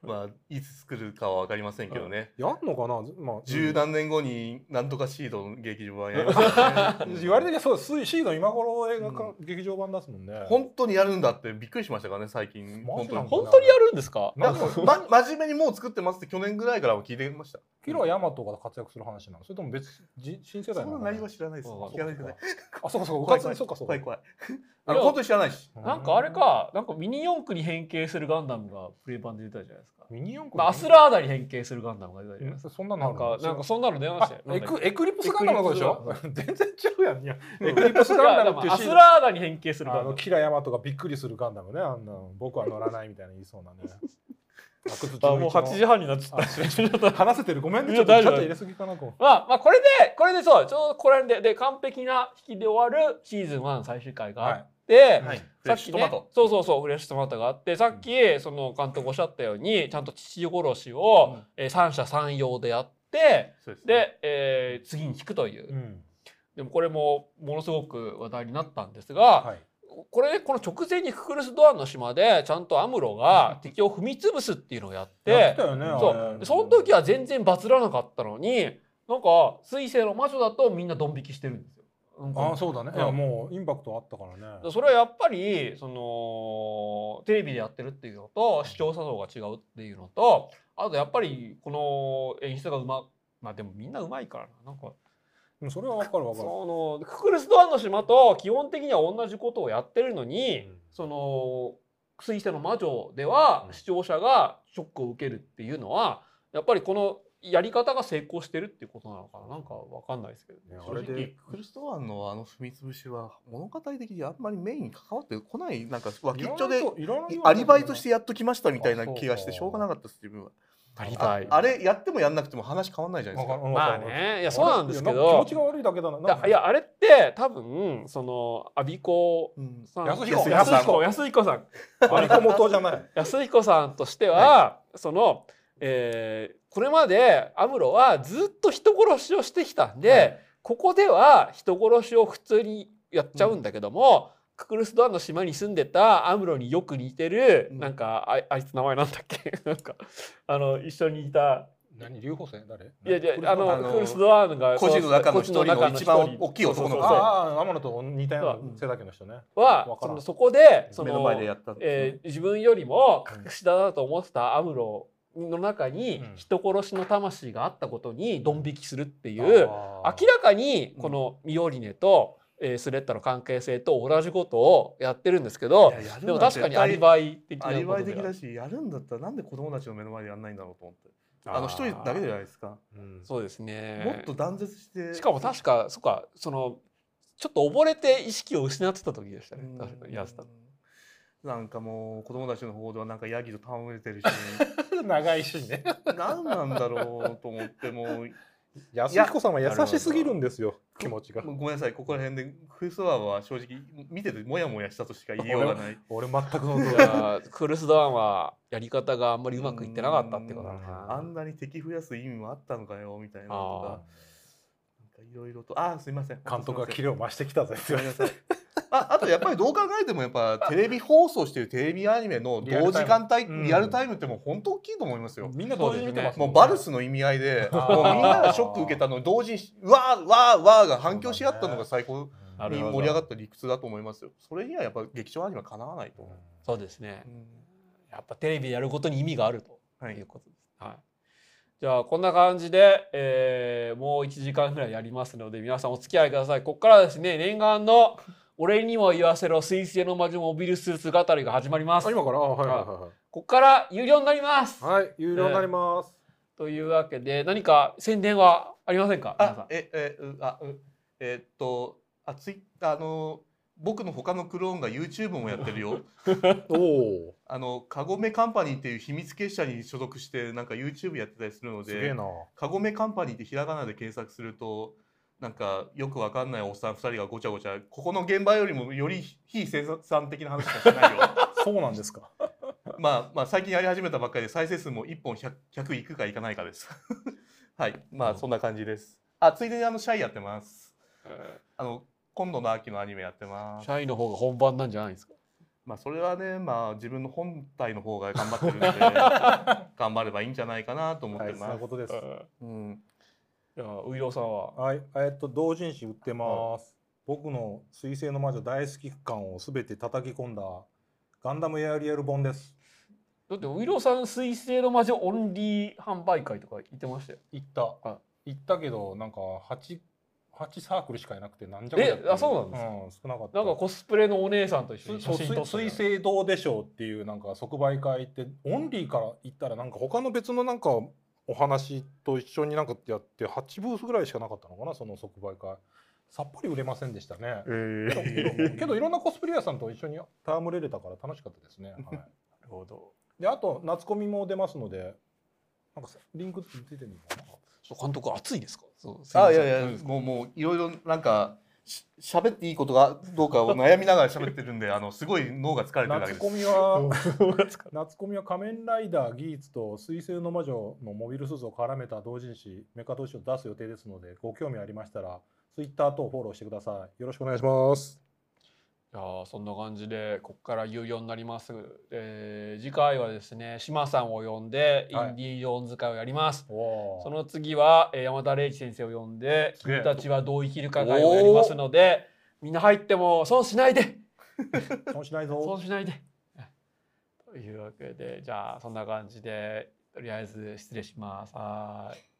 C: まあいつ作るかはわかりませんけどね。
B: やんのかなまあ
C: 十、
B: 代
C: 何年後になんとかシードの劇場版やりますよ
B: (laughs)
C: ね。
B: 言われてりゃそうですシード今頃映画化、劇場版出すもんね
C: 本当にやるんだってびっくりしましたからね最近。
B: マ
C: 本
B: ジなん
C: 当に
B: だ。
A: 本当にやるんですか
B: な
C: な
B: んん
C: か
B: か
C: ま、真面目にもう作ってますって去年ぐらいからは聞いてました。
B: キロヤマトが活躍する話なのそれとも別じ新世代
C: そんな内容は知らないです。
A: うん
C: 聞かないでください。
B: あそうかそうか
C: 怖
B: うか
C: い
B: つ
C: 怖い
B: にそうかそう
C: 怖
B: か
C: い怖い。あ
A: い
C: の
A: や
C: 本当に知らないし。
B: う
A: なんかあれかなんかミニ四駆に変形するガンダムがプレイ版で出たじゃないですか、
B: ミニ四駆
A: まあ、アスラーダに変形するガンダムが出たじゃないですか
B: んそんなの
A: な
B: あ
A: ん
B: る
A: か
B: の
A: なんかそんなの出ましたよ
B: あエクエクリプスガンダムのことでしょ全然違うやんいや
C: うん
B: エクリプスガンダムっていう
A: ア
B: シ
A: ス
B: ーン
A: ラーダに変形するガ
B: あ
A: ンダ
B: の
A: ム
B: キラヤマトがびっくりするガンダムねあんなの僕は乗らないみたいな言いそうなね
A: (laughs)
B: あ靴11
A: あ
B: の
A: もう8時半になっちゃった
B: あ
A: ちょっと
B: 話せてるごめんね
A: い
B: ちょ
A: や
B: っと
A: 大丈夫
B: ちょっと入れすぎかなこ
A: まあまあこれでこれでそうちょうどこれでで完璧な引きで終わるシーズン1最終回
B: う
A: があって、
C: はい。フ
A: さ
C: レッ
A: っ
C: シ
A: き
C: ュト
A: ね
C: マト。
A: そうそうそうフレッシュトマトがあってさっきその監督おっしゃったようにちゃんと父殺しを、
C: うん
A: えー三者三様でやって。って
C: そうですね
A: で、えー次に引くという、
B: うん
A: でもこれもものすごく話題になったんですが、
B: はい
A: これこの直前にククルス・ドアンの島でちゃんとアムロが敵を踏み潰すっていうのをやって。
B: やってたよね
A: そ
B: あ
A: う
B: れ
A: でその時は全然バズらなかったのになんか水星の魔女だとみんなドン引きしてるんですよ。うん
B: あそうだね、
A: うん
B: いやもうインパクトあったからね
A: それはやっぱりそのテレビでやってるっていうのと視聴者層が違うっていうのとあとやっぱりこの演出がうままあでもみんなうまいからななんか
B: でもそれはわかるわかる
A: そのククルス・ドアンの島と基本的には同じことをやってるのに、
B: うん
A: その水星の魔女では
B: うん
A: 視聴者がショックを受けるっていうのはやっぱりこのやり方が成功してるっていうことなのかななんかわかんないですけどね
B: ね
C: 正
B: あれで
C: 直クルストワンのあの踏み潰しは物語的にあんまりメインに関わってこないなんか脇っちょで
B: いらないよ
C: アリバイとしてやっときましたみたいな気がしてしょうがなかったです自分は
A: アリ
C: あ
A: バイ
C: あれやってもやんなくても話変わんないじゃない
B: わか
C: です
B: る
C: か
B: わかる
A: まあねいやそうなんですけど
B: いや気持ちが悪いだけだななん
A: だ
B: か
A: いやあれって多分その阿ビ子
C: うん
A: さん
B: 安
C: 彦
A: 安彦安彦さん
B: アリコ元じゃない
A: 安彦さんとしては、その、えーこれまでアムロはずっと人殺しをしてきたんで、
B: はい
A: ここでは人殺しを普通にやっちゃうんだけども、ククルス・ドアンの島に住んでたアムロによく似てる、
C: うん
A: なんかああいつ名前なんだっけ (laughs) なんかあの一緒にいた
B: (laughs) 何留保生誰
A: いやいやあの
C: あの
A: ククルス・ドアンが
C: 個人の中の
A: 個人中
C: 一人の一番大きい男の
A: そうそう
C: 子
A: そう
B: ああ天野と似たような背丈の人ね
A: は
B: わか
A: そ
B: らん
A: のそこでそ
C: 目の前でやったんですね
A: えー自分よりも隠しだなと思ってたアムロの中に
B: うん
A: 人殺しの魂があったことにドン引きするっていう
B: あー
A: 明らかにこのミオリネとえースレッタの関係性と同じことをやってるんですけど
C: いややる
A: でも
C: なら
A: 確かにアリ
C: 絶
A: バイ的な
C: 対アリ
A: こ
C: バ
A: と
C: イ的
A: では
C: だしやるんだったらなんで子供たちの目の前でやんないんだろうと思ってあ
B: ー
C: の一人だけじゃないですか
B: うん
A: そうですね
C: もっと断絶して
A: しかも確かそっかそのちょっと溺れて意識を失ってた時でしたね確かにやってたの
C: うんなんかもう子供たちの方ではなんかヤギと戯れてるし
B: 長いしね
C: 何なんだろうと思ってもう
B: 安彦さんは優しすぎるんですよ気持ちが
C: も (laughs) うごめんなさいここら辺でクリストワーは正直見ててモヤモヤしたとしか言いようがない
B: 俺全くその通
A: い
B: り
A: やークルス・ドアンはやり方があんまりうまくいってなかったってことだ
B: うん
A: な
C: あんなに敵増やす意味もあったのかよみたいなのと
A: あ
C: かなんかいろいろとあーすいません
B: 監督が
C: 切
B: キレを増してきたぜ
C: ごめんなさいああとやっぱりどう考えてもやっぱテレビ放送してるテレビアニメの同時間帯リア
B: うん
C: ルタイムってもう本当大きいと思いますよ。
B: みんな同時に見てます
C: もうバル
B: ス
C: スの意味合いで
B: あー
C: もうみんながショック受けたのに同時に「うわーわーわー」が反響し合ったのが最高
A: なる
C: に
A: ほど
C: 盛り上がった理屈だと思いますよ。それにはやっぱ劇場アニメはかなわないと思う。
A: そうですね
C: う。ん
A: やっぱテレビでやることに意味があると
C: はいいう
A: ことです。はい。じゃあこんな感じで、えーもう1時間ぐらいやりますので皆さんお付き合いください。ここからはですね念願の「俺にも言わせろ水星の魔女モビルスーツ語り」が始まります。こ
B: あ今からあはいはいはいはい
A: こから有料になります。
B: はい、有料になります。
A: というわけで何か宣伝はありませんか皆さ
C: あ
A: ん。
C: ええうあうえーっとあツイッターあの僕の他のクローンが YouTube もやってるよ。
B: おお、
C: あのカゴメカンパニーっていう秘密結社に所属してなんか YouTube やってたりするの
B: すげえ
C: で
B: な。
C: カゴメカンパニーってひらがなで検索するとなんかよくわかんないおっさん2人がごちゃごちゃここの現場よりもより非生産的な話しかしないよ
B: そうなんですか。
C: まあまあ最近やり始めたばっかりで再生数も1本 100, 100いくかいかないかです (laughs) はいまあそんな感じですあついでにあのシャイやってますあの今度の秋のアニメやってます
A: 社員の方が本番なんじゃないですか。
C: まあそれはねまあ自分の本体の方が頑張って
B: (laughs)
C: るんで頑張ればいいんじゃないかなと思っ
B: は
C: て
B: い、そうい
C: ま
B: う
C: す
B: こ。とです。
C: うん
A: じゃあウイローさんは
B: はい、えっと同人誌売ってます。僕の水星の魔女大好き区間をすべて叩き込んだガンダムエアリアル本です。
A: だってウイローさん水星の魔女オンリー販売会とか言ってましたよ。
B: 行った
A: は
B: 行ったけどなんか八八サークルしかいなくてなんじゃ
A: えあそうなんです
B: か。うん、少なかった。
A: なんかコスプレのお姉さんと一緒に写
B: そう
A: 真撮ったじゃん
B: 水星どうでしょうっていうなんか即売会行ってオンリーから行ったらなんか他の別のなんかお話と一緒になんかやって8ブースぐらいしかなかったのかなその即売会さっぱり売れませんでしたねけどけどけどいろんなコスプレ屋さんと一緒に戯れれたから楽しかったですね、はい、
A: なるほど。
B: であと夏コミも出ますのでなんかリンク出てるのかな
A: そう監督暑いですか。そう
C: あいやいや
A: や。
C: もうもういろいろなんかし喋っていいことがどうかを悩みながら喋ってるんであのすごい脳が疲れてるわ
B: 夏
C: けで
B: コ
C: す。
B: ミは
A: う
B: 夏コミは仮面ライダーギーツと水星の魔女のモビルスーツを絡めた同人誌メカ同士を出す予定ですのでご興味ありましたらツイッター等フォローしてくださいよろしくお願いします
A: いやーそんな感じでここから有料になります、えー次回はですね島さんを呼んでイ
B: はい
A: ンディ・ージョーンズ会をやります、
B: お
A: その次は、えー山田礼二先生を呼んで「
C: すげえ
A: 君たちはどう生きるか」会をやりますのでみんな入っても損しないで
B: 損しない
A: 損
B: ぞ
A: しないで。 (laughs) というわけでじゃあそんな感じでとりあえず失礼します。はーい